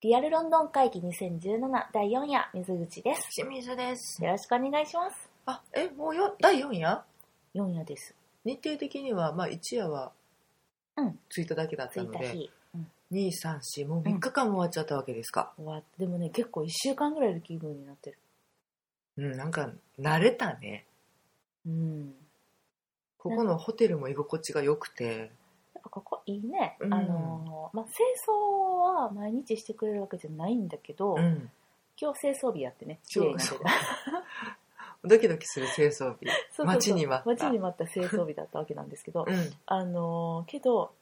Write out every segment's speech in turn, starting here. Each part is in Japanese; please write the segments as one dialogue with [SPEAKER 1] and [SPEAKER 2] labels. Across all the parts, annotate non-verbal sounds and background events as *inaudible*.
[SPEAKER 1] リアルロンドン会議2017第4夜、水口です。
[SPEAKER 2] 清水です。
[SPEAKER 1] よろしくお願いします。
[SPEAKER 2] あ、え、もうよ第4夜
[SPEAKER 1] 4夜です。
[SPEAKER 2] 日程的には、まあ、1夜は
[SPEAKER 1] うん
[SPEAKER 2] ついただけだった
[SPEAKER 1] 着い
[SPEAKER 2] の
[SPEAKER 1] た
[SPEAKER 2] で、
[SPEAKER 1] 日。うん
[SPEAKER 2] 2、3、4、もう3日間終わっちゃったわけですか。
[SPEAKER 1] 終わっでもね、結構1週間ぐらいの気分になってる。
[SPEAKER 2] うん、なんか慣れたね。
[SPEAKER 1] うん。
[SPEAKER 2] ここのホテルも居心地が良くて、
[SPEAKER 1] やっぱここいいね。
[SPEAKER 2] うん
[SPEAKER 1] あのー、まあ、清掃は毎日してくれるわけじゃないんだけど、
[SPEAKER 2] うん、
[SPEAKER 1] 今日清掃日やってね、綺麗になってた。
[SPEAKER 2] *laughs* ドキドキする清掃日。
[SPEAKER 1] そうそうそう
[SPEAKER 2] 待ちに待った
[SPEAKER 1] 待ちに待った清掃日だったわけなんですけど、
[SPEAKER 2] うん、
[SPEAKER 1] あのーけど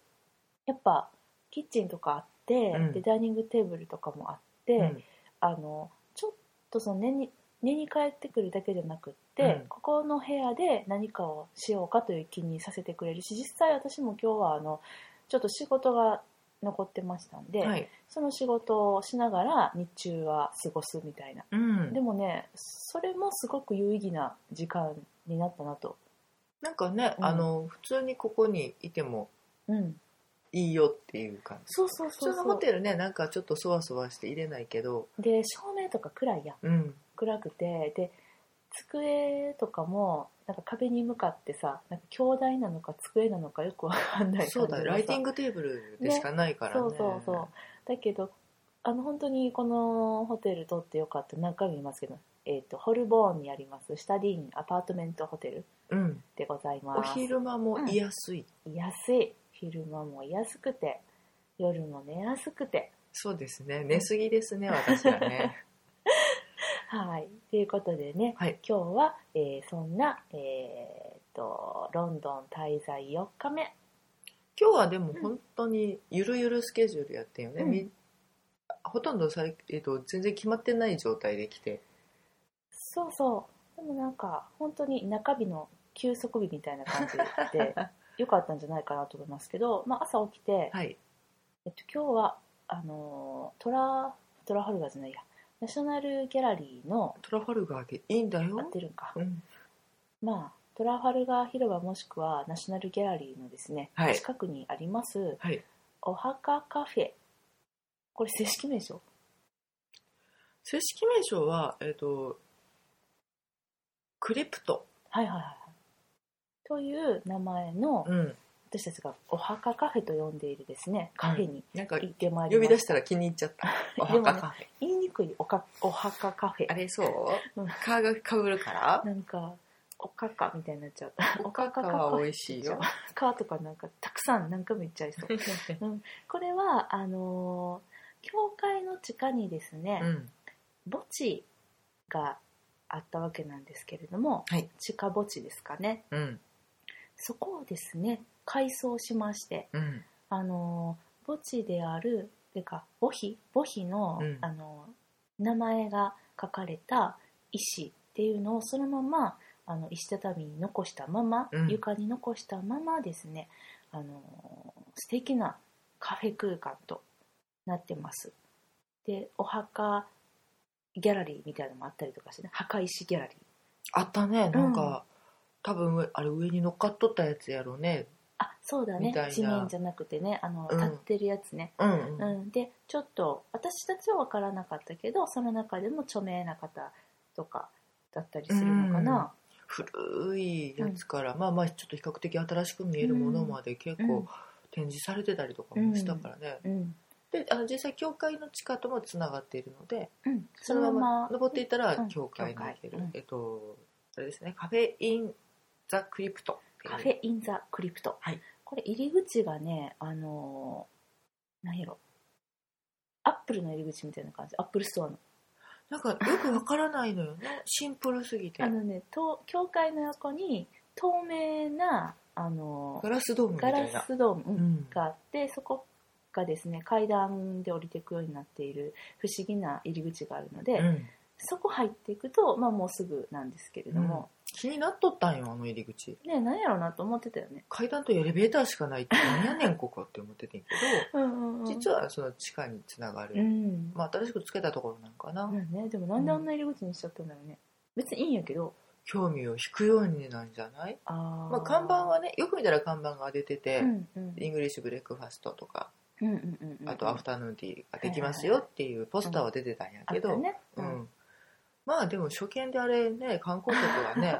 [SPEAKER 1] やっぱキッチンとかあって、
[SPEAKER 2] うん
[SPEAKER 1] でダイニングテーブルとかもあって、
[SPEAKER 2] うん
[SPEAKER 1] あのちょっとその寝に寝に帰ってくるだけじゃなくって、
[SPEAKER 2] うん
[SPEAKER 1] ここの部屋で何かをしようかという気にさせてくれるし実際私も今日はあのちょっと仕事が残ってましたんで、
[SPEAKER 2] はい。
[SPEAKER 1] その仕事をしながら日中は過ごすみたいな
[SPEAKER 2] うん
[SPEAKER 1] で。もねそれもすごく有意義な時間になったなと、
[SPEAKER 2] なんかね、
[SPEAKER 1] うん
[SPEAKER 2] あの、普通にここにいても
[SPEAKER 1] うん、
[SPEAKER 2] いいよっていう感じ。
[SPEAKER 1] そうそう
[SPEAKER 2] 普通
[SPEAKER 1] そう
[SPEAKER 2] の
[SPEAKER 1] そ
[SPEAKER 2] ホ
[SPEAKER 1] う
[SPEAKER 2] テルね、なんかちょっとそわそわして入れないけど、
[SPEAKER 1] で照明とか暗いやん
[SPEAKER 2] うん、
[SPEAKER 1] 暗くてで机とかもなんか壁に向かってさなんか鏡台なのか机なのかよくわかんない感じ
[SPEAKER 2] そうだねライティン
[SPEAKER 1] グ
[SPEAKER 2] グテーブルでしかないからね
[SPEAKER 1] そうそうそうだけどあの本当にこのホテル取ってよかった何回も言いますけど、えー、とホルボーンにありますシュタディーンアパートメントホテル
[SPEAKER 2] うん、
[SPEAKER 1] でござい
[SPEAKER 2] お
[SPEAKER 1] ます
[SPEAKER 2] 昼間も居やすい、
[SPEAKER 1] 安い昼間も安くて夜も寝やすくて
[SPEAKER 2] そうですね寝すぎですね私は
[SPEAKER 1] *laughs*
[SPEAKER 2] ね
[SPEAKER 1] はいということでね
[SPEAKER 2] はい
[SPEAKER 1] 今日は、えーそんな、えーっとロンドン滞在4日目
[SPEAKER 2] 今日はでも本当にゆるゆるスケジュールやってんよね、
[SPEAKER 1] うん
[SPEAKER 2] みほとんどさい、えっと全然決まってない状態で来て
[SPEAKER 1] そうそうでもなんか本当に中日の休息日みたいな感じ
[SPEAKER 2] *laughs*
[SPEAKER 1] でよかったんじゃないかなと思いますけど、まあ、朝起きて、
[SPEAKER 2] はい
[SPEAKER 1] えっと、今日はあのートラトラファルガーじゃないやナショナルギャラリーの
[SPEAKER 2] トラファルガーでいいんだ
[SPEAKER 1] 合
[SPEAKER 2] よ
[SPEAKER 1] っ、てるんか
[SPEAKER 2] うん、
[SPEAKER 1] まあトラファルガー広場もしくはナショナルギャラリーのですね、
[SPEAKER 2] はい
[SPEAKER 1] 近くにあります
[SPEAKER 2] はい
[SPEAKER 1] お墓カフェこれ正式名称
[SPEAKER 2] 正式名称はえっ、とクリプト、
[SPEAKER 1] はいはいはいはい。という名前の
[SPEAKER 2] うん、
[SPEAKER 1] 私たちがお墓カフェと呼んでいるですねカフェに
[SPEAKER 2] なんか
[SPEAKER 1] 行ってまいり
[SPEAKER 2] 呼
[SPEAKER 1] ました、
[SPEAKER 2] び出したら気に入っちゃった
[SPEAKER 1] *laughs*
[SPEAKER 2] お
[SPEAKER 1] でもね
[SPEAKER 2] 墓カフェ、
[SPEAKER 1] 言いにくいおかお墓カフ
[SPEAKER 2] あ
[SPEAKER 1] ェ
[SPEAKER 2] れそう
[SPEAKER 1] うん
[SPEAKER 2] 蚊がかぶるから
[SPEAKER 1] なんかおかかみたいになっちゃう
[SPEAKER 2] *laughs* おかかは美味しいよ。
[SPEAKER 1] かとかなんかたくさん何回も言っちゃいそうこれはあのー教会の地下にですね、
[SPEAKER 2] *laughs* うん、
[SPEAKER 1] 墓地があったわけなんですけれども、
[SPEAKER 2] はい
[SPEAKER 1] 地下墓地ですかね
[SPEAKER 2] うん、
[SPEAKER 1] そこをですね改装しまして
[SPEAKER 2] うん、
[SPEAKER 1] あの墓地であるてか墓碑墓碑の,、
[SPEAKER 2] うん
[SPEAKER 1] あの名前が書かれた石っていうのをそのままあの石畳に残したまま、
[SPEAKER 2] うん
[SPEAKER 1] 床に残したままですねあの素敵なカフェ空間となってますでお墓ギャラリーみたいなのもあったりとかしてね墓石ギャラリー
[SPEAKER 2] あったね、なんか、多分あれ上に乗っかっとったやつやろうね。
[SPEAKER 1] あそうだね
[SPEAKER 2] みたいな
[SPEAKER 1] 地面じゃなくてねあの
[SPEAKER 2] うん
[SPEAKER 1] 立ってるやつね、
[SPEAKER 2] うん、う、
[SPEAKER 1] うんん、でちょっと私たちは分からなかったけどその中でも著名な方とかだったりするのかな、
[SPEAKER 2] 古いやつから、まあまあちょっと比較的新しく見えるものまで結
[SPEAKER 1] うんう
[SPEAKER 2] 構
[SPEAKER 1] ん
[SPEAKER 2] 展示されてたりとかもしたからね。
[SPEAKER 1] うん
[SPEAKER 2] で、あの実際教会の地下ともつながっているので、
[SPEAKER 1] うん
[SPEAKER 2] そのまま登ってい
[SPEAKER 1] い
[SPEAKER 2] った
[SPEAKER 1] う
[SPEAKER 2] ら
[SPEAKER 1] ん
[SPEAKER 2] 教会に行ける。
[SPEAKER 1] 教会うん
[SPEAKER 2] えっとあれですね、カフェインザクリプトっていう。
[SPEAKER 1] カフェ・イン・ザ・クリプト、
[SPEAKER 2] はい
[SPEAKER 1] これ入り口がねあのー、何やろアップルの入り口みたいな感じアップルストアの
[SPEAKER 2] なんかよくわからないのよね。シンプルすぎて
[SPEAKER 1] あ。のねと教会の横に透明なあのー
[SPEAKER 2] ガラスドームみた
[SPEAKER 1] ガ
[SPEAKER 2] いな。
[SPEAKER 1] ラスドーム、うん
[SPEAKER 2] うん
[SPEAKER 1] があってそこがですね階段で降りていくようになっている不思議な入り口があるので、
[SPEAKER 2] うん
[SPEAKER 1] そこ入っていくと、まあ、もうすぐなんですけれども、
[SPEAKER 2] 気になっとったんよあの入り口
[SPEAKER 1] ね何やろうなと思ってたよね、
[SPEAKER 2] 階段とエレベーターしかないって何やねんここって思っててんけ
[SPEAKER 1] うん
[SPEAKER 2] ど実はその地下につながる、
[SPEAKER 1] うん、
[SPEAKER 2] まあ新しくつけたところなんかな、
[SPEAKER 1] まあね、でもなんであんな入り口にしちゃったんだろうね別にいいんやけど
[SPEAKER 2] 興味を引くようになんじゃない
[SPEAKER 1] あー
[SPEAKER 2] まあ看板はねよく見たら看板が出てて、
[SPEAKER 1] うんうん
[SPEAKER 2] イングリッシュブレックファストとか
[SPEAKER 1] うんうんうんうん
[SPEAKER 2] あとアフタヌーンティーができますよっていうポスターは出てたんやけ
[SPEAKER 1] あ
[SPEAKER 2] ど、
[SPEAKER 1] ったね
[SPEAKER 2] う
[SPEAKER 1] うん
[SPEAKER 2] ん、まあでも初見であれね観光客が *laughs* ね、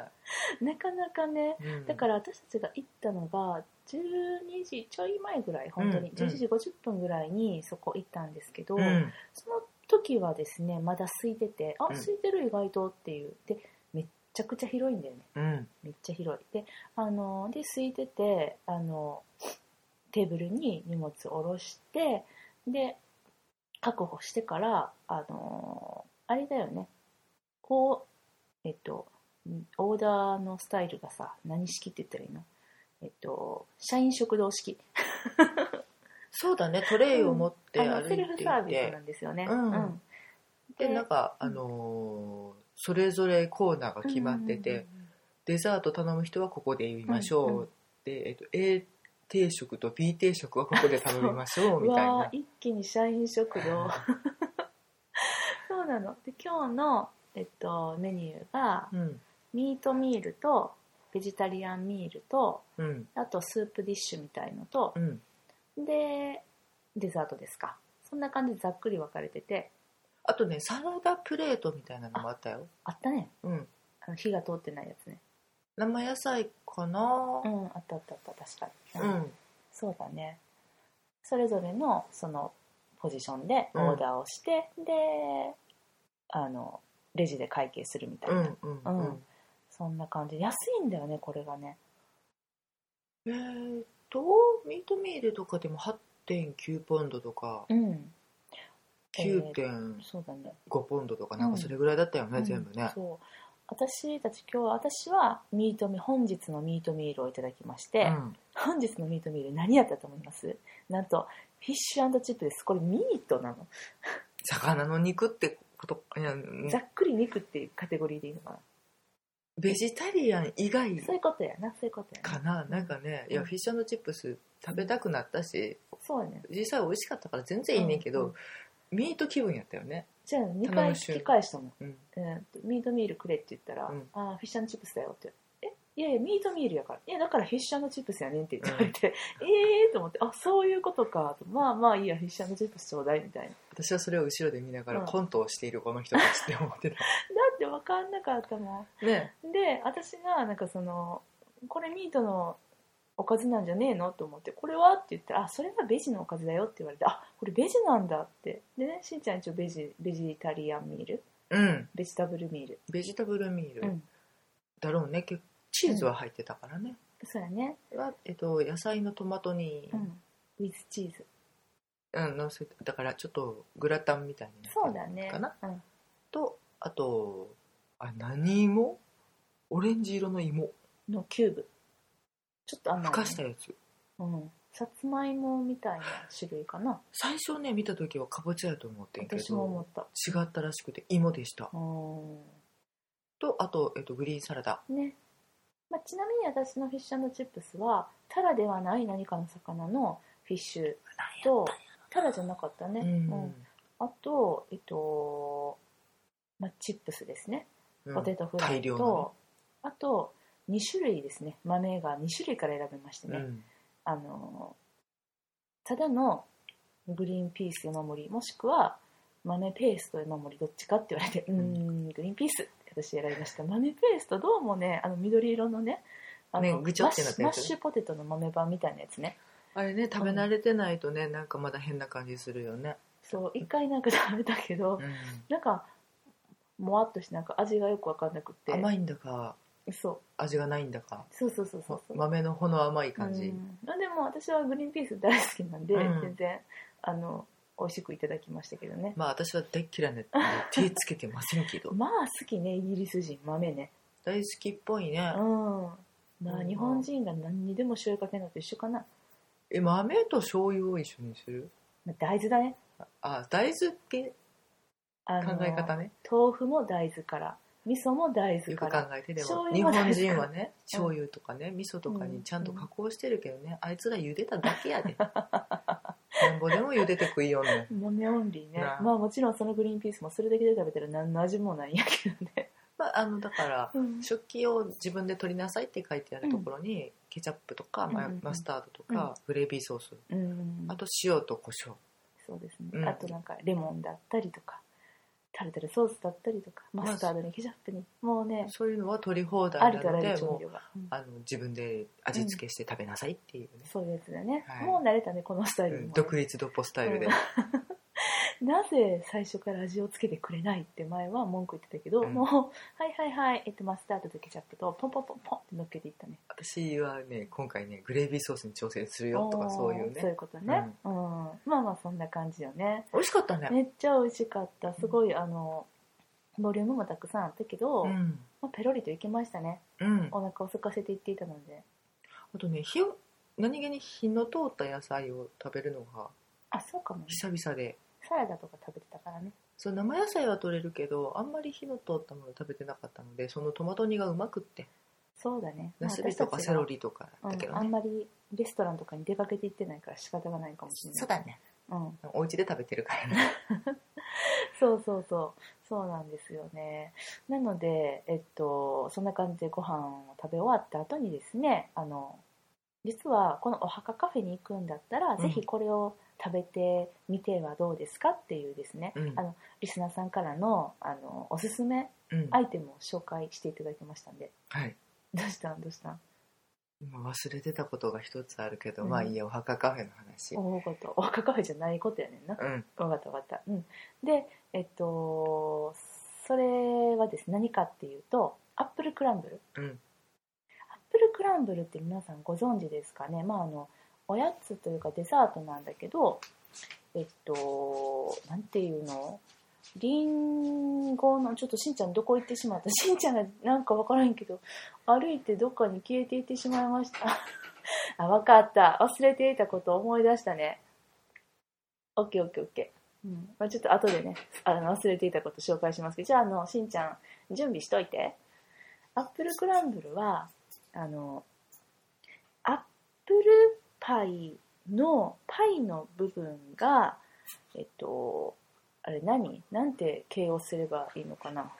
[SPEAKER 1] なかなかね
[SPEAKER 2] うん
[SPEAKER 1] だから私たちが行ったのが12時ちょい前ぐらい本当に、
[SPEAKER 2] うんうん
[SPEAKER 1] 11時50分ぐらいにそこ行ったんですけど、
[SPEAKER 2] うん
[SPEAKER 1] その時はですねまだ空いててあ
[SPEAKER 2] うん
[SPEAKER 1] 空いてる意外とっていうでめっちゃくちゃ広いんだよね
[SPEAKER 2] うん
[SPEAKER 1] めっちゃ広いであので空いててあのテーブルに荷物を下ろしてで確保してからあのあれだよねこうえっとんオーダーのスタイルがさ何式って言ったらいいのえっと社員食堂式
[SPEAKER 2] そうだねトレイを持って
[SPEAKER 1] あ
[SPEAKER 2] 歩
[SPEAKER 1] のセル
[SPEAKER 2] い
[SPEAKER 1] フ
[SPEAKER 2] てい
[SPEAKER 1] サービス
[SPEAKER 2] て
[SPEAKER 1] なんですよね、
[SPEAKER 2] うん
[SPEAKER 1] で
[SPEAKER 2] でなんか、
[SPEAKER 1] うん
[SPEAKER 2] あのーそれぞれコーナーが決まってて、デザート頼む人はここで言いましょう、
[SPEAKER 1] うんうん
[SPEAKER 2] で、えっと、A 定食と B 定食はここで頼みましょ
[SPEAKER 1] *laughs*
[SPEAKER 2] う
[SPEAKER 1] う
[SPEAKER 2] みたい
[SPEAKER 1] わ
[SPEAKER 2] な
[SPEAKER 1] ー。一気に社員食
[SPEAKER 2] *laughs*
[SPEAKER 1] 堂そうなので今日の、えっと、メニューが
[SPEAKER 2] うん
[SPEAKER 1] ミートミールとベジタリアンミールと
[SPEAKER 2] うん
[SPEAKER 1] あとスープディッシュみたいのと
[SPEAKER 2] う、ん、
[SPEAKER 1] でデザートですかそんな感じでざっくり分かれてて
[SPEAKER 2] あとねサラダプレートみたいなのもあったよ、
[SPEAKER 1] あったね
[SPEAKER 2] うん、
[SPEAKER 1] あの火が通ってないやつね
[SPEAKER 2] 生野菜かな
[SPEAKER 1] うんあったあったあった確か
[SPEAKER 2] う
[SPEAKER 1] に、
[SPEAKER 2] ん、
[SPEAKER 1] そうだねそれぞれのそのポジションでオーダーをして、であのレジで会計するみたい
[SPEAKER 2] うん
[SPEAKER 1] な、
[SPEAKER 2] うんうん
[SPEAKER 1] うんそんな感じ安いんだよねこれがね
[SPEAKER 2] えーっとミートミールとかでも8.9ポンドとか
[SPEAKER 1] うん
[SPEAKER 2] 9.5
[SPEAKER 1] そうだね
[SPEAKER 2] ポンドとかなんかそれぐらいだったよね、
[SPEAKER 1] うん
[SPEAKER 2] 全部ね、
[SPEAKER 1] そう私たち今日は私はミートミ本日のミートミールをいただきまして、
[SPEAKER 2] うん
[SPEAKER 1] 本日のミートミール何やったと思いますなんとフィッシュチップですこれミートなの
[SPEAKER 2] 魚の肉ってこといや
[SPEAKER 1] ざっくり肉っていうカテゴリーでいいのかな、
[SPEAKER 2] ベジタリアン以外
[SPEAKER 1] そういうことやなそういうことやな
[SPEAKER 2] かななんかねいや
[SPEAKER 1] うん
[SPEAKER 2] フィッシュチップス食べたくなったし
[SPEAKER 1] そうやね
[SPEAKER 2] 実際美味しかったから全然いいねんけど、
[SPEAKER 1] うんうん
[SPEAKER 2] ミート気分やったよね、
[SPEAKER 1] じゃあ2
[SPEAKER 2] 頼
[SPEAKER 1] 回
[SPEAKER 2] む
[SPEAKER 1] 聞
[SPEAKER 2] 瞬
[SPEAKER 1] き返したもん
[SPEAKER 2] うん、
[SPEAKER 1] うんミートミールくれって言ったら「
[SPEAKER 2] うん
[SPEAKER 1] あーフィッシュチップスだよ」って言われてえいやいやミートミールやからいやだからフィッシュチップスやねん」って言われて「 *laughs* ええー」と思って「あそういうことか」と「まあまあいいやフィッシュチップスちょうだい」みたいな
[SPEAKER 2] 私はそれを後ろで見ながら
[SPEAKER 1] うん
[SPEAKER 2] コントをしているこの人たちって思って
[SPEAKER 1] *laughs*
[SPEAKER 2] た、
[SPEAKER 1] だって分かんなかったも
[SPEAKER 2] ね
[SPEAKER 1] んで私がなんかその「これミートのおかずなんじゃねえの?」と思って「これは?」って言ったら「あそれがベジのおかずだよ」って言われて「あこれベジなんだ」ってでねしんちゃん一応ベジベジタリアンミール
[SPEAKER 2] うん
[SPEAKER 1] ベジタブルミール
[SPEAKER 2] ベジタブルミー
[SPEAKER 1] う
[SPEAKER 2] ル
[SPEAKER 1] ん
[SPEAKER 2] だろうね結構チーズは入ってたからね、
[SPEAKER 1] そうやね
[SPEAKER 2] はえっと、野菜のトマトに
[SPEAKER 1] う、んウィズチーズ
[SPEAKER 2] うん、のせてだからちょっとグラタンみたいになってる
[SPEAKER 1] そうだね
[SPEAKER 2] かな
[SPEAKER 1] うん
[SPEAKER 2] とあとあ何芋オレンジ色の芋
[SPEAKER 1] のキューブちょっと甘いね、
[SPEAKER 2] ふかしたやつ
[SPEAKER 1] うんさつまいもみたいな種類かな
[SPEAKER 2] 最初ね見た時はかぼちゃやと思ってんけ
[SPEAKER 1] 私も思っ
[SPEAKER 2] ど
[SPEAKER 1] た
[SPEAKER 2] 違ったらしくて芋でした
[SPEAKER 1] う
[SPEAKER 2] とあと、えっと、グリーンサラダ
[SPEAKER 1] んね、まあ、ちなみに私のフィッシュチップスはタラではない何かの魚のフィッシュとタラじゃなかったね、
[SPEAKER 2] うん、
[SPEAKER 1] あとえっと、まあ、チップスですね
[SPEAKER 2] うん
[SPEAKER 1] ポテトフライ
[SPEAKER 2] 大量
[SPEAKER 1] と
[SPEAKER 2] の、
[SPEAKER 1] あと2種類ですね豆が2種類から選べまして
[SPEAKER 2] ね
[SPEAKER 1] ね、
[SPEAKER 2] うん
[SPEAKER 1] あのただのグリーンピース山盛りもしくは豆ペースト山盛りどっちかって言われてうーん
[SPEAKER 2] ん
[SPEAKER 1] グリーンピースって私選びました豆ペーストどうもねあの緑色のねあの
[SPEAKER 2] ねぐちょってなってる
[SPEAKER 1] マ
[SPEAKER 2] や
[SPEAKER 1] ッ
[SPEAKER 2] つね
[SPEAKER 1] シュマッシュポテトの豆版みたいなやつね
[SPEAKER 2] あれね食べ慣れてないとねなんかまだ変な感じするよね、
[SPEAKER 1] そう一回なんか食べたけど
[SPEAKER 2] うん
[SPEAKER 1] なんかもわっとしてなんか味がよく分かんなくて
[SPEAKER 2] 甘いんだか
[SPEAKER 1] そう
[SPEAKER 2] 味がないんだか
[SPEAKER 1] そうそうそうそうそう
[SPEAKER 2] 豆のほの甘い感じ、
[SPEAKER 1] うんまあでも私はグリーンピース大好きなんで、
[SPEAKER 2] うん
[SPEAKER 1] 全然あの美味しくいただきましたけどね
[SPEAKER 2] *laughs* まあ私は大っ嫌いなんで手つけてませんけど
[SPEAKER 1] *laughs* まあ好きねイギリス人豆ね
[SPEAKER 2] 大好きっぽいね
[SPEAKER 1] うんま
[SPEAKER 2] う
[SPEAKER 1] あ
[SPEAKER 2] ん
[SPEAKER 1] 日本人が何にでも醤油かけるのと一緒かな、
[SPEAKER 2] え豆と醤油を一緒にする
[SPEAKER 1] まあ、大豆だね
[SPEAKER 2] あ大豆って
[SPEAKER 1] あ
[SPEAKER 2] 考
[SPEAKER 1] の
[SPEAKER 2] え方ね
[SPEAKER 1] 豆腐も大豆から味噌も大豆
[SPEAKER 2] よく
[SPEAKER 1] か
[SPEAKER 2] 考
[SPEAKER 1] ら
[SPEAKER 2] えてで
[SPEAKER 1] 醤
[SPEAKER 2] も日
[SPEAKER 1] 油も大
[SPEAKER 2] 本
[SPEAKER 1] 豆
[SPEAKER 2] 人はね醤油とかね味噌とかにちゃんと加工してるけどねあいつら茹でただけ
[SPEAKER 1] *laughs*
[SPEAKER 2] やでなんぼでも茹でて食いよんねん
[SPEAKER 1] 豆オンリーね
[SPEAKER 2] なあ
[SPEAKER 1] まあもちろんそのグリーンピースもそれだけで食べたら何の味もないんやけどね、
[SPEAKER 2] まああのだから
[SPEAKER 1] うん
[SPEAKER 2] 食器を自分で取りなさいって書いてあるところに、ケチャップとか、
[SPEAKER 1] うん
[SPEAKER 2] ま
[SPEAKER 1] うんうん
[SPEAKER 2] マスタードとか、グレービーソース
[SPEAKER 1] うん
[SPEAKER 2] あと塩と胡椒
[SPEAKER 1] そうですね、
[SPEAKER 2] うん
[SPEAKER 1] あとなんかレモンだったりとかタルタルソースだったりとかマスタードにケチャップにもうね
[SPEAKER 2] そういうのは取り放
[SPEAKER 1] あ
[SPEAKER 2] 題
[SPEAKER 1] り
[SPEAKER 2] な
[SPEAKER 1] とあら
[SPEAKER 2] の
[SPEAKER 1] ゆ
[SPEAKER 2] で
[SPEAKER 1] る調
[SPEAKER 2] もう
[SPEAKER 1] 味料が、うん
[SPEAKER 2] あの自分で味付けして食べなさいっていうね、
[SPEAKER 1] そういうやつだね、
[SPEAKER 2] はい
[SPEAKER 1] もう慣れたねこのスタイルにも
[SPEAKER 2] うん
[SPEAKER 1] ね
[SPEAKER 2] 独立ドッポスタイルで、
[SPEAKER 1] なぜ最初から味をつけてくれないって前は文句言ってたけど、
[SPEAKER 2] うん
[SPEAKER 1] もうはいはいはい、えっと、マスタードとケチャップとポンポンポンポンって乗っけていったね
[SPEAKER 2] 私はね今回ねグレービーソースに挑戦するよとかそういう
[SPEAKER 1] おーそうい
[SPEAKER 2] ね
[SPEAKER 1] うことね、うんまあまあそんな感じよね
[SPEAKER 2] 美味しかったね
[SPEAKER 1] めっちゃ美味しかったすごい、あのボリュームもたくさんあったけど、
[SPEAKER 2] うん、
[SPEAKER 1] まあ、ペロリといけましたね
[SPEAKER 2] うん、
[SPEAKER 1] お腹を空かせていっていたので
[SPEAKER 2] あとね火を何気に火の通った野菜を食べるのが
[SPEAKER 1] あそうかもね
[SPEAKER 2] 久々で
[SPEAKER 1] サラダとか食べてたからね
[SPEAKER 2] そう生野菜は取れるけどあんまり火の通ったもの食べてなかったのでそのトマト煮がうまくって
[SPEAKER 1] そうだね
[SPEAKER 2] ナスビと
[SPEAKER 1] まあ私
[SPEAKER 2] か
[SPEAKER 1] たち
[SPEAKER 2] セ
[SPEAKER 1] は
[SPEAKER 2] ロリとかだけど
[SPEAKER 1] うん、あん
[SPEAKER 2] ね、
[SPEAKER 1] まりレストランとかに出かけて行ってないから仕方がないかもしれない
[SPEAKER 2] そうだね
[SPEAKER 1] うん、
[SPEAKER 2] お家で食べてるか
[SPEAKER 1] *laughs*
[SPEAKER 2] らね
[SPEAKER 1] そうそうそうそうなんですよねなのでえっとそんな感じでご飯を食べ終わった後にですねあの実はこのお墓カフェに行くんだったら、
[SPEAKER 2] うん
[SPEAKER 1] ぜひこれを食べてみてはどうですかっていうですね、
[SPEAKER 2] うん
[SPEAKER 1] あのリスナーさんからのあのおすすめ
[SPEAKER 2] うん
[SPEAKER 1] アイテムを紹介していただきましたんで
[SPEAKER 2] はい
[SPEAKER 1] どうしたんどうしたん
[SPEAKER 2] 今忘れてたことが一つあるけど、
[SPEAKER 1] うん
[SPEAKER 2] まあいいやお墓カフェの話
[SPEAKER 1] おことお墓カフェじゃないことやねんな
[SPEAKER 2] うん
[SPEAKER 1] わかったわかった。うん、で、えっと、それはですね、何かっていうと、アップルクランブル。
[SPEAKER 2] うん
[SPEAKER 1] アップルクランブルって皆さんご存知ですかね。まあ、あの、おやつというかデザートなんだけど、えっと、なんていうのりんごの、ちょっとしんちゃんどこ行ってしまった *laughs* しんちゃんがなんかわからへんけど、歩いてどっかに消えていってしまいました。あ、わかった。忘れていたことを思い出したね。オッケーオッケーオッケー。うんまあ、ちょっと後でねあの忘れていたこと紹介しますけどじゃああのしんちゃん準備しといてアップルクランブルはあのアップルパイのパイの部分がえっとあれ何なんて形容すればいいのかな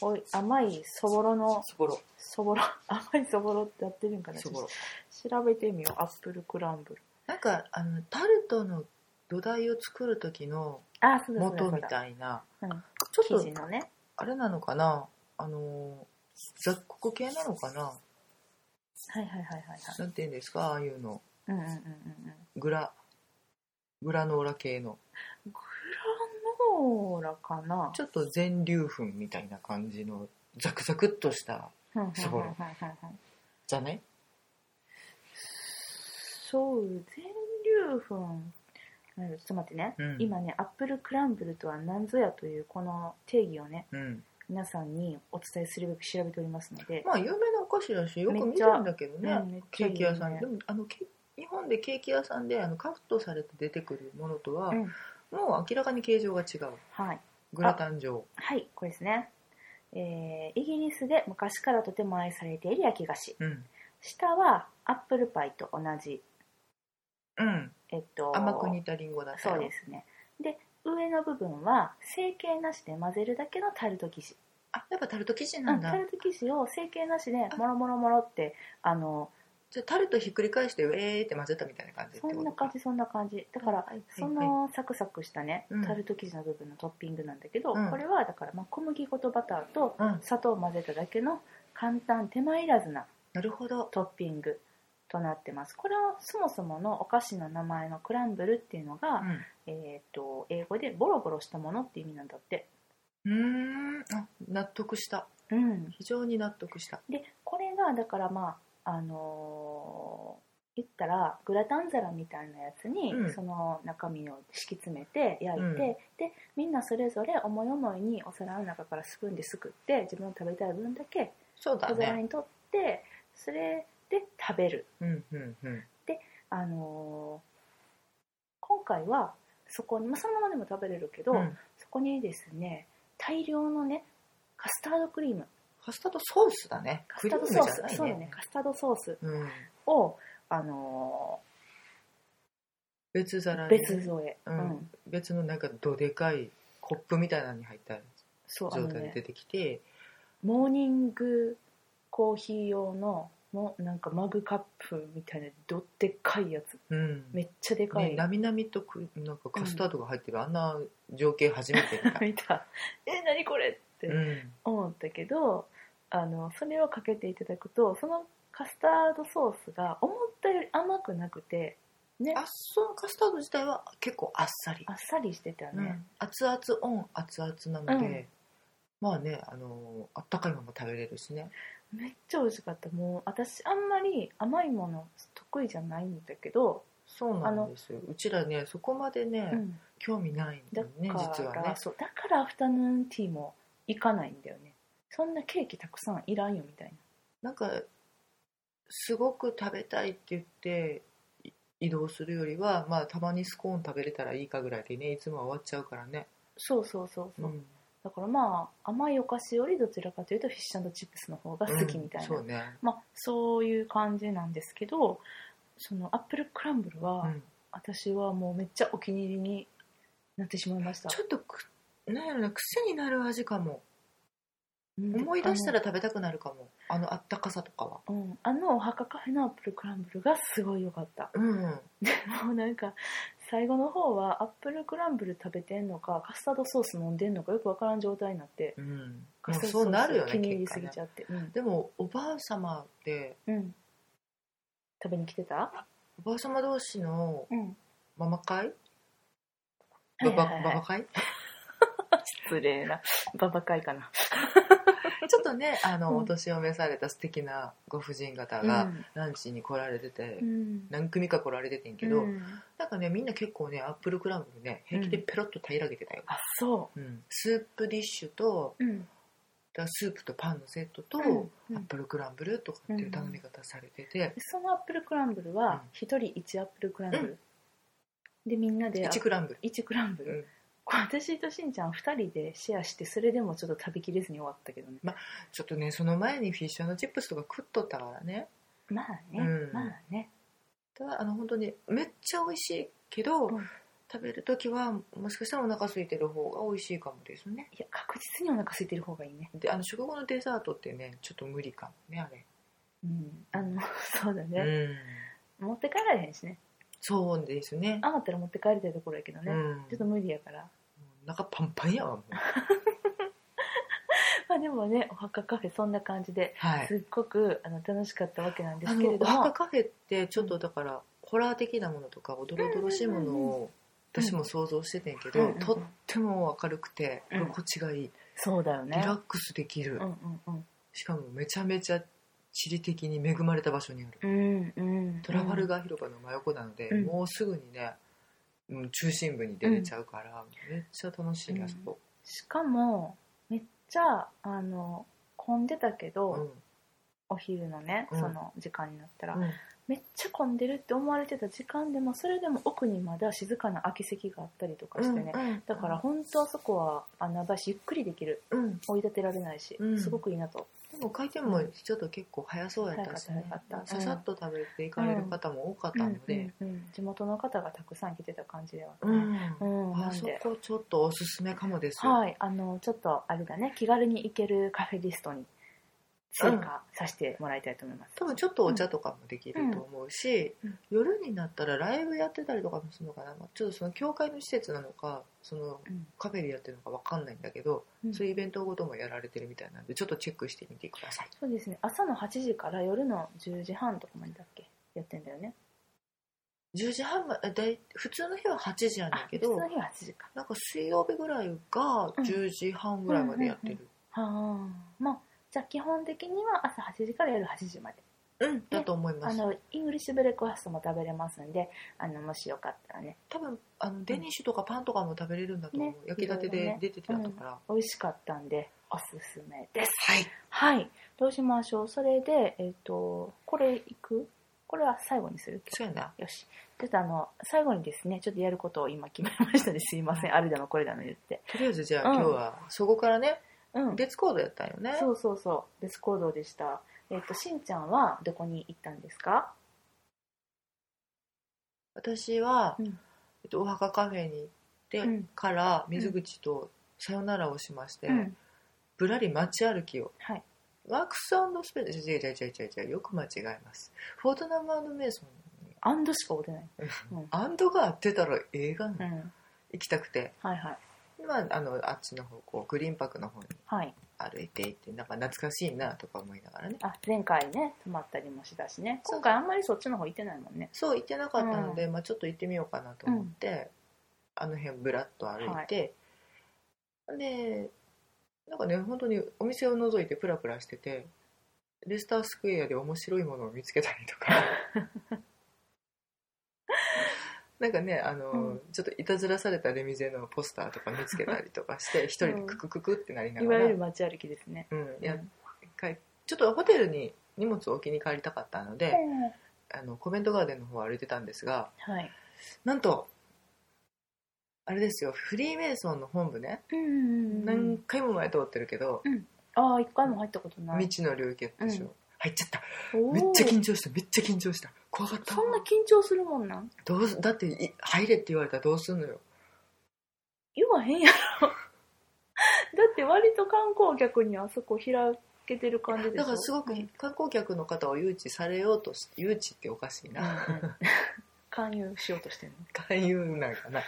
[SPEAKER 1] おい甘いそぼろの
[SPEAKER 2] そぼろ
[SPEAKER 1] そぼろ *laughs* 甘いそぼろってやってるんかな
[SPEAKER 2] そぼろ
[SPEAKER 1] 調べてみようアップルクランブル
[SPEAKER 2] なんかあのタルトの土台を作る時の
[SPEAKER 1] あそうだそうだ
[SPEAKER 2] 元
[SPEAKER 1] そう
[SPEAKER 2] み
[SPEAKER 1] だ
[SPEAKER 2] たいな
[SPEAKER 1] うん
[SPEAKER 2] ちょ
[SPEAKER 1] 生
[SPEAKER 2] っ
[SPEAKER 1] 地
[SPEAKER 2] と
[SPEAKER 1] のね
[SPEAKER 2] あれなのかなあの雑穀系なのかな
[SPEAKER 1] はいはいはいはいはい
[SPEAKER 2] なんて言うんですかああいうの
[SPEAKER 1] うんうんうんうんうん
[SPEAKER 2] グラグラノーラ系の
[SPEAKER 1] グラノーラかな
[SPEAKER 2] ちょっと全粒粉みたいな感じのザクザクっとした
[SPEAKER 1] うんうんうんうんうん
[SPEAKER 2] そぼろじゃない
[SPEAKER 1] そう全粒粉うんちょっと待ってね、
[SPEAKER 2] うん
[SPEAKER 1] 今ねアップルクランブルとは何ぞやというこの定義をね
[SPEAKER 2] うん
[SPEAKER 1] 皆さんにお伝えするべく調べておりますので、
[SPEAKER 2] まあ有名なお菓子だしよく
[SPEAKER 1] めっ
[SPEAKER 2] 見
[SPEAKER 1] ち
[SPEAKER 2] て
[SPEAKER 1] ゃ
[SPEAKER 2] るんだけどね、
[SPEAKER 1] うんめっち
[SPEAKER 2] ケ
[SPEAKER 1] ゃいい
[SPEAKER 2] ーキ屋さん、
[SPEAKER 1] ね
[SPEAKER 2] でもあのケ日本でケーキ屋さんであのカットされて出てくるものとは、
[SPEAKER 1] うん
[SPEAKER 2] もう明らかに形状が違う
[SPEAKER 1] はい
[SPEAKER 2] グラタン状
[SPEAKER 1] はいこれですねえーイギリスで昔からとても愛されている焼き菓子
[SPEAKER 2] うん、
[SPEAKER 1] 下はアップルパイと同じ、
[SPEAKER 2] うん、
[SPEAKER 1] えっと、
[SPEAKER 2] 甘く煮たリンゴだった
[SPEAKER 1] そう
[SPEAKER 2] よ
[SPEAKER 1] ですねで上の部分は成形なしで混ぜるだけのタルト生地
[SPEAKER 2] あやっぱタルト生地
[SPEAKER 1] う
[SPEAKER 2] なん
[SPEAKER 1] ん
[SPEAKER 2] だ、
[SPEAKER 1] タルト生地を成形なしでもろもろもろってあの
[SPEAKER 2] じゃあタルトひっくり返してウェーって混ぜたみたいな感じって
[SPEAKER 1] そ
[SPEAKER 2] こと
[SPEAKER 1] んな感じそんな感じだから
[SPEAKER 2] はいはい
[SPEAKER 1] そのサクサクしたね
[SPEAKER 2] うん
[SPEAKER 1] タルト生地の部分のトッピングなんだけど
[SPEAKER 2] うん
[SPEAKER 1] これはだからまあ小麦粉とバターと
[SPEAKER 2] うん
[SPEAKER 1] 砂糖を混ぜただけの簡単手間いらずな
[SPEAKER 2] なるほど
[SPEAKER 1] トッピングとなってますこれはそもそものお菓子の名前のクランブルっていうのが、えー、と英語でボロボロしたものって意味なんだって、
[SPEAKER 2] うんうーんあ納得した
[SPEAKER 1] うん、
[SPEAKER 2] 非常に納得した
[SPEAKER 1] でこれがだからまああのー言ったらグラタン皿みたいなやつに、
[SPEAKER 2] うん
[SPEAKER 1] その中身を敷き詰めて焼いて、
[SPEAKER 2] うん
[SPEAKER 1] でみんなそれぞれ思い思いにお皿の中からスプーンですくって自分の食べたい分だけ
[SPEAKER 2] そうだ
[SPEAKER 1] 小皿
[SPEAKER 2] ね
[SPEAKER 1] に取って、それで食べる
[SPEAKER 2] うんうんうん
[SPEAKER 1] あのー今回はそこに、まあ、そのままでも食べれるけど、
[SPEAKER 2] うん
[SPEAKER 1] そこにですね大量のねカスタードクリーム
[SPEAKER 2] カスタードソースだね
[SPEAKER 1] カ
[SPEAKER 2] ク
[SPEAKER 1] ス
[SPEAKER 2] リ
[SPEAKER 1] タ
[SPEAKER 2] ー
[SPEAKER 1] ー
[SPEAKER 2] ム
[SPEAKER 1] ド
[SPEAKER 2] じ
[SPEAKER 1] ソ
[SPEAKER 2] ゃ
[SPEAKER 1] ース、
[SPEAKER 2] ないね
[SPEAKER 1] そうだねカスタードソース
[SPEAKER 2] うん、
[SPEAKER 1] を、あの
[SPEAKER 2] 別
[SPEAKER 1] ー
[SPEAKER 2] 皿に
[SPEAKER 1] 別添え、
[SPEAKER 2] うん
[SPEAKER 1] うん
[SPEAKER 2] 別のなんかどでかいコップみたいなのに入った
[SPEAKER 1] そうあ
[SPEAKER 2] 状
[SPEAKER 1] の
[SPEAKER 2] 態で
[SPEAKER 1] ね
[SPEAKER 2] 出てきて
[SPEAKER 1] モーニングコーヒー用のもなんかマグカップみたいなどってっかいやつ
[SPEAKER 2] うん
[SPEAKER 1] めっちゃでかい、
[SPEAKER 2] ね、なみなみとくなんかカスタードが入ってる、あんな情景初めて見
[SPEAKER 1] *laughs*
[SPEAKER 2] た、
[SPEAKER 1] 見たえ何これって
[SPEAKER 2] うん
[SPEAKER 1] 思ったけど、あのそれをかけていただくとそのカスタードソースが思ったより甘くなくてね
[SPEAKER 2] あそのカスタード自体は結構あっさり
[SPEAKER 1] あっさりしてた
[SPEAKER 2] うん
[SPEAKER 1] ね、
[SPEAKER 2] 熱々オン熱々なので、まあねあのあったかいまま食べれるしね
[SPEAKER 1] めっちゃ美味しかったもう私あんまり甘いもの得意じゃないんだけど、
[SPEAKER 2] そうなんですようちらねそこまでね、
[SPEAKER 1] うん
[SPEAKER 2] 興味ないん
[SPEAKER 1] だ
[SPEAKER 2] だよ
[SPEAKER 1] か
[SPEAKER 2] ね
[SPEAKER 1] ら、
[SPEAKER 2] 実はね
[SPEAKER 1] そうだからアフタヌーンティーも行かないんだよねそんなケーキたくさんいらんよみたい
[SPEAKER 2] なんかすごく食べたいって言ってい移動するよりはまあたまにスコーン食べれたらいいかぐらいでねいつもは終わっちゃうからね、
[SPEAKER 1] なそうそうそうそう、
[SPEAKER 2] ん
[SPEAKER 1] だからまあ甘いお菓子よりどちらかというとフィッシュチップスの方が好きみたいな、
[SPEAKER 2] うんそうね、
[SPEAKER 1] まあ、そういう感じなんですけどそのアップルクランブルは、
[SPEAKER 2] うん
[SPEAKER 1] 私はもうめっちゃお気に入りになってしまいました
[SPEAKER 2] ちょっとくなんやろな癖になる味かも
[SPEAKER 1] うん
[SPEAKER 2] 思い出した
[SPEAKER 1] ら
[SPEAKER 2] ら食べたくなるかもあのあったかさとかは
[SPEAKER 1] あの,、うん、あのお墓カフェのアップルクランブルがすごい良かった *laughs*
[SPEAKER 2] うん
[SPEAKER 1] もうなんか最後の方はアップルクランブル食べてんのかカスタードソース飲んでんのかよくわからん状態になって
[SPEAKER 2] うん
[SPEAKER 1] カ
[SPEAKER 2] も
[SPEAKER 1] ス
[SPEAKER 2] う
[SPEAKER 1] タード
[SPEAKER 2] そうなるよ
[SPEAKER 1] ソース
[SPEAKER 2] ね
[SPEAKER 1] 気に入り
[SPEAKER 2] 結
[SPEAKER 1] す
[SPEAKER 2] 果
[SPEAKER 1] ぎ
[SPEAKER 2] ね
[SPEAKER 1] ちゃって、
[SPEAKER 2] でもおばあ様って
[SPEAKER 1] うん、うん食べに来てた
[SPEAKER 2] おばあ様同士の
[SPEAKER 1] うん
[SPEAKER 2] ママ会
[SPEAKER 1] は
[SPEAKER 2] バ
[SPEAKER 1] い
[SPEAKER 2] バ
[SPEAKER 1] はい
[SPEAKER 2] バ
[SPEAKER 1] はい
[SPEAKER 2] バ会
[SPEAKER 1] 失礼なババ会かな
[SPEAKER 2] ちょっとねあの、
[SPEAKER 1] うん
[SPEAKER 2] お年を召された素敵なご婦人方
[SPEAKER 1] う
[SPEAKER 2] が
[SPEAKER 1] ん
[SPEAKER 2] ランチに来られてて、
[SPEAKER 1] うん
[SPEAKER 2] 何組か来られててんけど、
[SPEAKER 1] うん
[SPEAKER 2] なんかねみんな結構ねアップルクランブルね平気でペロッと平らげてたよ、
[SPEAKER 1] あそ
[SPEAKER 2] うんスープディッシュと
[SPEAKER 1] ううん
[SPEAKER 2] だからスープとパンのセットと、
[SPEAKER 1] うん
[SPEAKER 2] アップルクランブルとかっていう頼み方されてて、
[SPEAKER 1] そのアップルクランブルは1人1アップルクランブル、でみんなで
[SPEAKER 2] 1クランブル
[SPEAKER 1] 1クランブル、
[SPEAKER 2] うん
[SPEAKER 1] これ私としんちゃん2人でシェアしてそれでもちょっと食べきれずに終わったけどね
[SPEAKER 2] ちょっとねその前にフィッシュチップスとか食っとったからね
[SPEAKER 1] まあね、
[SPEAKER 2] うん
[SPEAKER 1] まあね
[SPEAKER 2] ただあの本当にめっちゃ美味しいけど、
[SPEAKER 1] うん
[SPEAKER 2] 食べる時はもしかしたらお腹空いてる方が美味しいかもですね
[SPEAKER 1] いや確実にお腹空いてる方がいいね
[SPEAKER 2] であの食後のデザートってねちょっと無理かもねあれ
[SPEAKER 1] うんあの *laughs* そうだね、
[SPEAKER 2] うん、
[SPEAKER 1] 持って帰られへんしね
[SPEAKER 2] そうですね
[SPEAKER 1] 余ったら持って帰りたいところやけどね、
[SPEAKER 2] うん
[SPEAKER 1] ちょっと無理やから
[SPEAKER 2] お腹パンパンやわもう
[SPEAKER 1] まあでもねお墓カフェそんな感じで
[SPEAKER 2] はい
[SPEAKER 1] すっごくあの楽しかったわけなんで
[SPEAKER 2] あ
[SPEAKER 1] すけれ
[SPEAKER 2] の
[SPEAKER 1] ど
[SPEAKER 2] お
[SPEAKER 1] も
[SPEAKER 2] 墓カフェってちょっとだから、ホラー的なものとかおどろおどろしいものを
[SPEAKER 1] うんうん
[SPEAKER 2] 私も想像しててんけ
[SPEAKER 1] う
[SPEAKER 2] ど、
[SPEAKER 1] んうんうん
[SPEAKER 2] とっても明るくて
[SPEAKER 1] うん
[SPEAKER 2] 心地がいい、リ
[SPEAKER 1] そうだよね
[SPEAKER 2] ラックスでき
[SPEAKER 1] う
[SPEAKER 2] る、
[SPEAKER 1] んうんうん
[SPEAKER 2] しかもめちゃめちゃ地理的に恵まれた場所にある
[SPEAKER 1] うんうん
[SPEAKER 2] トラファルガー広場の真横なので、
[SPEAKER 1] うん
[SPEAKER 2] もうすぐにね、うん、中心部に出れちゃうから、めっちゃ楽しいな、
[SPEAKER 1] うん
[SPEAKER 2] そこ、
[SPEAKER 1] しかもめっちゃあの混んでたけど、
[SPEAKER 2] うん
[SPEAKER 1] お昼のね、
[SPEAKER 2] うん
[SPEAKER 1] その時間になったら、
[SPEAKER 2] うん
[SPEAKER 1] めっちゃ混んでるって思われてた時間でもそれでも奥にまだ静かな空き席があったりとかしてね、
[SPEAKER 2] うんうん
[SPEAKER 1] だから本当あそこは穴場しゆっくりできる
[SPEAKER 2] うん、
[SPEAKER 1] 追い立てられないし、
[SPEAKER 2] うん
[SPEAKER 1] すごくいいなと
[SPEAKER 2] でも回転もちょっと結構早そうやったし、ね
[SPEAKER 1] 早かった早かった
[SPEAKER 2] ささっと食べていかれる方も多かったので、
[SPEAKER 1] うんうんうん地元の方がたくさん来てた感じでは
[SPEAKER 2] うん
[SPEAKER 1] ね、うんな
[SPEAKER 2] あ
[SPEAKER 1] ん
[SPEAKER 2] そ
[SPEAKER 1] で
[SPEAKER 2] こちょっとおすすめかもです、
[SPEAKER 1] はいあのちょっとあれだね気軽に行けるカフェリストに追加させてもらいたいと思います、
[SPEAKER 2] 多分ちょっとお茶とかもできると思うし、
[SPEAKER 1] うんうん
[SPEAKER 2] 夜になったらライブやってたりとかもするのかな、まあちょっとその教会の施設なのかその
[SPEAKER 1] うん
[SPEAKER 2] カフェでやってるのかわかんないんだけど、
[SPEAKER 1] うん
[SPEAKER 2] そういうイベントごともやられてるみたいなんでちょっとチェックしてみてください
[SPEAKER 1] そうですね朝の8時から夜の10時半とかまでだっけやってんだよね
[SPEAKER 2] 10時半まだい普通の日は8時やね
[SPEAKER 1] あ
[SPEAKER 2] んけ
[SPEAKER 1] 普
[SPEAKER 2] ど
[SPEAKER 1] 通の日は8時か
[SPEAKER 2] なんか水曜日ぐらいが10時半ぐらいまでやってる、
[SPEAKER 1] はあまあじゃあ基本的には朝8時から夜8時まで
[SPEAKER 2] うん、だと思いま
[SPEAKER 1] あ
[SPEAKER 2] す、
[SPEAKER 1] のイングリッシュブレックファーストも食べれますんであのもしよかったらね
[SPEAKER 2] 多分あのデニッシュとかパンとかも食べれるんだと思う、
[SPEAKER 1] ね
[SPEAKER 2] 焼きたて
[SPEAKER 1] いろいろ
[SPEAKER 2] で
[SPEAKER 1] ね
[SPEAKER 2] 出てたから、
[SPEAKER 1] 美味しかったんでおすすめです
[SPEAKER 2] はい
[SPEAKER 1] はいどうしましょうそれでえっ、とこれいくこれは最後にする
[SPEAKER 2] そうやな
[SPEAKER 1] よしちょっとあの最後にですねちょっとやることを今決めましたですいませんあれだのこれだの言って
[SPEAKER 2] とりあえずじゃ
[SPEAKER 1] う
[SPEAKER 2] あ
[SPEAKER 1] ん
[SPEAKER 2] 今日はそこからね
[SPEAKER 1] うん
[SPEAKER 2] 別行動やったんよね
[SPEAKER 1] そうそうそう別行動でしたえっ、としんちゃんはどこに行ったんですか
[SPEAKER 2] 私は、
[SPEAKER 1] うん
[SPEAKER 2] えっと、お墓カフェに行
[SPEAKER 1] う
[SPEAKER 2] って
[SPEAKER 1] ん
[SPEAKER 2] から水口とさよならをしまして、ぶらり街歩きを
[SPEAKER 1] はい
[SPEAKER 2] マックススペンサー、違う違う違う違う違う、よく間違えます。フォートナムメイソン、
[SPEAKER 1] アンドしか追ってない。
[SPEAKER 2] アンドが合ってたら映画に
[SPEAKER 1] うん。
[SPEAKER 2] 行きたくて、
[SPEAKER 1] はいはい。
[SPEAKER 2] 今、あの、あっちの方、こう、グリーンパークの方に
[SPEAKER 1] はい。
[SPEAKER 2] 歩いていって、なんか懐かしいなとか思いながらね。
[SPEAKER 1] あ、前回ね、泊まったりもしたしね。
[SPEAKER 2] そう
[SPEAKER 1] 今回あんまりそっちの方行ってないもんね。
[SPEAKER 2] そう、行ってなかったので、まあちょっと行ってみようかなと思って、あの辺ぶらっと歩いて、で、なんかね、本当にお店を覗いてプラプラしてて、レスタースクエアで面白いものを見つけたりとか。
[SPEAKER 1] *laughs*
[SPEAKER 2] なんかね、あの、
[SPEAKER 1] うん
[SPEAKER 2] ちょっといたずらされたレミゼのポスターとか見つけたりとかして、一人でククククってなりないが
[SPEAKER 1] わ
[SPEAKER 2] ら、
[SPEAKER 1] ゆる街歩きですね。
[SPEAKER 2] うん、やっ
[SPEAKER 1] うん
[SPEAKER 2] かいちょっとホテルに荷物を置きに帰りたかったので、あのコメントガーデンの方を歩いてたんですが
[SPEAKER 1] はい。
[SPEAKER 2] なんとあれですよフリーメイソンの本部ね、
[SPEAKER 1] うんうんうんう
[SPEAKER 2] 何
[SPEAKER 1] ん。
[SPEAKER 2] 回も前通ってるけど、
[SPEAKER 1] ああ、一回も入ったことない。
[SPEAKER 2] 未知の領域やったでしょ、
[SPEAKER 1] うん
[SPEAKER 2] 入っちゃった
[SPEAKER 1] おー
[SPEAKER 2] めっちゃ緊張しためっちゃ緊張した怖かった
[SPEAKER 1] そんな緊張するもんなん
[SPEAKER 2] どうすだってい入れって言われたらどうすんのよ
[SPEAKER 1] 言わへんやろ。 *laughs* だって割と観光客にあそこ開けてる感じでしょ
[SPEAKER 2] だからすごく
[SPEAKER 1] うん
[SPEAKER 2] 観光客の方を誘致されようとし誘致っておかしいな、 *laughs*
[SPEAKER 1] 勧誘しようとしてる
[SPEAKER 2] 勧誘なんか
[SPEAKER 1] *laughs*
[SPEAKER 2] な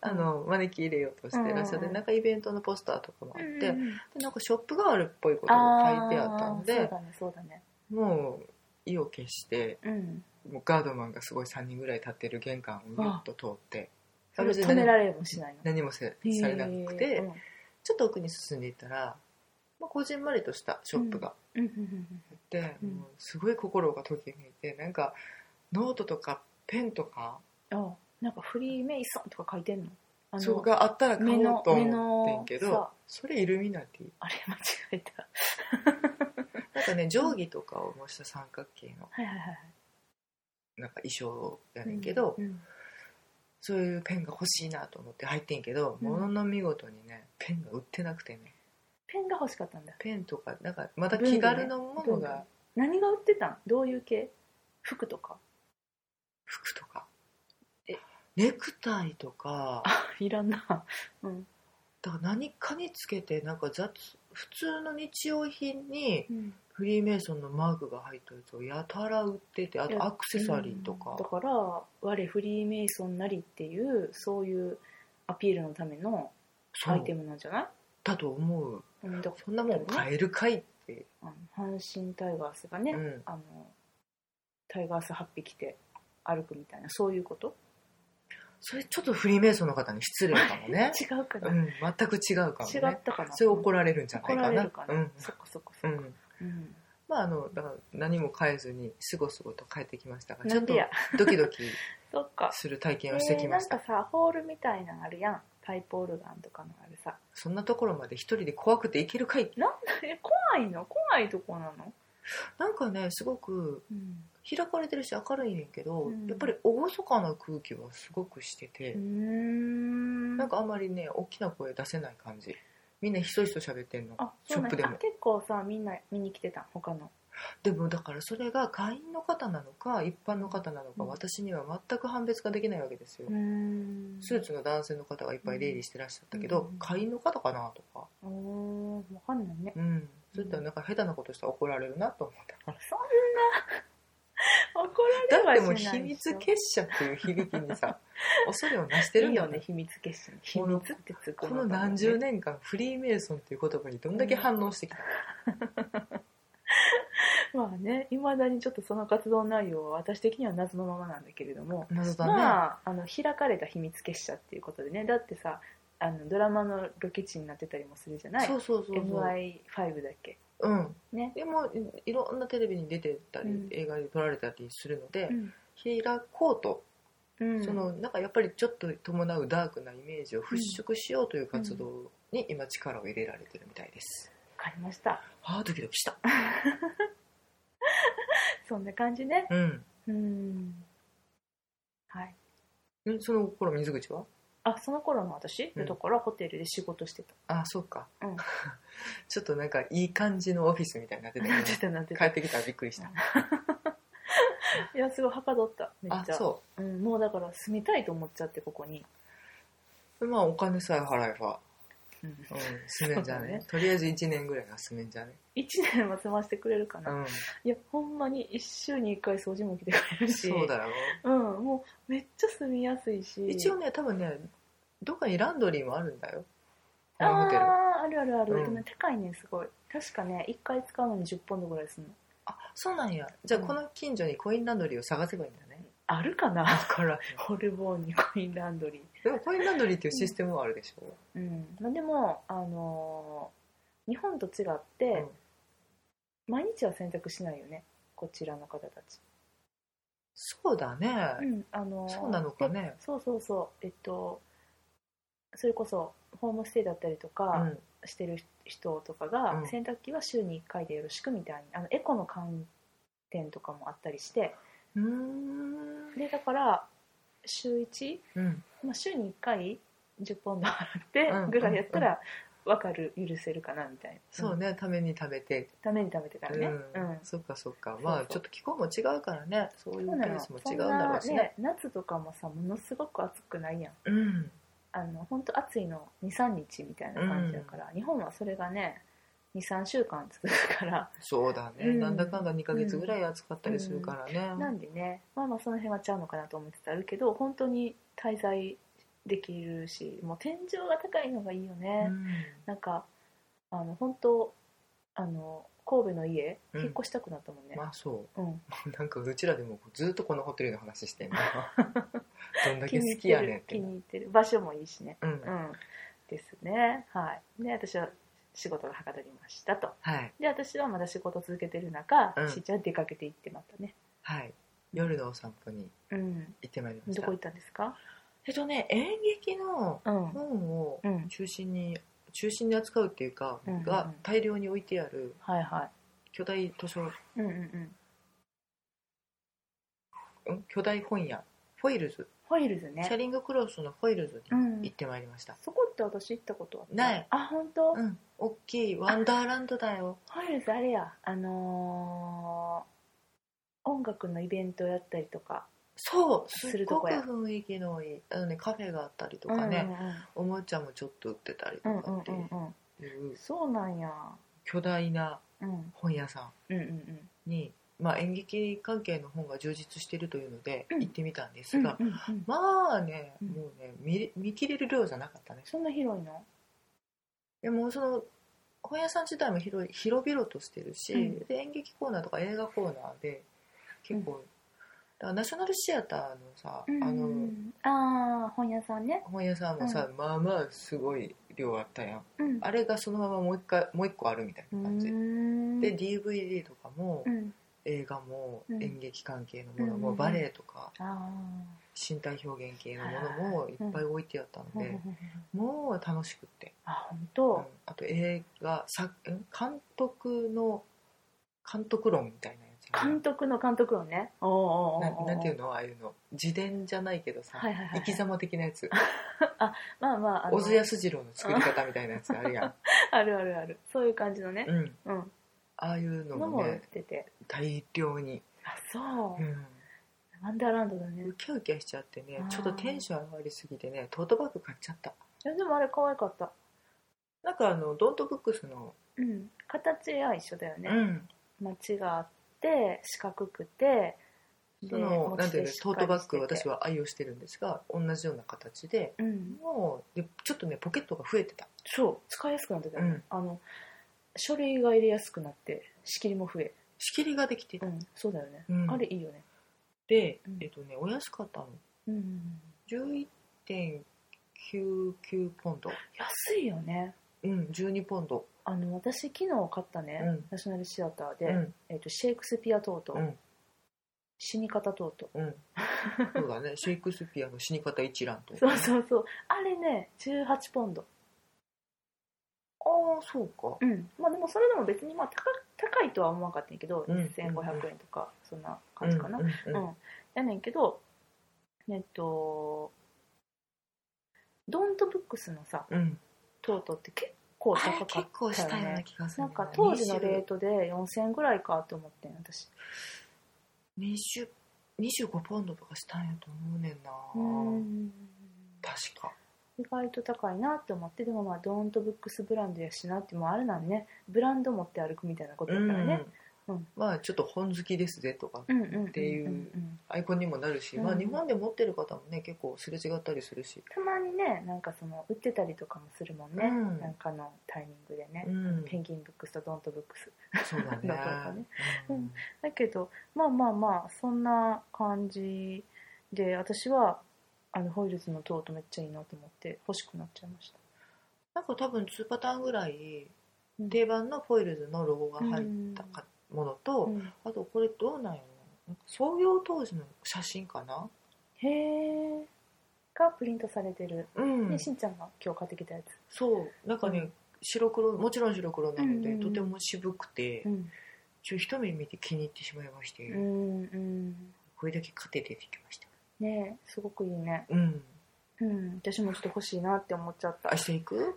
[SPEAKER 2] あの招き入れようとしてらっしゃっ
[SPEAKER 1] うんう
[SPEAKER 2] て
[SPEAKER 1] ん
[SPEAKER 2] なんかイベントのポスターとかもあって、
[SPEAKER 1] の
[SPEAKER 2] で
[SPEAKER 1] うん
[SPEAKER 2] なんかショップがあるっぽいことが書
[SPEAKER 1] あ
[SPEAKER 2] いてあったん
[SPEAKER 1] ーそう
[SPEAKER 2] で
[SPEAKER 1] だねそうだね
[SPEAKER 2] もう意を決して
[SPEAKER 1] うん
[SPEAKER 2] もうガードマンがすごい3人ぐらい立ってる玄関をぐっと通って
[SPEAKER 1] それ
[SPEAKER 2] 別に
[SPEAKER 1] 止
[SPEAKER 2] 何
[SPEAKER 1] められもしないの
[SPEAKER 2] 何もせされなくて、
[SPEAKER 1] へー
[SPEAKER 2] ちょっと奥に進んでいったら、まあ、こじんまりとしたショップがあ
[SPEAKER 1] うんうんうん
[SPEAKER 2] って、
[SPEAKER 1] うん
[SPEAKER 2] もうすごい心がときめいてなんかノートとかペンとか
[SPEAKER 1] うんうんあなんかフリーメイソンとか書いてんのあの
[SPEAKER 2] そうがあったら買おうと
[SPEAKER 1] 目の
[SPEAKER 2] 思ってんけ
[SPEAKER 1] 目の
[SPEAKER 2] ど
[SPEAKER 1] さ
[SPEAKER 2] それイルミナティ
[SPEAKER 1] あれ間違えた
[SPEAKER 2] なんかね定規とかを模した三角形の
[SPEAKER 1] はいはいはいはい
[SPEAKER 2] なんか衣装やねんけど、
[SPEAKER 1] うんうん
[SPEAKER 2] そういうペンが欲しいなと思って入ってんけど、
[SPEAKER 1] うん
[SPEAKER 2] ものの見事にねペンが売ってなくてね
[SPEAKER 1] ペンが欲しかったんだ
[SPEAKER 2] ペンとかなんかまた気軽なもの
[SPEAKER 1] 文具
[SPEAKER 2] が
[SPEAKER 1] ね何が売ってたんどういう系服とか
[SPEAKER 2] 服とか
[SPEAKER 1] え
[SPEAKER 2] ネクタイとか
[SPEAKER 1] あいらんな *laughs* うん
[SPEAKER 2] だから何かにつけてなんか雑普通の日用品に
[SPEAKER 1] うん
[SPEAKER 2] フリーメイソンのマークが入ったやつをやたら売っててあ
[SPEAKER 1] い
[SPEAKER 2] と
[SPEAKER 1] や
[SPEAKER 2] アクセサリーとか、
[SPEAKER 1] うんだから我フリーメイソンなりっていうそういうアピールのための
[SPEAKER 2] そ
[SPEAKER 1] ア
[SPEAKER 2] う
[SPEAKER 1] イテムなんじゃない
[SPEAKER 2] だと思う
[SPEAKER 1] うんだか
[SPEAKER 2] そんなもん買えるかいって、
[SPEAKER 1] らあの阪神タイガースがね、
[SPEAKER 2] うん、
[SPEAKER 1] あのタイガース8匹着て歩くみたいなそういうこと
[SPEAKER 2] それちょっとフリーメイソンの方に失礼かもね、
[SPEAKER 1] 違うか
[SPEAKER 2] う
[SPEAKER 1] な、違
[SPEAKER 2] ん、全 *laughs* く違うかも
[SPEAKER 1] った
[SPEAKER 2] ね
[SPEAKER 1] かな
[SPEAKER 2] それ怒られるんじゃないか
[SPEAKER 1] 怒
[SPEAKER 2] な
[SPEAKER 1] られるかな、
[SPEAKER 2] うん
[SPEAKER 1] そっかそっか
[SPEAKER 2] う
[SPEAKER 1] そっか、
[SPEAKER 2] ん、
[SPEAKER 1] うん
[SPEAKER 2] まああのだから何も変えずにすごすごと変えてきましたがち
[SPEAKER 1] な
[SPEAKER 2] ょっ
[SPEAKER 1] ん
[SPEAKER 2] と
[SPEAKER 1] でや
[SPEAKER 2] ドキドキ
[SPEAKER 1] そっか
[SPEAKER 2] する体験をし
[SPEAKER 1] *laughs*
[SPEAKER 2] て
[SPEAKER 1] え
[SPEAKER 2] き
[SPEAKER 1] ーな
[SPEAKER 2] ま
[SPEAKER 1] ん
[SPEAKER 2] した、
[SPEAKER 1] かさホールみたいなのあるやんパイプオルガンとかのあるさ
[SPEAKER 2] そんなところまで一人で怖くて行けるかい
[SPEAKER 1] なんだえ怖いの怖いとこなの、
[SPEAKER 2] なんかねすごく
[SPEAKER 1] うん
[SPEAKER 2] 開かれてるし明るいねんけど、
[SPEAKER 1] うん
[SPEAKER 2] やっぱり厳かな空気はすごくしてて、
[SPEAKER 1] うーん
[SPEAKER 2] なんかあんまりね大きな声出せない感じみんなひそひそ喋ってんの
[SPEAKER 1] あ
[SPEAKER 2] ショップで
[SPEAKER 1] そうなん
[SPEAKER 2] も
[SPEAKER 1] やあ結構さみんな見に来てた他の
[SPEAKER 2] でもだからそれが会員の方なのか一般の方なのか、
[SPEAKER 1] うん
[SPEAKER 2] 私には全く判別ができないわけですよ、
[SPEAKER 1] ん
[SPEAKER 2] スーツの男性の方がいっぱい出入りしてらっしゃったけど、
[SPEAKER 1] うん
[SPEAKER 2] 会員の方かなとか
[SPEAKER 1] うーん分かんない
[SPEAKER 2] *laughs*
[SPEAKER 1] ね
[SPEAKER 2] うんそういったらなんか下手なことしたら怒られるなと思ったから
[SPEAKER 1] そんな怒られ
[SPEAKER 2] だっ
[SPEAKER 1] は
[SPEAKER 2] てもう
[SPEAKER 1] しな
[SPEAKER 2] 秘
[SPEAKER 1] いでしょ
[SPEAKER 2] 密結社っていう響きに
[SPEAKER 1] *laughs*
[SPEAKER 2] さ恐れをなしてる
[SPEAKER 1] い
[SPEAKER 2] ん
[SPEAKER 1] い
[SPEAKER 2] だ
[SPEAKER 1] よね秘密結社に秘
[SPEAKER 2] この
[SPEAKER 1] 密ってつく
[SPEAKER 2] この何十年間フリーメイソンっていう言葉にどんだけ反応してきた、
[SPEAKER 1] まあねいまだにちょっとその活動内容は私的には謎のままなんだけれども、
[SPEAKER 2] 謎だね、
[SPEAKER 1] まああの開かれた秘密結社っていうことでねだってさあのドラマのロケ地になってたりもするじゃない
[SPEAKER 2] そうそうそうそう、
[SPEAKER 1] MI5 だっけ
[SPEAKER 2] うん
[SPEAKER 1] ね、
[SPEAKER 2] でもいいろんなテレビに出てたり、
[SPEAKER 1] うん
[SPEAKER 2] 映画に撮られたりするので、
[SPEAKER 1] ん
[SPEAKER 2] 開こうと
[SPEAKER 1] うん、
[SPEAKER 2] そのなんかやっぱりちょっと伴うダークなイメージを払拭しようという活動に今力を入れられてるみたいです、
[SPEAKER 1] わかりました
[SPEAKER 2] ああドキドキした
[SPEAKER 1] そんな感じね
[SPEAKER 2] うん
[SPEAKER 1] うんはい
[SPEAKER 2] んその頃水口は
[SPEAKER 1] あその頃の私、
[SPEAKER 2] うん
[SPEAKER 1] だからホテルで仕事してた
[SPEAKER 2] ああそうか、
[SPEAKER 1] うん
[SPEAKER 2] ちょっとなんかいい感じのオフィスみたいになって *laughs* たけど
[SPEAKER 1] なってたなって
[SPEAKER 2] 帰
[SPEAKER 1] た
[SPEAKER 2] ってきたらびっくりした、
[SPEAKER 1] いやすごいはかどった *laughs* めっ
[SPEAKER 2] あ
[SPEAKER 1] ちゃ、
[SPEAKER 2] そう
[SPEAKER 1] ん、もうだから住みたいと思っちゃってここに
[SPEAKER 2] うまあお金さえ払えば
[SPEAKER 1] うん、
[SPEAKER 2] うん、すねんじゃ
[SPEAKER 1] そうだ
[SPEAKER 2] ね
[SPEAKER 1] ね
[SPEAKER 2] とりあえず1年ぐらいがすねんじゃね
[SPEAKER 1] 1年は済ませてくれるかな、
[SPEAKER 2] うん
[SPEAKER 1] いやほんまに1週に1回掃除も来てくれるし
[SPEAKER 2] そうだろ
[SPEAKER 1] うん、もうめっちゃ住みやすいし
[SPEAKER 2] 一応ね多分ねどっかにランドリーもあるんだよホーム
[SPEAKER 1] あ
[SPEAKER 2] ホテル
[SPEAKER 1] ああるあるある、
[SPEAKER 2] うん
[SPEAKER 1] でもね高いねすごい確かね1回使うのに10ポンドぐらいするの
[SPEAKER 2] あそうなんやじゃあ
[SPEAKER 1] うん
[SPEAKER 2] この近所にコインランドリーを探せばいいんだね
[SPEAKER 1] あるか
[SPEAKER 2] だ
[SPEAKER 1] な
[SPEAKER 2] *laughs* から
[SPEAKER 1] ホルボーンにコインランドリー
[SPEAKER 2] でもコインランドリーっていうシステムはあるでしょ
[SPEAKER 1] うんまあでも、あのー日本と違って、
[SPEAKER 2] うん
[SPEAKER 1] 毎日は洗濯しないよねこちらの方たち、
[SPEAKER 2] そうだね
[SPEAKER 1] うんあのー
[SPEAKER 2] そうなのかね
[SPEAKER 1] でそうそうそうえっとそれこそホームステイだったりと
[SPEAKER 2] う
[SPEAKER 1] か
[SPEAKER 2] ん
[SPEAKER 1] してる人とか
[SPEAKER 2] う
[SPEAKER 1] が、
[SPEAKER 2] ん
[SPEAKER 1] 洗濯機は週に1回でよろしくみたいにあのエコの観点とかもあったりして
[SPEAKER 2] うーん
[SPEAKER 1] でだから週1、
[SPEAKER 2] うん
[SPEAKER 1] まあ、週に1回10ポンド払って
[SPEAKER 2] うん
[SPEAKER 1] ぐらいやったら分かる許せるかなみたいな
[SPEAKER 2] そうねために食べて
[SPEAKER 1] ために食べてからね、
[SPEAKER 2] うん
[SPEAKER 1] うん
[SPEAKER 2] そっかそっか
[SPEAKER 1] そう
[SPEAKER 2] まあちょっと気候も違うからねそういう
[SPEAKER 1] そう
[SPEAKER 2] ケ
[SPEAKER 1] な
[SPEAKER 2] ー
[SPEAKER 1] の
[SPEAKER 2] スも違うんだろう
[SPEAKER 1] そ
[SPEAKER 2] し
[SPEAKER 1] ん
[SPEAKER 2] ね
[SPEAKER 1] な夏とかもさものすごく暑くないやん
[SPEAKER 2] うん
[SPEAKER 1] あの本当暑いの23日みたいな感じだから、日本はそれがね23週間続くから、
[SPEAKER 2] そうだね
[SPEAKER 1] うん
[SPEAKER 2] なんだかんだ2ヶ月ぐらい暑かったりするから
[SPEAKER 1] な
[SPEAKER 2] ね
[SPEAKER 1] んでねまあまあその辺はちゃうのかなと思ってたあるけど本当に滞在できるしもう天井が高いのがいいよね、
[SPEAKER 2] うん
[SPEAKER 1] なんかあの本当あの神戸の家
[SPEAKER 2] うん
[SPEAKER 1] 引っ越したくなったもんね、
[SPEAKER 2] まあそう
[SPEAKER 1] うん、
[SPEAKER 2] なんかうちらでもずっとこのホテルの話してん *laughs* のどんだけ好きやねんっ
[SPEAKER 1] 気
[SPEAKER 2] て
[SPEAKER 1] に入ってる場所もいいしね
[SPEAKER 2] うん、
[SPEAKER 1] うんですねはいで私は仕事がはかどりましたと
[SPEAKER 2] はい
[SPEAKER 1] で私はまだ仕事続けてる中、
[SPEAKER 2] うん
[SPEAKER 1] しーちゃん出かけて行ってまたね
[SPEAKER 2] はい夜のお散歩に
[SPEAKER 1] うん
[SPEAKER 2] 行ってまいりまし
[SPEAKER 1] ど
[SPEAKER 2] た
[SPEAKER 1] こ行ったんですか
[SPEAKER 2] えっとね演劇の
[SPEAKER 1] うん
[SPEAKER 2] 本を
[SPEAKER 1] うん
[SPEAKER 2] 中心に中心に扱うっていうか、
[SPEAKER 1] うんうんうん
[SPEAKER 2] が大量に置いてある
[SPEAKER 1] はいは
[SPEAKER 2] 巨大図書、
[SPEAKER 1] いうんうんうん
[SPEAKER 2] うん、巨大本屋フォイルズ、
[SPEAKER 1] ホイールズ
[SPEAKER 2] シャ
[SPEAKER 1] ね
[SPEAKER 2] リングクロスのフォイルズ
[SPEAKER 1] う
[SPEAKER 2] に
[SPEAKER 1] ん
[SPEAKER 2] 行ってまいりました、
[SPEAKER 1] そこって私行ったことは
[SPEAKER 2] ない
[SPEAKER 1] あ本当、
[SPEAKER 2] うん大きいワンダーランドだよ
[SPEAKER 1] ホイールズあれやあのー音楽のイベントやったりとか
[SPEAKER 2] そうす
[SPEAKER 1] す
[SPEAKER 2] っ
[SPEAKER 1] る
[SPEAKER 2] ご
[SPEAKER 1] と
[SPEAKER 2] く
[SPEAKER 1] こや
[SPEAKER 2] 雰囲気のいいあの、ね、カフェがあったりとかね、おもちゃもちょっと売ってたり
[SPEAKER 1] う
[SPEAKER 2] と
[SPEAKER 1] んうん
[SPEAKER 2] かっ
[SPEAKER 1] う
[SPEAKER 2] てい
[SPEAKER 1] んうんうん
[SPEAKER 2] う
[SPEAKER 1] そうなんや
[SPEAKER 2] 巨大な
[SPEAKER 1] うん
[SPEAKER 2] 本屋さ
[SPEAKER 1] うんうんうん
[SPEAKER 2] んに、まあ、演劇関係の本が充実しているというので
[SPEAKER 1] うん
[SPEAKER 2] 行ってみたんで
[SPEAKER 1] う
[SPEAKER 2] す
[SPEAKER 1] ん
[SPEAKER 2] が、
[SPEAKER 1] うんうん
[SPEAKER 2] まあね
[SPEAKER 1] うん
[SPEAKER 2] もうね見れ見切れる量じゃなかったね
[SPEAKER 1] そんな広いの
[SPEAKER 2] でもその本屋さん自体も広い広々としてるし、
[SPEAKER 1] うん
[SPEAKER 2] で演劇コーナーとか映画コーナーで結構、だからナショナルシアターのさ、あ
[SPEAKER 1] う
[SPEAKER 2] の
[SPEAKER 1] んああ本屋さんね
[SPEAKER 2] 本屋さんもさ、まあまあすごい量あったやん
[SPEAKER 1] うん
[SPEAKER 2] あれがそのままもう一回もう一個あるみたいうな感じ、
[SPEAKER 1] ん
[SPEAKER 2] で DVD とかも、
[SPEAKER 1] うん
[SPEAKER 2] 映画も
[SPEAKER 1] うん
[SPEAKER 2] 演劇関係のもの
[SPEAKER 1] うんうん
[SPEAKER 2] も
[SPEAKER 1] うん
[SPEAKER 2] バレエとか
[SPEAKER 1] あ
[SPEAKER 2] 身体表現系のものもいっぱい置いてあった
[SPEAKER 1] あ
[SPEAKER 2] のでもう楽しくって、
[SPEAKER 1] あ本
[SPEAKER 2] うん
[SPEAKER 1] 当
[SPEAKER 2] あと映画作ん監督の監督論みたいなやつ
[SPEAKER 1] 監督の監督論ねおーおーおー
[SPEAKER 2] な
[SPEAKER 1] おー
[SPEAKER 2] なんていうのああいうの自伝じゃないけどさ、
[SPEAKER 1] はいはいはい
[SPEAKER 2] 生き様的なやつ
[SPEAKER 1] まあまああの
[SPEAKER 2] 小津安二郎の作り方みたいなやつあるや
[SPEAKER 1] あるあるあるそういう感じのね
[SPEAKER 2] ん、うん、
[SPEAKER 1] うん
[SPEAKER 2] ああいうの
[SPEAKER 1] の
[SPEAKER 2] も
[SPEAKER 1] も売っ
[SPEAKER 2] ね
[SPEAKER 1] てて
[SPEAKER 2] 大量に、
[SPEAKER 1] あそう
[SPEAKER 2] うん、
[SPEAKER 1] ワンダーランドだね
[SPEAKER 2] ウキャウキャしちゃってね
[SPEAKER 1] あー
[SPEAKER 2] ちょっとテンション上がりすぎてねトートバッグ買っちゃった
[SPEAKER 1] いやでもあれ可愛かった
[SPEAKER 2] なんかあのドントブックスの、
[SPEAKER 1] うん形は一緒だよね、
[SPEAKER 2] うん
[SPEAKER 1] 街があって四角くて
[SPEAKER 2] そのなんていうのトートバッグ私
[SPEAKER 1] は、
[SPEAKER 2] は愛用してるんですが同じような形で
[SPEAKER 1] うん、
[SPEAKER 2] もうでちょっとねポケットが増えてた、
[SPEAKER 1] そう使いやすくなってたよね、
[SPEAKER 2] うん
[SPEAKER 1] あの書類が入れやすくなって仕切りも増え、
[SPEAKER 2] 仕切りができて
[SPEAKER 1] う
[SPEAKER 2] た、
[SPEAKER 1] ん、そうだよね、
[SPEAKER 2] うん
[SPEAKER 1] あれいいよね
[SPEAKER 2] で、
[SPEAKER 1] うん
[SPEAKER 2] えっとねお安かったの
[SPEAKER 1] うん
[SPEAKER 2] 11.99ポンド
[SPEAKER 1] 安いよね
[SPEAKER 2] うん12ポンド
[SPEAKER 1] あの私昨日買ったね、
[SPEAKER 2] うん
[SPEAKER 1] ナショナルシアターで、
[SPEAKER 2] うん
[SPEAKER 1] えっとシェイクスピアトート、
[SPEAKER 2] うん
[SPEAKER 1] 死に方トート
[SPEAKER 2] うんそうだねシェイクスピアの死に方一覧と
[SPEAKER 1] そうそうそうあれね18ポンド
[SPEAKER 2] ああそうか
[SPEAKER 1] うん、まあでもそれでも別にまあ高高いとは思わなかったんやけど、
[SPEAKER 2] うん
[SPEAKER 1] 1500円とかそんな感じかな、
[SPEAKER 2] うんうんうん
[SPEAKER 1] うんやねんけどえっとドントブックスのさ
[SPEAKER 2] うん
[SPEAKER 1] トートって結構
[SPEAKER 2] あれ
[SPEAKER 1] 高か
[SPEAKER 2] 結構
[SPEAKER 1] っ
[SPEAKER 2] したた
[SPEAKER 1] よ
[SPEAKER 2] ような
[SPEAKER 1] ね
[SPEAKER 2] 気がする
[SPEAKER 1] なんん
[SPEAKER 2] だよ
[SPEAKER 1] か
[SPEAKER 2] ね
[SPEAKER 1] 当時のレートで4000円ぐらいかと思ってん私
[SPEAKER 2] 20 25ポンドとかしたんやと思うねんな、
[SPEAKER 1] うん
[SPEAKER 2] 確か
[SPEAKER 1] 意外と高いなって思ってでもまあドーンとブックスブランドやしなってもうあれなんねブランド持って歩くみたいなことだからね、
[SPEAKER 2] う
[SPEAKER 1] う
[SPEAKER 2] ん
[SPEAKER 1] ん
[SPEAKER 2] まあちょっと本好きですぜとか
[SPEAKER 1] うんうんうんうんうん
[SPEAKER 2] っていうアイコンにもなるし、
[SPEAKER 1] うん
[SPEAKER 2] まあ、日本で持ってる方もね結構すれ違ったりするし、
[SPEAKER 1] たまにねなんかその売ってたりとかもするもんね、
[SPEAKER 2] うん
[SPEAKER 1] なんかのタイミングでね、
[SPEAKER 2] うん、
[SPEAKER 1] ペンギンブックスとドーンとブックス
[SPEAKER 2] そうだね
[SPEAKER 1] だとかね
[SPEAKER 2] うん
[SPEAKER 1] だけどまあまあまあそんな感じで私はあのホイールズのトートめっちゃいいなと思って欲しくなっちゃいました
[SPEAKER 2] なんか多分2パターンぐらい
[SPEAKER 1] うん
[SPEAKER 2] 定番のフォイルズのロゴが入ったかものと、
[SPEAKER 1] うん
[SPEAKER 2] あとこれどうなんやろなんか創業当時の写真かな
[SPEAKER 1] へえがプリントされてる、
[SPEAKER 2] うん
[SPEAKER 1] でしんちゃんが今日買ってきたやつ、
[SPEAKER 2] そうなんかね、
[SPEAKER 1] うん
[SPEAKER 2] 白黒もちろん白黒なので、
[SPEAKER 1] うん
[SPEAKER 2] とても渋くて、
[SPEAKER 1] うん、
[SPEAKER 2] ちょ一目見て気に入ってしまいまして、
[SPEAKER 1] うんうん
[SPEAKER 2] これだけ買って出てきました
[SPEAKER 1] ねえすごくいいね
[SPEAKER 2] うん
[SPEAKER 1] うん私もちょっと欲しいなって思っちゃった
[SPEAKER 2] 明日行く明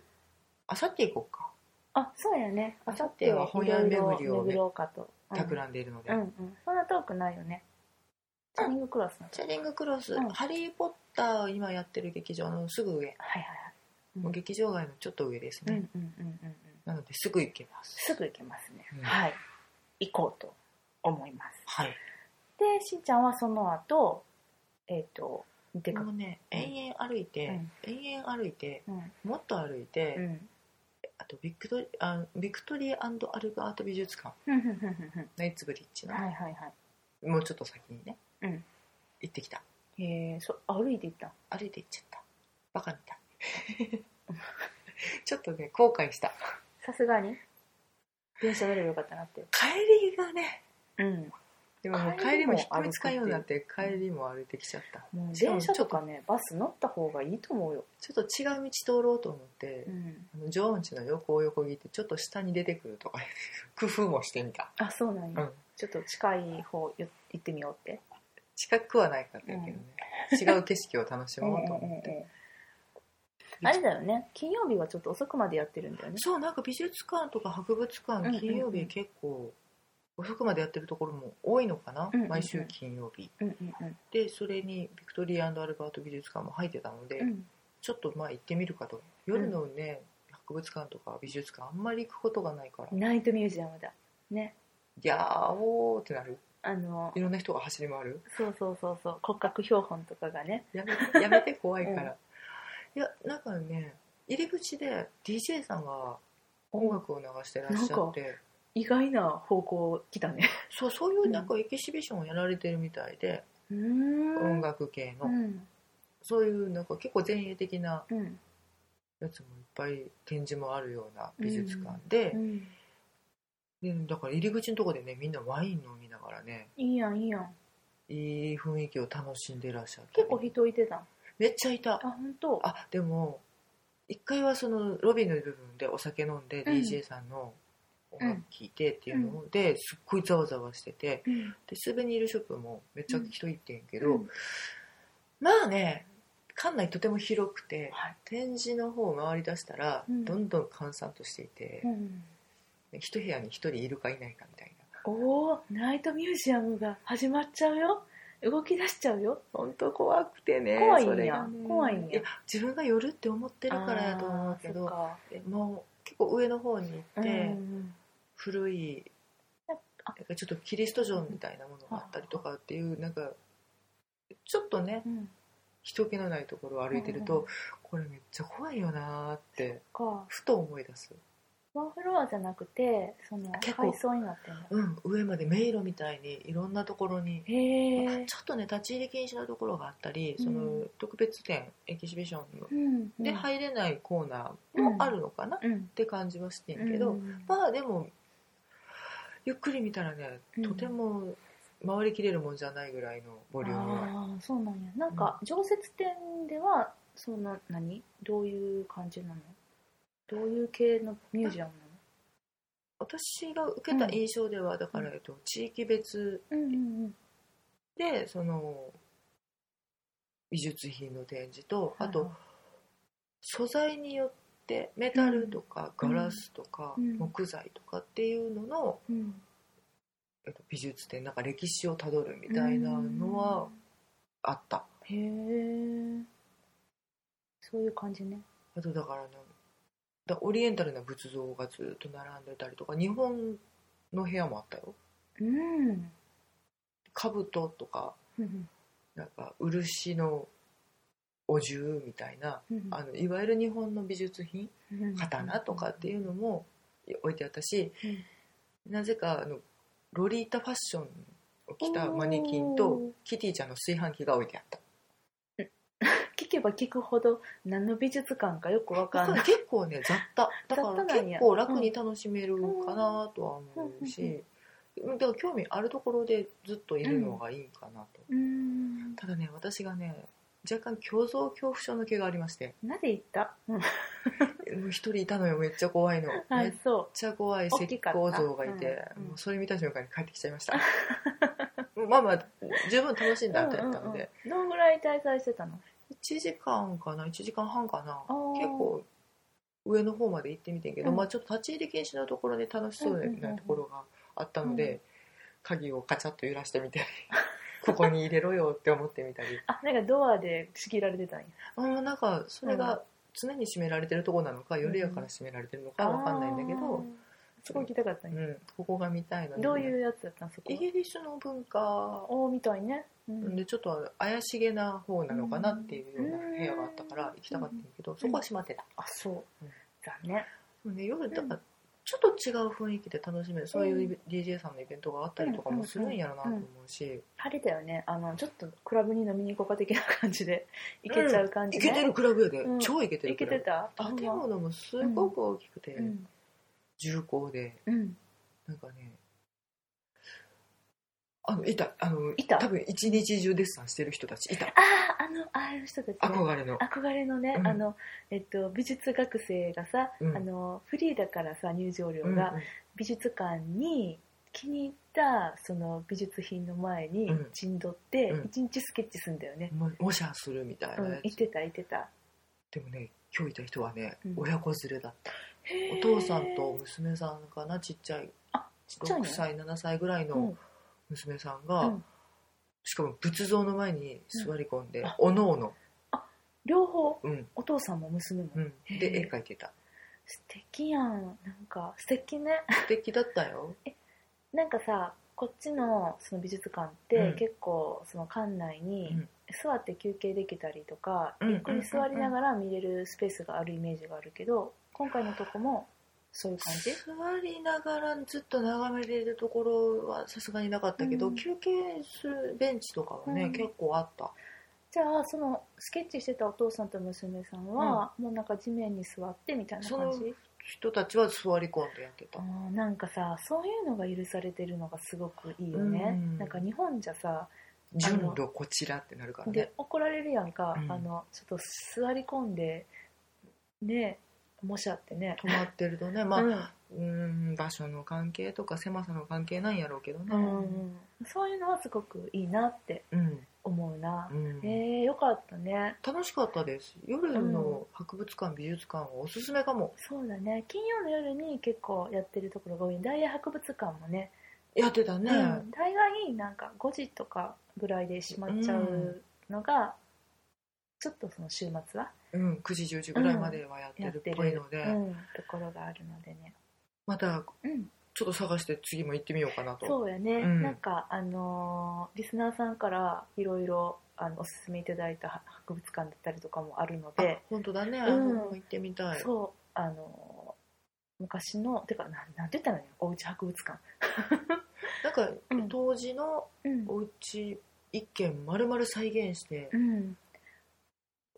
[SPEAKER 2] 後日行こうか
[SPEAKER 1] あそうやね
[SPEAKER 2] 明
[SPEAKER 1] あ
[SPEAKER 2] 後
[SPEAKER 1] さっ
[SPEAKER 2] 日
[SPEAKER 1] て
[SPEAKER 2] は本屋巡りをね
[SPEAKER 1] 巡ろうかとうん
[SPEAKER 2] 企んでいるので、
[SPEAKER 1] うんうんそんな遠くないよねチャリングクロスの
[SPEAKER 2] チャリングクロス、
[SPEAKER 1] うん
[SPEAKER 2] ハリー・ポッター今やってる劇場のすぐ上、
[SPEAKER 1] はいはいうん
[SPEAKER 2] もう劇場外のちょっと上です
[SPEAKER 1] はい、
[SPEAKER 2] ね、
[SPEAKER 1] うんうんうんうんうん
[SPEAKER 2] なのですぐ行けます
[SPEAKER 1] すぐ行けますね、
[SPEAKER 2] うん
[SPEAKER 1] はい行こうと思います
[SPEAKER 2] はい
[SPEAKER 1] でしんちゃんはその後えっ、と出か
[SPEAKER 2] もうね
[SPEAKER 1] うん
[SPEAKER 2] 延々歩いて、延々歩いて
[SPEAKER 1] うん
[SPEAKER 2] もっと歩いて、
[SPEAKER 1] うん
[SPEAKER 2] あとビクトリあビクトリアアルバート美術館
[SPEAKER 1] ふんふんふんふんふん
[SPEAKER 2] ナイツブリッジの、
[SPEAKER 1] はいはいは
[SPEAKER 2] もうちょっと先にね、
[SPEAKER 1] うん
[SPEAKER 2] 行ってきた
[SPEAKER 1] いへえそ歩いて行った
[SPEAKER 2] 歩いて行っちゃったバカみたい *laughs* ちょっとね後悔した
[SPEAKER 1] さすがに電車乗ればよかったなって
[SPEAKER 2] 帰りがね
[SPEAKER 1] うん
[SPEAKER 2] でももう
[SPEAKER 1] 帰
[SPEAKER 2] 帰
[SPEAKER 1] り
[SPEAKER 2] り
[SPEAKER 1] も
[SPEAKER 2] もひっくり使うようになって帰りも歩いてきちゃった
[SPEAKER 1] もう
[SPEAKER 2] しかも
[SPEAKER 1] 電車
[SPEAKER 2] ち
[SPEAKER 1] と
[SPEAKER 2] ょっと
[SPEAKER 1] かねバス乗った方がいいと思うよ、
[SPEAKER 2] ちょっと違う道通ろうと思って
[SPEAKER 1] う、ん、
[SPEAKER 2] あの常温地の横を横切ってちょっと下に出てくるとかいう *laughs* 工夫もしてみた、
[SPEAKER 1] あそうなん
[SPEAKER 2] う
[SPEAKER 1] や、
[SPEAKER 2] ん、
[SPEAKER 1] ちょっと近い方よ行ってみようって
[SPEAKER 2] 近くはないかったけどね、違う景色を楽しもうと思っ
[SPEAKER 1] えええ
[SPEAKER 2] て
[SPEAKER 1] えええあれだよね金曜日はちょっと遅くまでやってるんだよね
[SPEAKER 2] そうなんか美術館とか博物
[SPEAKER 1] うんうんう
[SPEAKER 2] 館
[SPEAKER 1] ん
[SPEAKER 2] 金曜日結構遅くまでやってるところも多いのかな、
[SPEAKER 1] うんうんうん
[SPEAKER 2] 毎週金曜日
[SPEAKER 1] うんうんうん
[SPEAKER 2] でそれにビクトリーアルバート美術館も入ってたので、
[SPEAKER 1] うん
[SPEAKER 2] ちょっとまあ行ってみるかと夜のね、博物館とか美術館あんまり行くことがないから、い
[SPEAKER 1] ナイトミュージアムだね
[SPEAKER 2] やーおーってなる
[SPEAKER 1] あの
[SPEAKER 2] いろんな人が走り回る
[SPEAKER 1] そうそうそうそう骨格標本とかがね *laughs*
[SPEAKER 2] やめやめて怖いから、いやなんかね入り口で DJ さんが音楽を流してらっしゃって
[SPEAKER 1] 意外な方向来たね
[SPEAKER 2] そうそういうなんかエキシビションをやられてるみたいで、
[SPEAKER 1] うん
[SPEAKER 2] 音楽系の、
[SPEAKER 1] うん
[SPEAKER 2] そういうなんか結構前衛的な
[SPEAKER 1] うん
[SPEAKER 2] やつもいっぱい展示もあるような美術館で,、
[SPEAKER 1] うん
[SPEAKER 2] でだから入り口のとこでねみんなワイン飲みながらね
[SPEAKER 1] いいやんいいやん
[SPEAKER 2] いい雰囲気を楽しんでらっしゃって
[SPEAKER 1] 結構人いてたん
[SPEAKER 2] めっちゃいた
[SPEAKER 1] あ本当
[SPEAKER 2] あでも一回はそのロビーの部分でお酒飲んで
[SPEAKER 1] うん
[SPEAKER 2] DJ さんの音楽聴いてっていうのですっごいざわざわしてて
[SPEAKER 1] うん
[SPEAKER 2] でスーベニールショップもめっちゃ人いってんけど、
[SPEAKER 1] うん
[SPEAKER 2] まあね館内とても広くて
[SPEAKER 1] はい
[SPEAKER 2] 展示の方を回りだしたら
[SPEAKER 1] うん
[SPEAKER 2] どんどん閑散としていて、
[SPEAKER 1] うん
[SPEAKER 2] 一部屋に一人いるかいないかみたいな
[SPEAKER 1] おおナイトミュージアムが始まっちゃうよ動き出しちゃうよ
[SPEAKER 2] 本当怖くてね
[SPEAKER 1] 怖いんや
[SPEAKER 2] それがね
[SPEAKER 1] 怖いんや
[SPEAKER 2] や自分が寄るって思って
[SPEAKER 1] い
[SPEAKER 2] るからやと思うけど
[SPEAKER 1] か
[SPEAKER 2] もう結構上の方に行
[SPEAKER 1] う
[SPEAKER 2] って、
[SPEAKER 1] ん
[SPEAKER 2] 古い
[SPEAKER 1] あ
[SPEAKER 2] なんかちょっとキリスト像みたいなものがあったりとかっていうなんかちょっとね
[SPEAKER 1] うん
[SPEAKER 2] 人気のないところを歩いて
[SPEAKER 1] うん
[SPEAKER 2] る
[SPEAKER 1] うん
[SPEAKER 2] とこれめっちゃ怖いよなーって
[SPEAKER 1] か
[SPEAKER 2] ふと思い出す、
[SPEAKER 1] ワンフロアじゃなくてその
[SPEAKER 2] 結構
[SPEAKER 1] 階層になってんだ
[SPEAKER 2] うん、上まで迷路みたいにいろんなところに
[SPEAKER 1] へえ
[SPEAKER 2] ちょっとね立ち入り禁止のところがあったり
[SPEAKER 1] うん
[SPEAKER 2] その特別展エキシビション
[SPEAKER 1] うん
[SPEAKER 2] で入れないコーナーもあるのかなっ
[SPEAKER 1] うん
[SPEAKER 2] て感じはしてんけどまあでもゆっくり見たらね
[SPEAKER 1] うん
[SPEAKER 2] とても回りきれるもんじゃないぐらいのボリュームが
[SPEAKER 1] ああそうなんやなんか常設店ではその何どういう感じなのどういう系のミュージアム
[SPEAKER 2] 私が受けた印象では、だから、えっと、地域別
[SPEAKER 1] なのうんうんうん
[SPEAKER 2] でその美術品の展示と、あ
[SPEAKER 1] はい
[SPEAKER 2] と
[SPEAKER 1] はい
[SPEAKER 2] 素材によってメタルとか
[SPEAKER 1] うん
[SPEAKER 2] ガラスとか
[SPEAKER 1] うん
[SPEAKER 2] 木材とかっていうのの、
[SPEAKER 1] うん
[SPEAKER 2] えっと、美術展なんか歴史をたどるみたいなのはあった、
[SPEAKER 1] へえそういう感じね
[SPEAKER 2] あとだからねだオリエンタルな仏像がずっと並んでたりとか日本の部屋もあったよ
[SPEAKER 1] うん
[SPEAKER 2] 兜とか
[SPEAKER 1] うん
[SPEAKER 2] なんか漆のお重みたいな
[SPEAKER 1] うん
[SPEAKER 2] あのいわゆる日本の美術品
[SPEAKER 1] うん
[SPEAKER 2] 刀とかっていうのも置いてあったし、
[SPEAKER 1] うん
[SPEAKER 2] なぜかあのロリータファッションを着た
[SPEAKER 1] おー
[SPEAKER 2] マネキンとキティちゃんの炊飯器が置いてあった
[SPEAKER 1] 聞けば聞くほど何の美術館かよくわかんない
[SPEAKER 2] 結構ね雑多だ
[SPEAKER 1] 雑
[SPEAKER 2] から
[SPEAKER 1] 多なん
[SPEAKER 2] 結
[SPEAKER 1] や
[SPEAKER 2] 構楽に楽しめるかなとは思う
[SPEAKER 1] うん
[SPEAKER 2] し、だから興味あるところでずっといるのがいいかなと、
[SPEAKER 1] うん
[SPEAKER 2] ただね私がね若干胸像恐怖症の毛がありまして
[SPEAKER 1] なぜ行ったうん
[SPEAKER 2] もう一人いたのよめっちゃ怖いの、
[SPEAKER 1] は
[SPEAKER 2] めっ
[SPEAKER 1] いそう
[SPEAKER 2] ちゃ怖い石
[SPEAKER 1] 大きかった
[SPEAKER 2] 膏像がいて、
[SPEAKER 1] うんうん
[SPEAKER 2] もうそれ見た瞬間に
[SPEAKER 1] *laughs*
[SPEAKER 2] 帰ってきちゃいましたまあまあ十分楽しんだ後やったので、
[SPEAKER 1] うんうんうんどんぐらい滞在してたの
[SPEAKER 2] 1時間かな1時間半かな
[SPEAKER 1] あー
[SPEAKER 2] 結構上の方まで行ってみてんけど、
[SPEAKER 1] うん
[SPEAKER 2] まあちょっと立ち入り禁止のところで楽しそうなところがあったので、
[SPEAKER 1] うんう
[SPEAKER 2] 鍵をカチャッと揺らしてみて *laughs* ここに入れろよって思ってみたり
[SPEAKER 1] あなんかドアで仕切られてたんや
[SPEAKER 2] あーなんかそれが常に閉められてるところなのか
[SPEAKER 1] ん
[SPEAKER 2] 夜やから閉められてるのかわかんないんだけど、
[SPEAKER 1] あーそこ行きたかったん
[SPEAKER 2] う
[SPEAKER 1] や、
[SPEAKER 2] ん、ここが見たいので
[SPEAKER 1] どういうやつだったんそこ
[SPEAKER 2] イギリスの文化
[SPEAKER 1] おみたいね、う
[SPEAKER 2] でちょっと怪しげな方なのかなっていうような部屋があったから行きたかったんだけど、そこは閉まってた、
[SPEAKER 1] あそう
[SPEAKER 2] うん
[SPEAKER 1] だね
[SPEAKER 2] でもね夜だからちょっと違う雰囲気で楽しめるそういう DJ さんのイベントがあったりとかもするんやろなと思うし、
[SPEAKER 1] 晴れたよねあのちょっとクラブに飲みに行こうか的な感じで行けちゃう感じ
[SPEAKER 2] い
[SPEAKER 1] ね、
[SPEAKER 2] けてるクラブやで、
[SPEAKER 1] うん
[SPEAKER 2] 超いけてる
[SPEAKER 1] 行
[SPEAKER 2] ク
[SPEAKER 1] け
[SPEAKER 2] ラ
[SPEAKER 1] て
[SPEAKER 2] ブ
[SPEAKER 1] た
[SPEAKER 2] 建物もすごく大きくて、
[SPEAKER 1] うん
[SPEAKER 2] 重厚で
[SPEAKER 1] うん
[SPEAKER 2] なんかねあのいたあの
[SPEAKER 1] いた
[SPEAKER 2] 多分一日中デッサンしてる人たちいた
[SPEAKER 1] あああのああいう人たち、ね、
[SPEAKER 2] 憧れの
[SPEAKER 1] 憧れのね、
[SPEAKER 2] うん
[SPEAKER 1] あのえっと、美術学生がさ、
[SPEAKER 2] うん
[SPEAKER 1] あのフリーだからさ入場料
[SPEAKER 2] うん
[SPEAKER 1] が美術館に気に入ったその美術品の前に
[SPEAKER 2] うん
[SPEAKER 1] 陣取って
[SPEAKER 2] うん
[SPEAKER 1] 一日スケッチすんだよね、
[SPEAKER 2] も模写するみたい
[SPEAKER 1] うん
[SPEAKER 2] なやつ
[SPEAKER 1] 行ってた行ってた
[SPEAKER 2] でもね今日いた人はね、
[SPEAKER 1] うん
[SPEAKER 2] 親子連れだったお父さんと娘さんかなちっちゃい
[SPEAKER 1] あちっちゃい
[SPEAKER 2] 6
[SPEAKER 1] ね
[SPEAKER 2] 歳7歳ぐらい
[SPEAKER 1] うん
[SPEAKER 2] の娘さんが、
[SPEAKER 1] うん
[SPEAKER 2] しかも仏像の前に座り込んで、
[SPEAKER 1] うんあ
[SPEAKER 2] おのおの、
[SPEAKER 1] 両方
[SPEAKER 2] うん
[SPEAKER 1] お父さんも娘も、
[SPEAKER 2] うん、
[SPEAKER 1] へ
[SPEAKER 2] で
[SPEAKER 1] え
[SPEAKER 2] 絵描いてた
[SPEAKER 1] 素敵やんなんか素敵ね *laughs*
[SPEAKER 2] 素敵だったよ
[SPEAKER 1] なんかさこっちのその美術館っ
[SPEAKER 2] う
[SPEAKER 1] て
[SPEAKER 2] ん
[SPEAKER 1] 結構その館内に
[SPEAKER 2] うん
[SPEAKER 1] 座って休憩できたりとか、
[SPEAKER 2] うん
[SPEAKER 1] ゆっくり座りながら見れるスペースがあるイメージがあるけど今回のとこもそういう感じ
[SPEAKER 2] 座りながらずっと眺めれるところはさすがになかったけど、
[SPEAKER 1] うん
[SPEAKER 2] 休憩するベンチとかはね、
[SPEAKER 1] うん
[SPEAKER 2] 結構あった
[SPEAKER 1] じゃあそのスケッチしてたお父さんと娘さんは、もうなんか地面に座ってみたいな感
[SPEAKER 2] そ
[SPEAKER 1] じ
[SPEAKER 2] 人たちは座り込んでやってた、
[SPEAKER 1] うんなんかさそういうのが許されてるのがすごくいいよ
[SPEAKER 2] う
[SPEAKER 1] ね
[SPEAKER 2] ん
[SPEAKER 1] なんか日本じゃさ
[SPEAKER 2] 純度こちらってなるからね
[SPEAKER 1] で怒られるやんか、
[SPEAKER 2] うん
[SPEAKER 1] あのちょっと座り込んでね模写ってね
[SPEAKER 2] 止まってるとねまあ、
[SPEAKER 1] うん
[SPEAKER 2] うーん場所の関係とか狭さの関係なんやろうけどね
[SPEAKER 1] うんそういうのはすごくいいなって
[SPEAKER 2] うん、
[SPEAKER 1] 思うな
[SPEAKER 2] う、ん
[SPEAKER 1] えー、よかったね
[SPEAKER 2] 楽しかったです夜の博物館、美術館はおすすめかも
[SPEAKER 1] そうだね金曜の夜に結構やってるところが多い大英博物館もね
[SPEAKER 2] やってたね、
[SPEAKER 1] うん、大概なんか5時とかぐらいで閉まっちゃうのが、ちょっとその週末は
[SPEAKER 2] うん9時10時ぐらいまではやって
[SPEAKER 1] やっ
[SPEAKER 2] る
[SPEAKER 1] て
[SPEAKER 2] っ
[SPEAKER 1] る
[SPEAKER 2] ぽいので、
[SPEAKER 1] うん、ところがあるのでね、
[SPEAKER 2] また
[SPEAKER 1] うん、
[SPEAKER 2] ちょっと探して次も行ってみようかなと
[SPEAKER 1] そうやね、
[SPEAKER 2] うん
[SPEAKER 1] なんかあのーリスナーさんからいろいろあのおすすめいただいたは博物館だったりとかもあるの
[SPEAKER 2] あ
[SPEAKER 1] で、
[SPEAKER 2] 本当だね、
[SPEAKER 1] ん
[SPEAKER 2] あの行ってみたい
[SPEAKER 1] そうあのー昔のてかなんなんて言ったらいいのおうち博物館、
[SPEAKER 2] なんか、
[SPEAKER 1] うん
[SPEAKER 2] 当時の
[SPEAKER 1] うん
[SPEAKER 2] お家一軒丸々再現して、
[SPEAKER 1] うん、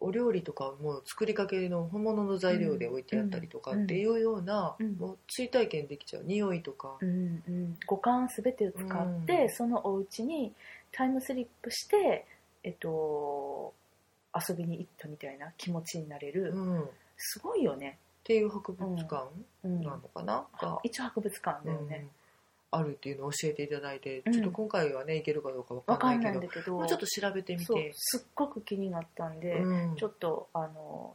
[SPEAKER 2] お料理とかもう作りかけの本物の材料で置いてあったりとかっていうような、
[SPEAKER 1] うん
[SPEAKER 2] もう追体験できちゃう匂いとか、
[SPEAKER 1] うんうん、五感すべてを使って、
[SPEAKER 2] うん
[SPEAKER 1] そのお家にタイムスリップして、えっと、遊びに行ったみたいな気持ちになれる、
[SPEAKER 2] うん、っ
[SPEAKER 1] すごいよね、
[SPEAKER 2] ていう博物館
[SPEAKER 1] うん
[SPEAKER 2] なのかな、が、
[SPEAKER 1] 一応博物館だよ
[SPEAKER 2] う
[SPEAKER 1] ね
[SPEAKER 2] んあるっていうのを教えていただいて、
[SPEAKER 1] うん
[SPEAKER 2] ちょっと今回はね行けるかどうかわ
[SPEAKER 1] わ
[SPEAKER 2] か
[SPEAKER 1] か
[SPEAKER 2] ん
[SPEAKER 1] ん
[SPEAKER 2] な
[SPEAKER 1] ないいん
[SPEAKER 2] けど
[SPEAKER 1] だけど
[SPEAKER 2] もうちょっと調べてみ
[SPEAKER 1] そう
[SPEAKER 2] て、
[SPEAKER 1] すっごく気になったんで、
[SPEAKER 2] うん、
[SPEAKER 1] ちょっとあの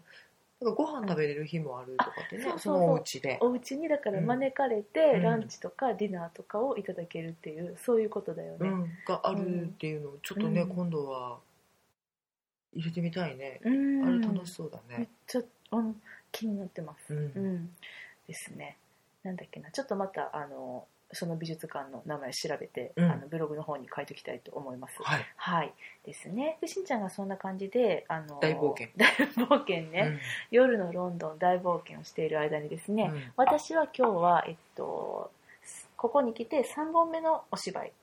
[SPEAKER 2] なんかご飯食べれる日もあるとかってね、
[SPEAKER 1] うんあそう
[SPEAKER 2] そ
[SPEAKER 1] そうそう
[SPEAKER 2] のお家で
[SPEAKER 1] お家にだから招かれて、
[SPEAKER 2] うん
[SPEAKER 1] ランチとかディナーとかをいただけるっていうそういうことだよ
[SPEAKER 2] う
[SPEAKER 1] ね、
[SPEAKER 2] ん、があるっていうのをちょっとね、
[SPEAKER 1] うん
[SPEAKER 2] 今度は入れてみたいね。
[SPEAKER 1] うん
[SPEAKER 2] あれ楽しそうだ
[SPEAKER 1] めっ
[SPEAKER 2] ね。
[SPEAKER 1] ちゃ、うん、気になってます、
[SPEAKER 2] うん
[SPEAKER 1] うんですねなんだっけなちょっとまたあのその美術館の名前調べて、
[SPEAKER 2] うん
[SPEAKER 1] あのブログの方に書いておきたいと思います
[SPEAKER 2] はい。
[SPEAKER 1] はいですねでしんちゃんがそんな感じであの
[SPEAKER 2] 大冒険
[SPEAKER 1] *laughs* 大冒険ね、夜のロンドン大冒険をしている間にですね、
[SPEAKER 2] うんうん
[SPEAKER 1] 私は今日は、えっと、ここに来て3本目のお芝居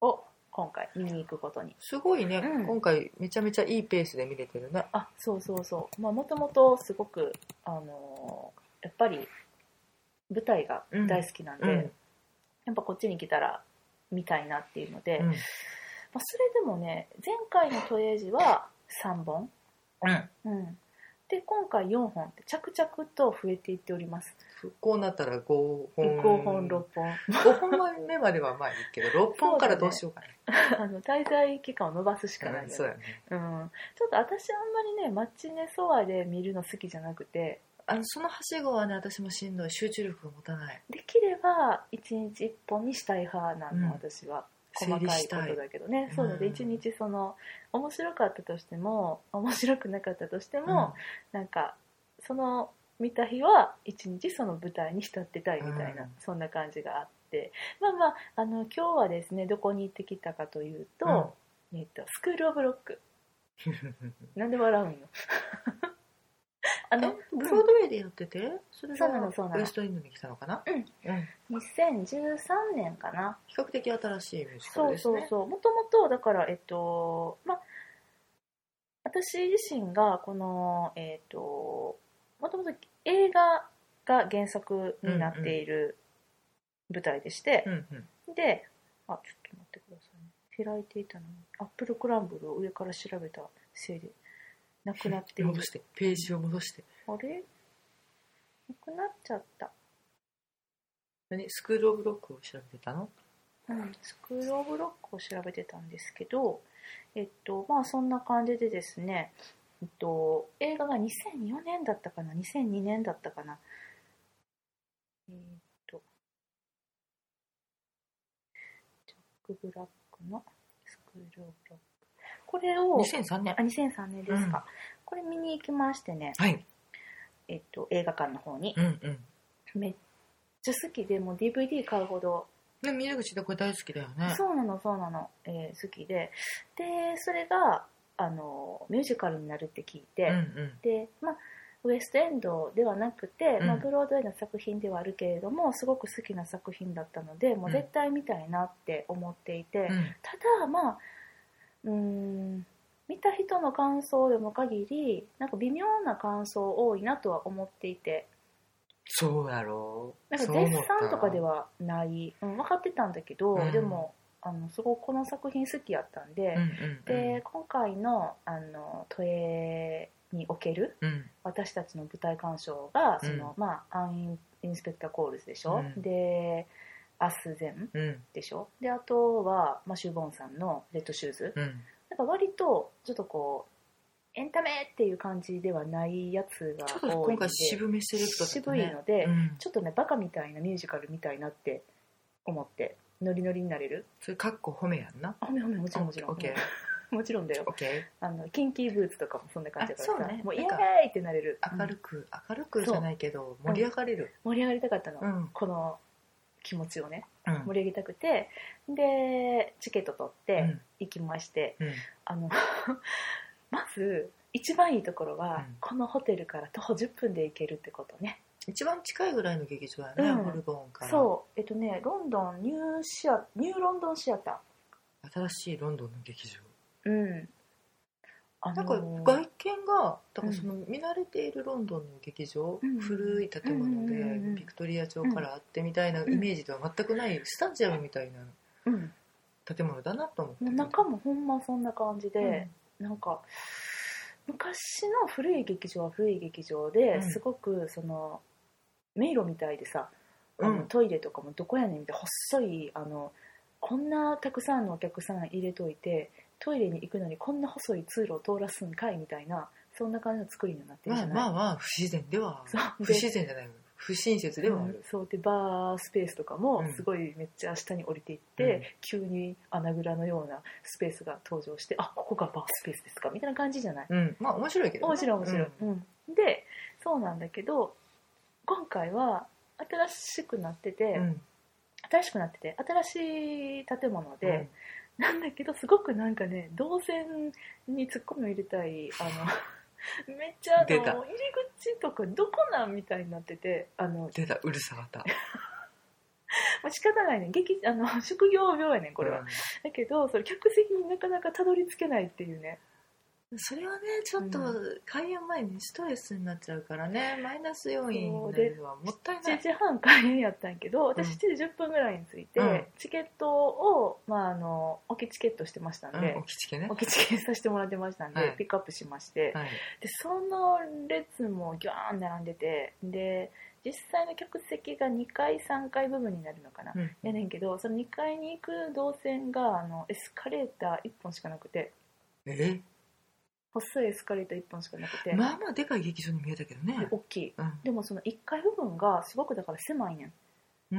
[SPEAKER 1] を今回見に行くことに
[SPEAKER 2] すごいね、
[SPEAKER 1] うん
[SPEAKER 2] 今回めちゃめちゃいいペースで見れてるね。
[SPEAKER 1] あそうそうそうまあもともとすごく、あのーやっぱり舞台が大好きなんで、
[SPEAKER 2] うん
[SPEAKER 1] やっぱこっちに来たら見たいなっていうので、
[SPEAKER 2] う
[SPEAKER 1] まあ、
[SPEAKER 2] ん
[SPEAKER 1] それでもね前回の都営時は3本、
[SPEAKER 2] うん
[SPEAKER 1] うん、で今回4本って着々と増えていっております
[SPEAKER 2] こうなったら5本
[SPEAKER 1] 5本6本
[SPEAKER 2] 5本目まではまあいいけど6本からどうしようかね
[SPEAKER 1] あの滞在期間を延ばすしかないよ
[SPEAKER 2] うん
[SPEAKER 1] ね
[SPEAKER 2] そうやね
[SPEAKER 1] うん、ちょっと私あんまりねマッチネソワで見るの好きじゃなくて
[SPEAKER 2] あのそのはしごはね私もしんどい集中力が持たない
[SPEAKER 1] できれば一日一本にしたい派なの、
[SPEAKER 2] うん
[SPEAKER 1] 私は細
[SPEAKER 2] 整理
[SPEAKER 1] かい
[SPEAKER 2] し
[SPEAKER 1] こ
[SPEAKER 2] たい
[SPEAKER 1] とだけどね
[SPEAKER 2] うん
[SPEAKER 1] そうなので一日その面白かったとしても面白くなかったとして *laughs* も、なんかその見た日は一日その舞台に浸ってたいみたいな、
[SPEAKER 2] うん
[SPEAKER 1] そんな感じがあってまあまああの今日はですねどこに行ってきたかというと,、えっとスクール・オブ・ロック
[SPEAKER 2] うん
[SPEAKER 1] なんで笑
[SPEAKER 2] *laughs*
[SPEAKER 1] うんよあ
[SPEAKER 2] え
[SPEAKER 1] の
[SPEAKER 2] ブロードウェイでやっててそれが
[SPEAKER 1] そうなのそうなの
[SPEAKER 2] ウエストエンドに来たのかな
[SPEAKER 1] うん
[SPEAKER 2] 比
[SPEAKER 1] 2013年かな
[SPEAKER 2] 較的新しいミュージカル
[SPEAKER 1] そう
[SPEAKER 2] です
[SPEAKER 1] そう
[SPEAKER 2] ね
[SPEAKER 1] そうもともとだからえっとまあ私自身がこのえっともともと映画が原作になっている舞台でして、
[SPEAKER 2] うんうん
[SPEAKER 1] であちょっと待ってくださいね開いていたのにアップルクランブルを上から調べたせいでなくなってい *laughs* る
[SPEAKER 2] 戻してページを戻して
[SPEAKER 1] あれなくなっちゃった、
[SPEAKER 2] 何スクール・オブ・ロックを調べてたの
[SPEAKER 1] うん、スクール・オブ・ロックを調べてたんですけどえっとまあそんな感じでですね、えっと、映画が2004年だったかな2002年だったかなえっとジャック・ブラックのスクール・オブ・ロックこれを
[SPEAKER 2] 2003年
[SPEAKER 1] あ2003年ですか、これ見に行きましてね、
[SPEAKER 2] はい
[SPEAKER 1] えっと、映画館の方に
[SPEAKER 2] うんうん
[SPEAKER 1] めっちゃ好きでもう DVD 買うほど、
[SPEAKER 2] で水口でこれ大好きだよね
[SPEAKER 1] そうなのそうなの、えー好きででそれがあのミュージカルになるって聞いて、
[SPEAKER 2] うんうん
[SPEAKER 1] でまあウエストエンドではなくて、
[SPEAKER 2] うん
[SPEAKER 1] まあ、ブロードウェイの作品ではあるけれどもすごく好きな作品だったのでもう絶対見たいなって思っていて、
[SPEAKER 2] うん
[SPEAKER 1] ただまあうーん見た人の感想を読む限りなんか微妙な感想多いなとは思っていて
[SPEAKER 2] そうやろ
[SPEAKER 1] な
[SPEAKER 2] う
[SPEAKER 1] んか
[SPEAKER 2] そう
[SPEAKER 1] 絶
[SPEAKER 2] 思った
[SPEAKER 1] 賛とかではない、うん、分かってたんだけど、
[SPEAKER 2] うん
[SPEAKER 1] でもあのすごくこの作品好きやったん
[SPEAKER 2] う
[SPEAKER 1] で
[SPEAKER 2] ん、うん
[SPEAKER 1] で今回のあの都営における
[SPEAKER 2] うん
[SPEAKER 1] 私たちの舞台鑑賞が
[SPEAKER 2] う
[SPEAKER 1] そ
[SPEAKER 2] ん
[SPEAKER 1] の、まあ、アンインスペクターコールズでしょ、
[SPEAKER 2] うん
[SPEAKER 1] でアスゼン
[SPEAKER 2] うん
[SPEAKER 1] でしょであとは、まあ、シューボンさんのレッドシューズ、
[SPEAKER 2] うん
[SPEAKER 1] なんか割とちょっとこうエンタメっていう感じではないやつが
[SPEAKER 2] ちょっと
[SPEAKER 1] 多い
[SPEAKER 2] 今
[SPEAKER 1] ので
[SPEAKER 2] 回渋めセレクトだった
[SPEAKER 1] 渋
[SPEAKER 2] ね
[SPEAKER 1] いので、
[SPEAKER 2] うん
[SPEAKER 1] ちょっとねバカみたいなミュージカルみたいなって思ってノリノリになれる
[SPEAKER 2] それかっこ褒めやんな
[SPEAKER 1] あごめんごめんもちろんもちろん
[SPEAKER 2] オッケ
[SPEAKER 1] うんもちろんだよ
[SPEAKER 2] ーオッケ
[SPEAKER 1] あのキンキーブーツとかもそんな感じだから
[SPEAKER 2] あ
[SPEAKER 1] さ
[SPEAKER 2] そうね
[SPEAKER 1] もうイエ
[SPEAKER 2] な
[SPEAKER 1] ー
[SPEAKER 2] んか
[SPEAKER 1] イってなれる
[SPEAKER 2] ー明るく明るくじゃないけど
[SPEAKER 1] う
[SPEAKER 2] 盛り上がれる
[SPEAKER 1] 盛り上がりたかったの、
[SPEAKER 2] うん
[SPEAKER 1] この気持ちをね
[SPEAKER 2] うん
[SPEAKER 1] 盛り上げたくてでチケット取っ
[SPEAKER 2] う
[SPEAKER 1] て
[SPEAKER 2] ん
[SPEAKER 1] 行きまして、
[SPEAKER 2] うん
[SPEAKER 1] あの *laughs* まず一番いいところは、
[SPEAKER 2] うん
[SPEAKER 1] このホテルから徒歩10分で行けるってことね
[SPEAKER 2] 一番近いぐらいの劇場やね
[SPEAKER 1] うん
[SPEAKER 2] ホルボンから
[SPEAKER 1] そうえっとねロンドンニューシアニューロンドンシアタ
[SPEAKER 2] 新しいロンドンの劇場
[SPEAKER 1] ーうんあ
[SPEAKER 2] なんか外見がだからその見慣れているロンドンの劇場、
[SPEAKER 1] うん
[SPEAKER 2] 古い建物で、
[SPEAKER 1] うんうんうんうん
[SPEAKER 2] ビクトリア朝からあってみたいなイメージでは全くないスタジアムみたいな
[SPEAKER 1] うん
[SPEAKER 2] 建物だなと思って
[SPEAKER 1] 中もほんまそんな感じで、なんか昔の古い劇場は古い劇場で、
[SPEAKER 2] うん
[SPEAKER 1] すごくその迷路みたいでさ、
[SPEAKER 2] う
[SPEAKER 1] あの
[SPEAKER 2] ん
[SPEAKER 1] トイレとかもどこやねんみたいな細いあのこんなたくさんのお客さん入れといてトイレに行くのにこんな細い通路を通らすんかいみたいなそんな感じの作りになってるじ
[SPEAKER 2] ま
[SPEAKER 1] ゃ
[SPEAKER 2] あ
[SPEAKER 1] ない、
[SPEAKER 2] まあまあ不自然では
[SPEAKER 1] そう
[SPEAKER 2] 不自然じゃない不親切ではある、
[SPEAKER 1] そうでバースペースとかも
[SPEAKER 2] うん
[SPEAKER 1] すごいめっちゃ下に降りていっ
[SPEAKER 2] うん
[SPEAKER 1] て、急に穴蔵のようなスペースが登場してあここがバースペースですかみたいな感じじゃない
[SPEAKER 2] うんまあ面白いけどね
[SPEAKER 1] 面白い面白い、
[SPEAKER 2] うん
[SPEAKER 1] うんでそうなんだけど今回は新しくなってて、
[SPEAKER 2] うん
[SPEAKER 1] 新しくなってて新しい建物で、なんだけどすごくなんかね動線にツッコミを入れたいあ
[SPEAKER 2] *laughs*
[SPEAKER 1] のめっちゃあの
[SPEAKER 2] 出
[SPEAKER 1] 入り
[SPEAKER 2] た
[SPEAKER 1] 口とかどこなんみたいになっててあの
[SPEAKER 2] 出たうるさかった
[SPEAKER 1] まあ仕方ないね劇 *laughs* あの職業病やねんこれは、
[SPEAKER 2] うん
[SPEAKER 1] だけどそれ客席になかなかたどり着けないっていうね
[SPEAKER 2] それはねちょっと
[SPEAKER 1] う
[SPEAKER 2] 開演前にストレスになっちゃうからねマイナス要因になるのはもったいな
[SPEAKER 1] 7
[SPEAKER 2] い
[SPEAKER 1] 時半開演やったんやけど私
[SPEAKER 2] うん
[SPEAKER 1] 7時10分ぐらいに着いて、
[SPEAKER 2] うん
[SPEAKER 1] チケットを、まあ、あの置きチケットしてましたんで
[SPEAKER 2] うん、、起きつけね
[SPEAKER 1] 置きチケットさせてもらってましたんで、
[SPEAKER 2] はい
[SPEAKER 1] ピックアップしまして、
[SPEAKER 2] はい
[SPEAKER 1] でその列もギューン並んでてで実際の客席が2階3階部分になるのかな、
[SPEAKER 2] うん
[SPEAKER 1] やねんけどその2階に行く動線があのエスカレーター1本しかなくて
[SPEAKER 2] え
[SPEAKER 1] 細いエスカレーター1本しかなくて、
[SPEAKER 2] まあまあでかい劇場に見えたけど
[SPEAKER 1] で
[SPEAKER 2] ね
[SPEAKER 1] 大きい
[SPEAKER 2] うん
[SPEAKER 1] でもその1階部分がすごくだから狭いねん
[SPEAKER 2] うー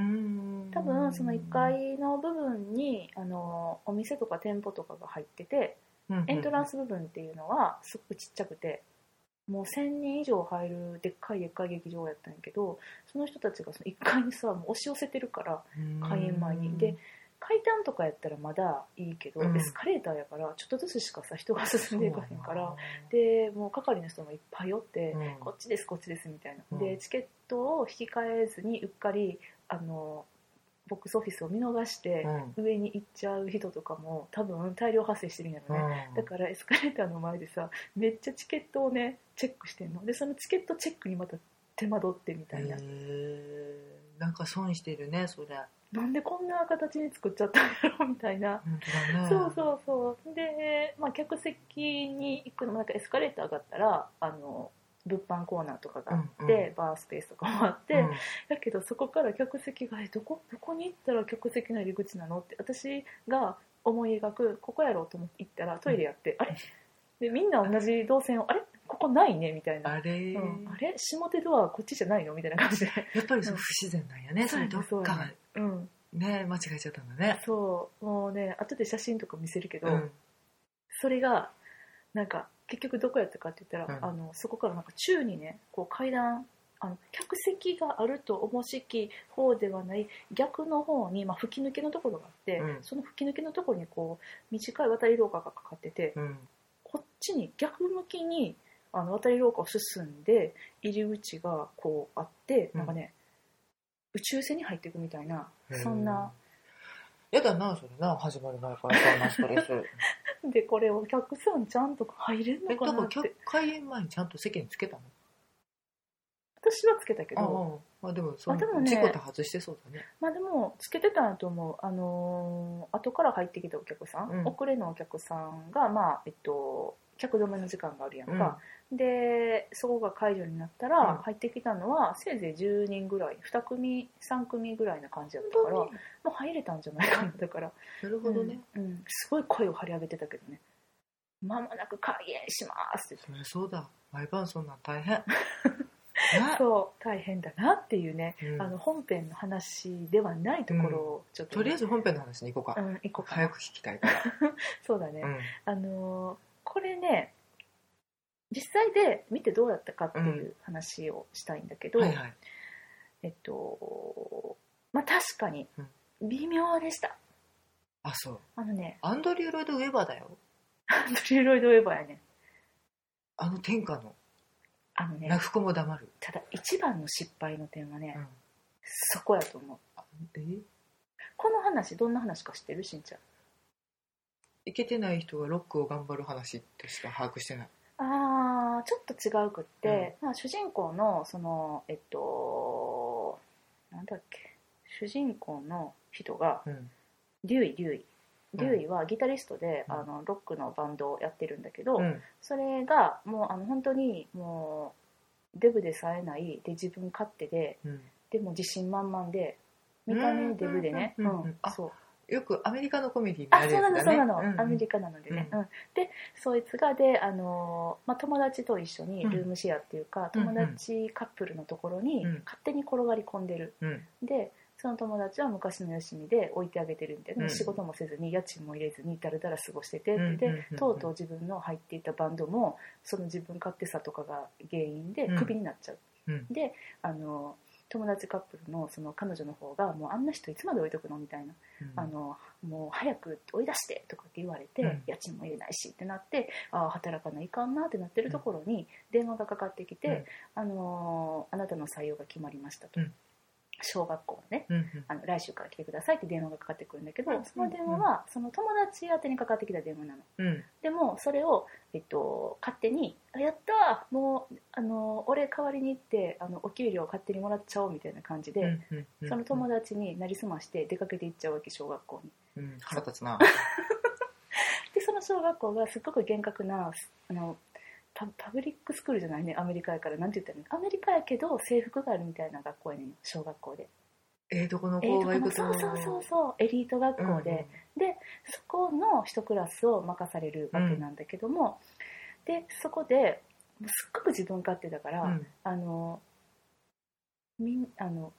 [SPEAKER 2] ん
[SPEAKER 1] 多分その1階の部分にあのお店とか店舗とかが入っててエントラン
[SPEAKER 2] ス
[SPEAKER 1] ス部分っていうのはすごくちっちゃくてもう1000人以上入るでっかいでっかい劇場やったんやけどその人たちがその1階にさもう押し寄せてるから開演前にで階段とかやったらまだいいけど、
[SPEAKER 2] うん
[SPEAKER 1] エスカレーターやからちょっとずつしかさ人が進んでいかへんからでもう係の人もいっぱいおって、
[SPEAKER 2] うん
[SPEAKER 1] こっちですこっちですみたいな、
[SPEAKER 2] うん
[SPEAKER 1] でチケットを引き返えずにうっかりあのボックスオフィスを見逃して、上に行っちゃう人とかも多分大量発生してるんやろね、だからエスカレーターの前でさめっちゃチケットをねチェックしてんのでそのチケットチェックにまた手間取ってみたいな、
[SPEAKER 2] なんか損してるねそれ
[SPEAKER 1] なんでこんな形に作っちゃったんやろみたいな、
[SPEAKER 2] 本当だね
[SPEAKER 1] そうそうそうで、まあ、客席に行くのもなんかエスカレーター上がったらあの物販コーナーとかがあって、
[SPEAKER 2] うんう
[SPEAKER 1] バースペースとかもあって、
[SPEAKER 2] うん
[SPEAKER 1] だけどそこから客席がえどこどこに行ったら客席の入り口なのって私が思い描くここやろうと思って行ったらトイレやって、あれでみんな同じ動線をあれここないねみたいな。
[SPEAKER 2] あれ
[SPEAKER 1] うんあれ下手ドアこっちじゃないのみたいな感じで、
[SPEAKER 2] やっぱりそう不自然なんやねそれどっ
[SPEAKER 1] そうや
[SPEAKER 2] か
[SPEAKER 1] ね
[SPEAKER 2] が
[SPEAKER 1] うん、
[SPEAKER 2] ね間違えちゃったんだね
[SPEAKER 1] そうもうね後で写真とか見せるけど、
[SPEAKER 2] うん
[SPEAKER 1] それがなんか結局どこやったかって言ったら、
[SPEAKER 2] うん
[SPEAKER 1] あのそこからなんか宙にねこう階段あの客席があると思しき方ではない逆の方に、まあ、吹き抜けのところがあって、
[SPEAKER 2] うん
[SPEAKER 1] その吹き抜けのところにこう短い渡り廊下がかかってて、
[SPEAKER 2] うん
[SPEAKER 1] こっちに逆向きにあの渡り廊下を進んで入り口がこうあって、
[SPEAKER 2] うん
[SPEAKER 1] なんかね宇宙船に入っていくみたいな
[SPEAKER 2] へー
[SPEAKER 1] そんな
[SPEAKER 2] やだなそれな始まる前からそんなス
[SPEAKER 1] *laughs*
[SPEAKER 2] トレス
[SPEAKER 1] でこれお客さんちゃんと入れん
[SPEAKER 2] え
[SPEAKER 1] の
[SPEAKER 2] だか
[SPEAKER 1] かな
[SPEAKER 2] ら
[SPEAKER 1] って
[SPEAKER 2] 開演前にちゃんと席につけたの
[SPEAKER 1] 私はつけたけど。
[SPEAKER 2] ああまあでもそ
[SPEAKER 1] あでも
[SPEAKER 2] の
[SPEAKER 1] ね
[SPEAKER 2] 事故って外してそうだね
[SPEAKER 1] まあでもつけてたんやと思う、あのー後から入ってきたお客さん、
[SPEAKER 2] うん
[SPEAKER 1] 遅れのお客さんが、まあえっと、客止めの時間があるやんか、でそこが解除になった
[SPEAKER 2] うん
[SPEAKER 1] ら入ってきたのはせいぜい10人ぐらい2組3組ぐらいな感じだったからも
[SPEAKER 2] に
[SPEAKER 1] う入れたんじゃないかなだから
[SPEAKER 2] なるほどね、
[SPEAKER 1] うんうんすごい声を張り上げてたけどね「まもなく開演します」って
[SPEAKER 2] そりゃそうだ毎晩そんなん大
[SPEAKER 1] *laughs*
[SPEAKER 2] 変ね
[SPEAKER 1] 言ってそう大変だなっていうね、
[SPEAKER 2] うん
[SPEAKER 1] あの本編の話ではないところをちょっと
[SPEAKER 2] と
[SPEAKER 1] ね、
[SPEAKER 2] りあえず本編の話に行こうか、
[SPEAKER 1] うん、一個かな
[SPEAKER 2] 早く聞きたいから、
[SPEAKER 1] そうだね、
[SPEAKER 2] うん
[SPEAKER 1] あのーこれね実際で見てどうだったかっていう話をしたいんだけど、
[SPEAKER 2] はいはい
[SPEAKER 1] えっとまあ確かに
[SPEAKER 2] うん
[SPEAKER 1] 微妙でした、
[SPEAKER 2] あそう
[SPEAKER 1] あのね
[SPEAKER 2] アンドリュー・ロイド・ウェバーだよ
[SPEAKER 1] アンドリュー・ロイド・ウェバーやね
[SPEAKER 2] あの天下の
[SPEAKER 1] あのね
[SPEAKER 2] 泣く子も黙る、
[SPEAKER 1] ただ一番の失敗の点はね、
[SPEAKER 2] うん
[SPEAKER 1] そこやと思う
[SPEAKER 2] あえ
[SPEAKER 1] この話どんな話か知ってるしんちゃん
[SPEAKER 2] いけてない人がロックを頑張る話ってしか把握してない
[SPEAKER 1] あーちょっと違うくって、まあ、主人公のそのえっとなんだっけ主人公の人が、
[SPEAKER 2] うん
[SPEAKER 1] デュイデュイ
[SPEAKER 2] ん
[SPEAKER 1] デュイはギタリストで、
[SPEAKER 2] うん
[SPEAKER 1] あのロックのバンドをやってるんだけど、
[SPEAKER 2] うん
[SPEAKER 1] それがもうあの本当にもうデブでさえないで自分勝手で
[SPEAKER 2] うん
[SPEAKER 1] でも自信満々で見た目デブでね
[SPEAKER 2] うんうんうんうん
[SPEAKER 1] うん
[SPEAKER 2] あ
[SPEAKER 1] そう
[SPEAKER 2] よくアメリカのコメディに
[SPEAKER 1] あそうなの、そうなの、
[SPEAKER 2] うん
[SPEAKER 1] アメリカなのでね、
[SPEAKER 2] う
[SPEAKER 1] うんでそいつがで、あのーまあ、友達と一緒にルームシェアっていうか、
[SPEAKER 2] うん
[SPEAKER 1] 友達カップルのところに
[SPEAKER 2] うん
[SPEAKER 1] 勝手に転がり込んでる、
[SPEAKER 2] うん
[SPEAKER 1] でその友達は昔のよしみで置いてあげてるみたいな、
[SPEAKER 2] うん
[SPEAKER 1] 仕事もせずに家賃も入れずにだらだら過ごしてて、
[SPEAKER 2] うん
[SPEAKER 1] で、
[SPEAKER 2] うんうんうん
[SPEAKER 1] とうとう自分の入っていたバンドもその自分勝手さとかが原因で
[SPEAKER 2] うん
[SPEAKER 1] クビになっちゃう、
[SPEAKER 2] うん
[SPEAKER 1] であのー友達カップルのその彼女の方がもうあんな人いつまで置いとくのみたいな
[SPEAKER 2] うん
[SPEAKER 1] あのもう早く追い出してとかって言われて、
[SPEAKER 2] うん
[SPEAKER 1] 家賃も入れないしってなってああ働かないかんなってなってるところに電話がかかってきて、あのーあなたの採用が決まりましたと、
[SPEAKER 2] うん
[SPEAKER 1] 小学校のね
[SPEAKER 2] うん
[SPEAKER 1] あの来週から来てくださいって電話がかかってくるんだけど、
[SPEAKER 2] うん
[SPEAKER 1] その電話はその友達宛てにかかってきた電話なの
[SPEAKER 2] うんうん
[SPEAKER 1] でもそれを、えっと、勝手に「あやったーもうあのー俺代わりに行ってあのお給料勝手にもらっちゃおう」みたいな感じで、
[SPEAKER 2] うんうんうん
[SPEAKER 1] その友達になりすまして出かけていっちゃうわけ小学校に。
[SPEAKER 2] うん腹立つな
[SPEAKER 1] でその小学校がすっごく厳格なあのパパブリックスクールじゃないねアメリカやからなんて言ったらいいのアメリカやけど制服があるみたいな学校やねん小学校で
[SPEAKER 2] ええとこの
[SPEAKER 1] ええ
[SPEAKER 2] 子
[SPEAKER 1] とこ
[SPEAKER 2] が行
[SPEAKER 1] の
[SPEAKER 2] くと
[SPEAKER 1] そうそうそうそうエリート学校で、そこの一クラスを任されるわけなんだけども、でそこでもうすっごく自分勝手だから、
[SPEAKER 2] うん
[SPEAKER 1] あのみんあの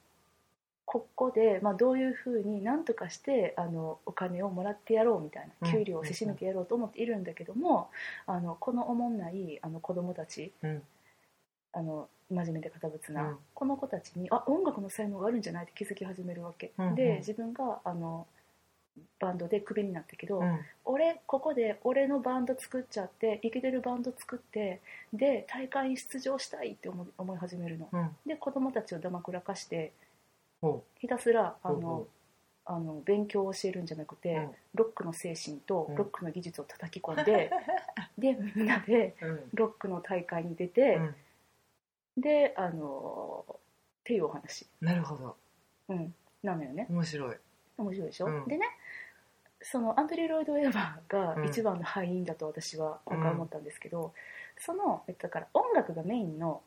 [SPEAKER 1] ここで、まあ、どういうふうになんとかしてあのお金をもらってやろうみたいな
[SPEAKER 2] うん
[SPEAKER 1] 給料をせし抜けやろうと思っているんだけども、あのこのおもんないあの子供たち
[SPEAKER 2] うんうん
[SPEAKER 1] あの真面目で堅物な、
[SPEAKER 2] うん
[SPEAKER 1] この子たちにあ音楽の才能があるんじゃないって気づき始めるわけ、
[SPEAKER 2] うんうん
[SPEAKER 1] で自分があのバンドでクビになったけど、
[SPEAKER 2] うん
[SPEAKER 1] 俺ここで俺のバンド作っちゃってイケてるバンド作ってで大会に出場したいって思い思い始めるの。
[SPEAKER 2] うん
[SPEAKER 1] で子供たちをだまくらかして
[SPEAKER 2] ほ
[SPEAKER 1] ひたすら
[SPEAKER 2] う
[SPEAKER 1] あ
[SPEAKER 2] ほう
[SPEAKER 1] の
[SPEAKER 2] ほ
[SPEAKER 1] あの勉強を教えるんじゃなくて、
[SPEAKER 2] ううん
[SPEAKER 1] ロックの精神と
[SPEAKER 2] うん
[SPEAKER 1] ロックの技術を叩き込ん
[SPEAKER 2] *laughs*
[SPEAKER 1] で、でみんなで
[SPEAKER 2] うん
[SPEAKER 1] ロックの大会に出て
[SPEAKER 2] う、ん
[SPEAKER 1] であのーっていうお話、
[SPEAKER 2] なるほど
[SPEAKER 1] うん、なのよね
[SPEAKER 2] 面白い
[SPEAKER 1] 面白いでしょ、
[SPEAKER 2] うん
[SPEAKER 1] でねそのアンドリュー・ロイド・エヴァーが
[SPEAKER 2] うん
[SPEAKER 1] 一番の敗因だと私は今回思ったんですけど、そのえっとだから音楽がメインの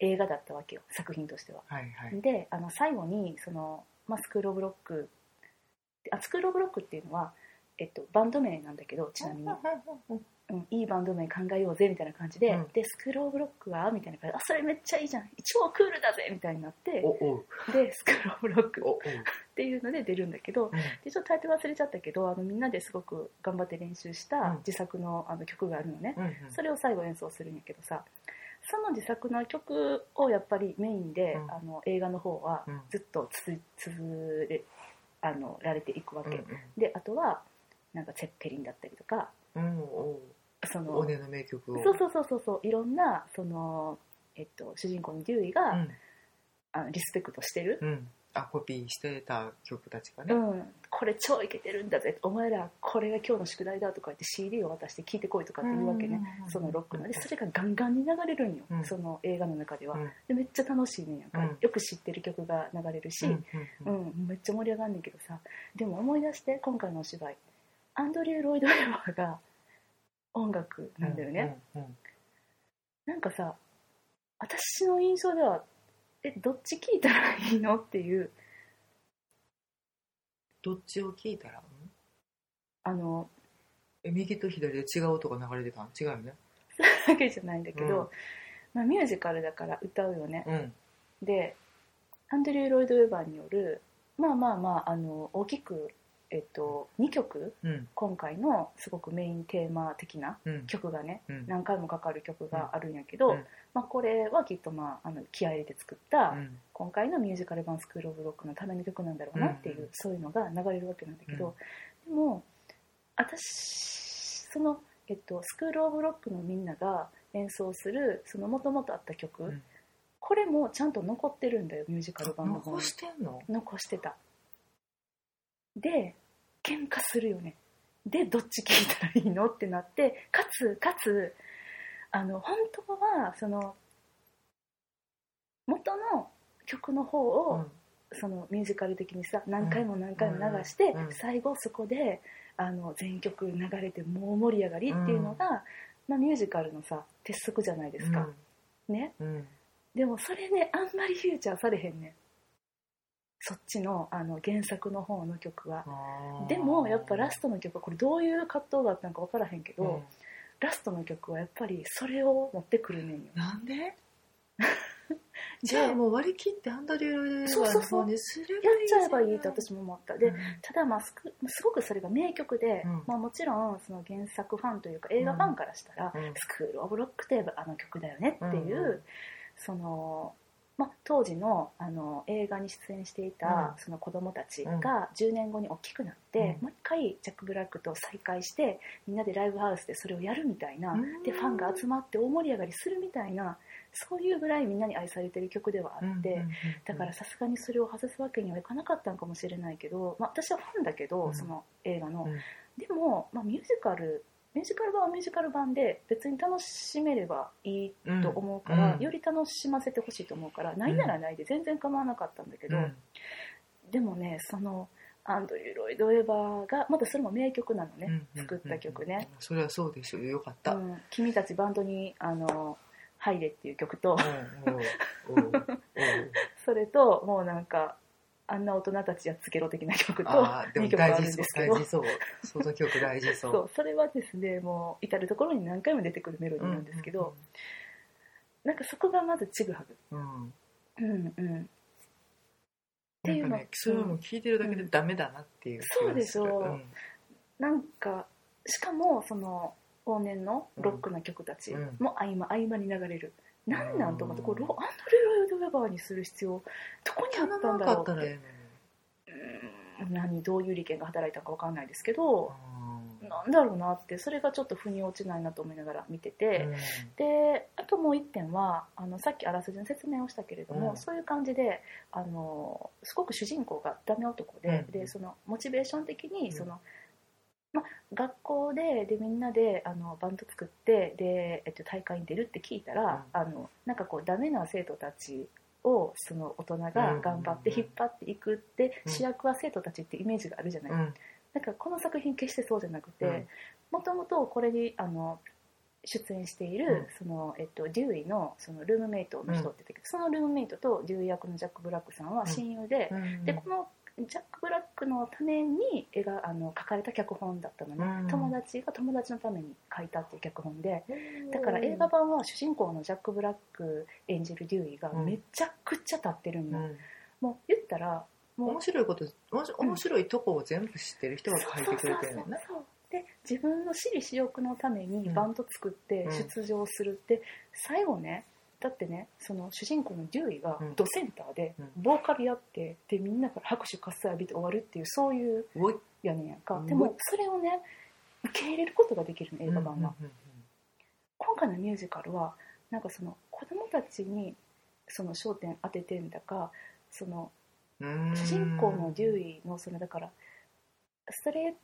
[SPEAKER 1] 映画だったわけよ作品としては。
[SPEAKER 2] はいはい
[SPEAKER 1] であの最後にその、まあ、スクール・オブ・ロックあスクール・オブ・ロックっていうのは、えっと、バンド名なんだけどちなみに、うん、いいバンド名考えようぜみたいな感じで、
[SPEAKER 2] うん
[SPEAKER 1] でスクール・オブ・ロックはみたいな感じであそれめっちゃいいじゃん超クールだぜみたいになって
[SPEAKER 2] おおう
[SPEAKER 1] でスクール・オブ・ロック
[SPEAKER 2] お
[SPEAKER 1] っ
[SPEAKER 2] おう
[SPEAKER 1] ていうので出るんだけど
[SPEAKER 2] うん
[SPEAKER 1] でちょっとタイトル忘れちゃったけどあのみんなですごく頑張って練習し
[SPEAKER 2] うん
[SPEAKER 1] た自作のあの曲があるのね、
[SPEAKER 2] うんうん
[SPEAKER 1] それを最後演奏するんやけどさその自作の曲をやっぱりメインで、
[SPEAKER 2] うん
[SPEAKER 1] あの映画の方は
[SPEAKER 2] うん
[SPEAKER 1] ずっとつづ続れあのられていくわけ、
[SPEAKER 2] うん
[SPEAKER 1] であとはなんかチェッペリンだったりとか
[SPEAKER 2] うんお
[SPEAKER 1] そ
[SPEAKER 2] お
[SPEAKER 1] の
[SPEAKER 2] 俺の名曲を
[SPEAKER 1] そうそうそうそうそういろんなその、えっと、主人公のデューイが、
[SPEAKER 2] うん
[SPEAKER 1] あのリスペクトしてる、
[SPEAKER 2] うんあコピーしてた曲たちが
[SPEAKER 1] う
[SPEAKER 2] ね
[SPEAKER 1] んこれ超イケてるんだぜお前らこれが今日の宿題だとか言って CD を渡して聴いてこいとかって言うわけね、
[SPEAKER 2] うん
[SPEAKER 1] そのロックのでそれがガンガンに流れるんよ、
[SPEAKER 2] うん
[SPEAKER 1] その映画の中では、
[SPEAKER 2] うん
[SPEAKER 1] でめっちゃ楽しいねんやんか、
[SPEAKER 2] うん
[SPEAKER 1] よく知ってる曲が流れるし、うん
[SPEAKER 2] うんうん
[SPEAKER 1] めっちゃ盛り上がんねんけどさでも思い出して今回のお芝居アンドリュー・ロイド・エヴァーが音楽なんだよね、
[SPEAKER 2] うんうん
[SPEAKER 1] なんかさ私の印象ではえどっち聞いたらいいのっていう
[SPEAKER 2] どっちを聞いたら
[SPEAKER 1] あの
[SPEAKER 2] え右と左で違う音が流れてたん違うよね
[SPEAKER 1] わけじゃないんだけど、
[SPEAKER 2] うん
[SPEAKER 1] まあ、ミュージカルだから歌うよね、
[SPEAKER 2] うん
[SPEAKER 1] でアンドリュー・ロイド・ウェバーによるまあまあまああの大きく、えっと、2曲
[SPEAKER 2] うん
[SPEAKER 1] 今回のすごくメインテーマ的な
[SPEAKER 2] うん
[SPEAKER 1] 曲がね
[SPEAKER 2] うん
[SPEAKER 1] 何回もかかる曲があるんやけど、
[SPEAKER 2] うん
[SPEAKER 1] まあ、これはきっと、まあ、あの気合い入れて作った、
[SPEAKER 2] うん
[SPEAKER 1] 今回のミュージカル版「スクール・オブ・ロック」のための曲なんだろうなっていう、
[SPEAKER 2] うん
[SPEAKER 1] そういうのが流れるわけなんだけど、でも私その、えっと、スクール・オブ・ロックのみんなが演奏するそのもともとあった曲、
[SPEAKER 2] うん
[SPEAKER 1] これもちゃんと残ってるんだよミュージカル版の方に
[SPEAKER 2] 残してんの
[SPEAKER 1] 残してたで喧嘩するよねでどっち聞いたらいいのってなってかつかつあの本当はその元の曲の方を、そのミュージカル的にさ何回も何回も流して、
[SPEAKER 2] うんうん
[SPEAKER 1] 最後そこであの全曲流れてもう盛り上がりっていうのが、まあ、ミュージカルのさ鉄則じゃないですか、ね
[SPEAKER 2] うんうん
[SPEAKER 1] でもそれねあんまりフューチャーされへんねそっちのあの原作の方の曲は
[SPEAKER 2] あー
[SPEAKER 1] でもやっぱラストの曲はこれどういう葛藤だったのか分からへんけど、
[SPEAKER 2] うん
[SPEAKER 1] ラストの曲はやっぱりそれを持ってくるねんよ
[SPEAKER 2] な
[SPEAKER 1] *laughs*
[SPEAKER 2] んでじゃあもう割り切ってハンドリュー
[SPEAKER 1] そうそうそう
[SPEAKER 2] の方にすればいい
[SPEAKER 1] やっち
[SPEAKER 2] じ
[SPEAKER 1] ゃ
[SPEAKER 2] ん
[SPEAKER 1] えばいいと私も思った
[SPEAKER 2] う
[SPEAKER 1] で
[SPEAKER 2] ん
[SPEAKER 1] ただまあすくすごくそれが名曲で、
[SPEAKER 2] うん
[SPEAKER 1] まあ、もちろんその原作ファンというか映画ファンからしたら、
[SPEAKER 2] うん
[SPEAKER 1] スクール・オブ・ロックといえばあの曲だよねっていう、
[SPEAKER 2] うんうん
[SPEAKER 1] その、まあ、当時のあの映画に出演していた
[SPEAKER 2] う
[SPEAKER 1] その子供たちが10年後に大きくなって、
[SPEAKER 2] うん
[SPEAKER 1] もう一回ジャック・ブラックと再会してみんなでライブハウスでそれをやるみたいな、
[SPEAKER 2] うん
[SPEAKER 1] でファンが集まって大盛り上がりするみたいなそういうぐらいみんなに愛されてる曲ではあって。
[SPEAKER 2] うんうんうん
[SPEAKER 1] だからさすがにそれを外すわけにはいかなかったのかもしれないけど、まあ、私はファンだけど、
[SPEAKER 2] うん
[SPEAKER 1] その映画の、
[SPEAKER 2] うん
[SPEAKER 1] でも、まあ、ミュージカルミュージカル版はミュージカル版で別に楽しめればいい
[SPEAKER 2] うん
[SPEAKER 1] と思うから、
[SPEAKER 2] うん
[SPEAKER 1] より楽しませてほしいと思うから、ないならないで全然構わなかったんだけど、
[SPEAKER 2] うん
[SPEAKER 1] でもねそのアンドリュー・ロイド・エバーがまたそれも名曲なの
[SPEAKER 2] うんうん
[SPEAKER 1] ね、
[SPEAKER 2] うん
[SPEAKER 1] 作った曲ね
[SPEAKER 2] それはそうでしょうよかっ
[SPEAKER 1] う
[SPEAKER 2] た、うん
[SPEAKER 1] ん君たちバンドにあの入れ」っていう曲と *laughs*
[SPEAKER 2] うんうんうん
[SPEAKER 1] それともうなんかあんな大人たちやっつけろ的な曲と
[SPEAKER 2] あ
[SPEAKER 1] *laughs*
[SPEAKER 2] ーでも
[SPEAKER 1] 2曲あ
[SPEAKER 2] 大
[SPEAKER 1] るん
[SPEAKER 2] 事
[SPEAKER 1] で
[SPEAKER 2] そう
[SPEAKER 1] すけ
[SPEAKER 2] 大
[SPEAKER 1] ど
[SPEAKER 2] 事そうその曲大事そう
[SPEAKER 1] そうそれはですねもう至る所に何回も出てくるメロディーなんですけど、なんかそこがまずちぐはぐ、
[SPEAKER 2] うんうんうん
[SPEAKER 1] うんうん、ていうの
[SPEAKER 2] なんかねそれはもう聞いてるだけでダメだなっていう気がする、
[SPEAKER 1] うんそうでしょうんなんかしかもその往年のロックな曲たち
[SPEAKER 2] うん
[SPEAKER 1] も合間合間に流れる、なんなんと思ってこれロアンドレ・ロイド・ウェバーにする必要どこにあったんだろうってうん何どういう利権が働いたのか分かんないですけど、なんだろうなってそれがちょっと腑に落ちないなと思いながら見てて、であともう一点はあのさっきあらすじの説明をしたけれども、
[SPEAKER 2] うん
[SPEAKER 1] そういう感じであのすごく主人公がダメ男で,、
[SPEAKER 2] うん
[SPEAKER 1] でそのモチベーション的
[SPEAKER 2] うん
[SPEAKER 1] にその、ま、学校ででみんなであのバンド作ってで、えっと、大会に出るって聞いたら、あのなんかこうダメな生徒たちをその大人が頑張って
[SPEAKER 2] うん
[SPEAKER 1] 引っ張っていくって、
[SPEAKER 2] うん
[SPEAKER 1] 主役は生徒たちってイメージがあるじゃない、
[SPEAKER 2] うん
[SPEAKER 1] なんかこの作品決してそうじゃなく
[SPEAKER 2] うん
[SPEAKER 1] てもともとこれにあの出演している、そのえっと、デューイのそのルームメイトの人って言ったけど、そのルームメイトとデューイ役のジャック・ブラックさんは親友で,、
[SPEAKER 2] うん
[SPEAKER 1] でこのジャック・ブラックのために絵があの書かれた脚本だったのね、
[SPEAKER 2] うん
[SPEAKER 1] 友達が友達のために書いたっていう脚本で
[SPEAKER 2] うん
[SPEAKER 1] だから映画版は主人公のジャック・ブラック演じるデューイがめちゃくちゃ立ってるん
[SPEAKER 2] う
[SPEAKER 1] だ、
[SPEAKER 2] ん
[SPEAKER 1] もう言ったらもう
[SPEAKER 2] 面白いこと面白面白いとこを全部知ってる人が書いてくれてるのね
[SPEAKER 1] そうそうそうそうで自分の私利私欲のために
[SPEAKER 2] うん
[SPEAKER 1] バンド作って
[SPEAKER 2] うん
[SPEAKER 1] 出場するって、最後ねだってねその主人公のデューイが
[SPEAKER 2] うん
[SPEAKER 1] ドセンターで
[SPEAKER 2] うん
[SPEAKER 1] ボーカルやってでみんなから拍手喝采浴びて終わるっていうそういう
[SPEAKER 2] おい
[SPEAKER 1] やねんやん
[SPEAKER 2] う
[SPEAKER 1] か
[SPEAKER 2] ん
[SPEAKER 1] でもそれをね受け入れることができるの映画版は、
[SPEAKER 2] うんうんうん
[SPEAKER 1] 今回のミュージカルはなんかその子供たちにその焦点当ててんだかその主人公のデューイのそのだからストレ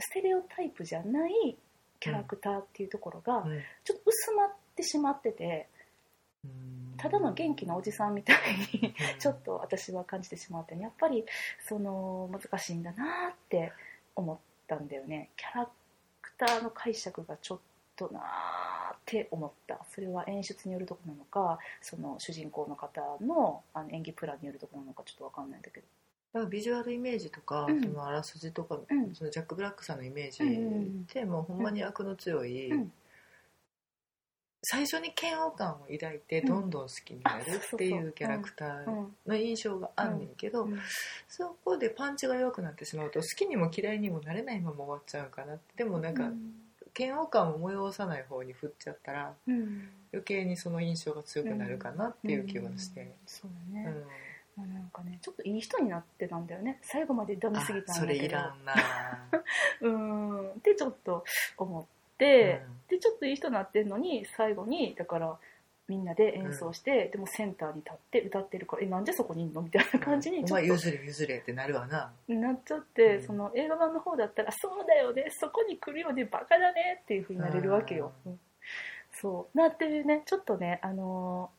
[SPEAKER 1] ステレオタイプじゃないキャラクターっていうところが
[SPEAKER 2] うん
[SPEAKER 1] ちょっと薄まってしまっててただの元気なおじさんみたいに *laughs* ちょっと私は感じてしまってやっぱりその難しいんだなって思ったんだよねキャラクターの解釈がちょっとなーって思ったそれは演出によるとこなのかその主人公の方のあの演技プランによるとこなのかちょっと分かんないんだけど。
[SPEAKER 2] だからビジュアルイメージとか、
[SPEAKER 1] うん
[SPEAKER 2] そのあらすじとか、
[SPEAKER 1] うん
[SPEAKER 2] そのジャック・ブラックさんのイメージ
[SPEAKER 1] うんうんうん
[SPEAKER 2] って、もうほんまに悪の強い、
[SPEAKER 1] うん
[SPEAKER 2] 最初に嫌悪感を抱いて
[SPEAKER 1] うん
[SPEAKER 2] どんどん好きになるって
[SPEAKER 1] あそうそう
[SPEAKER 2] い
[SPEAKER 1] そうう
[SPEAKER 2] キャラクタ
[SPEAKER 1] う
[SPEAKER 2] ー
[SPEAKER 1] ん
[SPEAKER 2] の印象があんねんけど、そこでパンチが弱くなってしまうと好きにも嫌いにもなれないまま終わっちゃうかなってでもなんか嫌悪感を催さない方に振っちゃったら
[SPEAKER 1] うん
[SPEAKER 2] 余計にその印象が強くなるかなっていう気がして。
[SPEAKER 1] そう
[SPEAKER 2] う
[SPEAKER 1] だ
[SPEAKER 2] ん
[SPEAKER 1] ね、まあなんかねちょっといい人になってたんだよね最後までダメ
[SPEAKER 2] あ
[SPEAKER 1] すぎたんだけど
[SPEAKER 2] それいらんな、 *laughs*
[SPEAKER 1] うーんってちょっと思って、
[SPEAKER 2] うん
[SPEAKER 1] でちょっといい人になってんのに最後にだからみんなで演奏して、でもセンターに立って歌ってるからえなんでそこにいんのみたいな感じに
[SPEAKER 2] お
[SPEAKER 1] ちょっ
[SPEAKER 2] 前
[SPEAKER 1] と
[SPEAKER 2] 譲れ譲れってなるわな
[SPEAKER 1] なっちゃって、
[SPEAKER 2] うん
[SPEAKER 1] その映画版の方だったら「そうだよねそこに来るよねバカだね」っていうふうになれるわけよ、
[SPEAKER 2] う
[SPEAKER 1] うんそうなっていうねちょっとねあの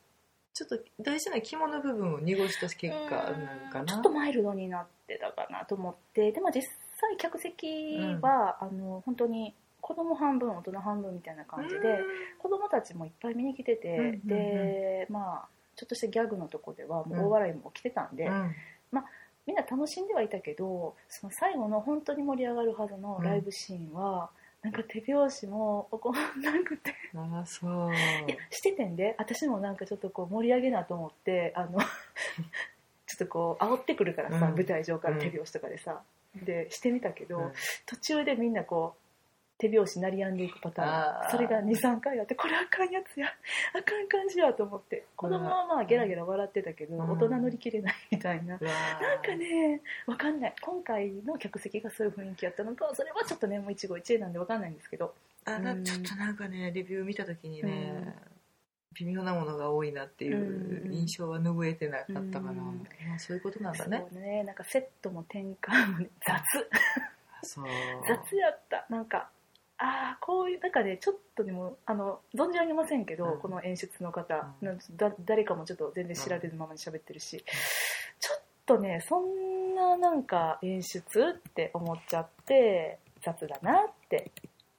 [SPEAKER 2] ちょっと大事な肝の部分を濁した結
[SPEAKER 1] ー
[SPEAKER 2] 果なんか
[SPEAKER 1] うーん
[SPEAKER 2] な
[SPEAKER 1] ちょっとマイルドになってたかなと思ってでも実際客席は、あの本当に子供半分大人半分みたいな感じで、子供たちもいっぱい見に来てて、
[SPEAKER 2] うんうんうん
[SPEAKER 1] でまあちょっとしたギャグのとこではもう大笑いも起きてたんで、
[SPEAKER 2] うん
[SPEAKER 1] まあみんな楽しんではいたけどその最後の本当に盛り上がるはずのライブシーンは、なんか手拍子も起こ *laughs* んなくて
[SPEAKER 2] ああそう
[SPEAKER 1] いやしててんで私もなんかちょっとこう盛り上げなと思ってあの *laughs* ちょっとこう煽ってくるからさ、
[SPEAKER 2] うん
[SPEAKER 1] 舞台上から手拍子とかでさ、でしてみたけど、
[SPEAKER 2] うん
[SPEAKER 1] 途中でみんなこう手拍子鳴りやんでいくパターン
[SPEAKER 2] あー
[SPEAKER 1] それが23回あってこれあかんやつやあかん感じやと思って子供はまあゲラゲラ笑ってたけど、
[SPEAKER 2] うん
[SPEAKER 1] 大人乗り切れないみたいな。
[SPEAKER 2] うわー
[SPEAKER 1] なんかね、わかんない。今回の客席がそういう雰囲気やったのか、それはちょっとね、もう一期一会なんでわかんないんですけど。
[SPEAKER 2] あ
[SPEAKER 1] う
[SPEAKER 2] なんちょっとなんかねレビュー見た時にね、
[SPEAKER 1] うん
[SPEAKER 2] 微妙なものが多いなっていううん印象は拭えてなかったから、
[SPEAKER 1] うん
[SPEAKER 2] まあそういうことなんだね
[SPEAKER 1] そうね、なんかセットも転換もね、雑。
[SPEAKER 2] そう
[SPEAKER 1] 雑やった。なんか、ああ、こういう、なんかね、ちょっとでも、あの、存じ上げませんけど、
[SPEAKER 2] うん
[SPEAKER 1] この演出の方、
[SPEAKER 2] うん
[SPEAKER 1] なんだ誰かもちょっと全然知られるままに喋ってるし、ちょっとね、そんななんか演出って思っちゃって、雑だなって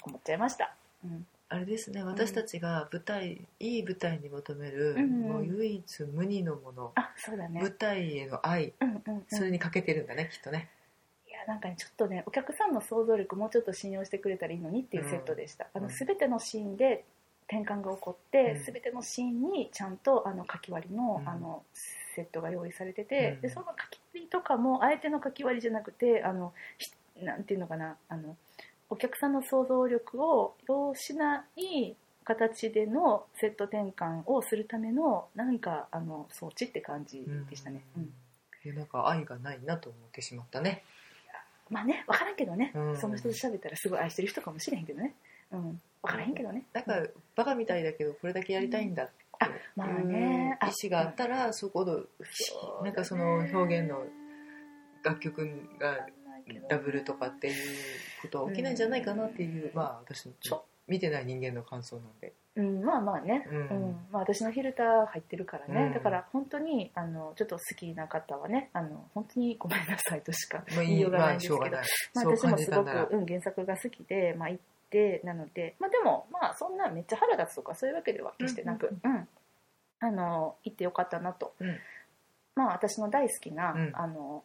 [SPEAKER 1] 思っちゃいました。うん。
[SPEAKER 2] あれですね私たちが舞台、いい舞台に求め
[SPEAKER 1] う
[SPEAKER 2] る、
[SPEAKER 1] んうん
[SPEAKER 2] もう唯一無二のもの、
[SPEAKER 1] あ、そうだね。
[SPEAKER 2] 舞台への愛
[SPEAKER 1] うんうんうん、
[SPEAKER 2] それに欠けてるんだね、きっとね
[SPEAKER 1] いやなんかねちょっとねお客さんの想像力もうちょっと信用してくれたらいいのにっていうセットでした、
[SPEAKER 2] うん
[SPEAKER 1] あの
[SPEAKER 2] うん
[SPEAKER 1] 全てのシーンで転換が起こって、
[SPEAKER 2] うん
[SPEAKER 1] 全てのシーンにちゃんとあの書き割りの,、
[SPEAKER 2] うん
[SPEAKER 1] あのセットが用意されてて、
[SPEAKER 2] うん
[SPEAKER 1] でその書き割りとかもあえての書き割りじゃなくてあのひなんていうのかなあのお客さんの想像力を要しない形でのセット転換をするためのなんかあの装置って感じでしたね、うん
[SPEAKER 2] うんなんか愛がないなと思ってしまったね
[SPEAKER 1] まあね、分からんけどね、
[SPEAKER 2] うん
[SPEAKER 1] その人と喋ったらすごい愛してる人かもしれへんけどね、うん、分からへんけどね。
[SPEAKER 2] なん
[SPEAKER 1] う
[SPEAKER 2] かバカみたいだけどこれだけやりたいんだって
[SPEAKER 1] あまあねあ
[SPEAKER 2] いう意思があったらそこ
[SPEAKER 1] そ
[SPEAKER 2] の
[SPEAKER 1] うだね
[SPEAKER 2] なんかその表現の楽曲がダブルとかっていうことは起きないんじゃないかなっていう、
[SPEAKER 1] うん
[SPEAKER 2] まあ私の
[SPEAKER 1] ちょ
[SPEAKER 2] 見てない人間の感想なんで、
[SPEAKER 1] うん、まあまあね、
[SPEAKER 2] うん
[SPEAKER 1] うんまあ、私のフィルター入ってるからね、
[SPEAKER 2] うん
[SPEAKER 1] だから本当にあのちょっと好きな方はねあの本当にごめんなさいとしか
[SPEAKER 2] まあ、
[SPEAKER 1] 言いようがないんですけど、
[SPEAKER 2] まあし
[SPEAKER 1] まあ、
[SPEAKER 2] ょうがないそ
[SPEAKER 1] 私
[SPEAKER 2] う感
[SPEAKER 1] も
[SPEAKER 2] じ
[SPEAKER 1] す
[SPEAKER 2] た
[SPEAKER 1] ご
[SPEAKER 2] なら
[SPEAKER 1] く、うん、原作が好きで、まあ、行ってなので、まあ、でも、まあ、そんなめっちゃ腹立つとかそういうわけでは決してなく、うんあの行ってよかったなと、
[SPEAKER 2] うん
[SPEAKER 1] まあ、私の大好きな、
[SPEAKER 2] うん
[SPEAKER 1] あの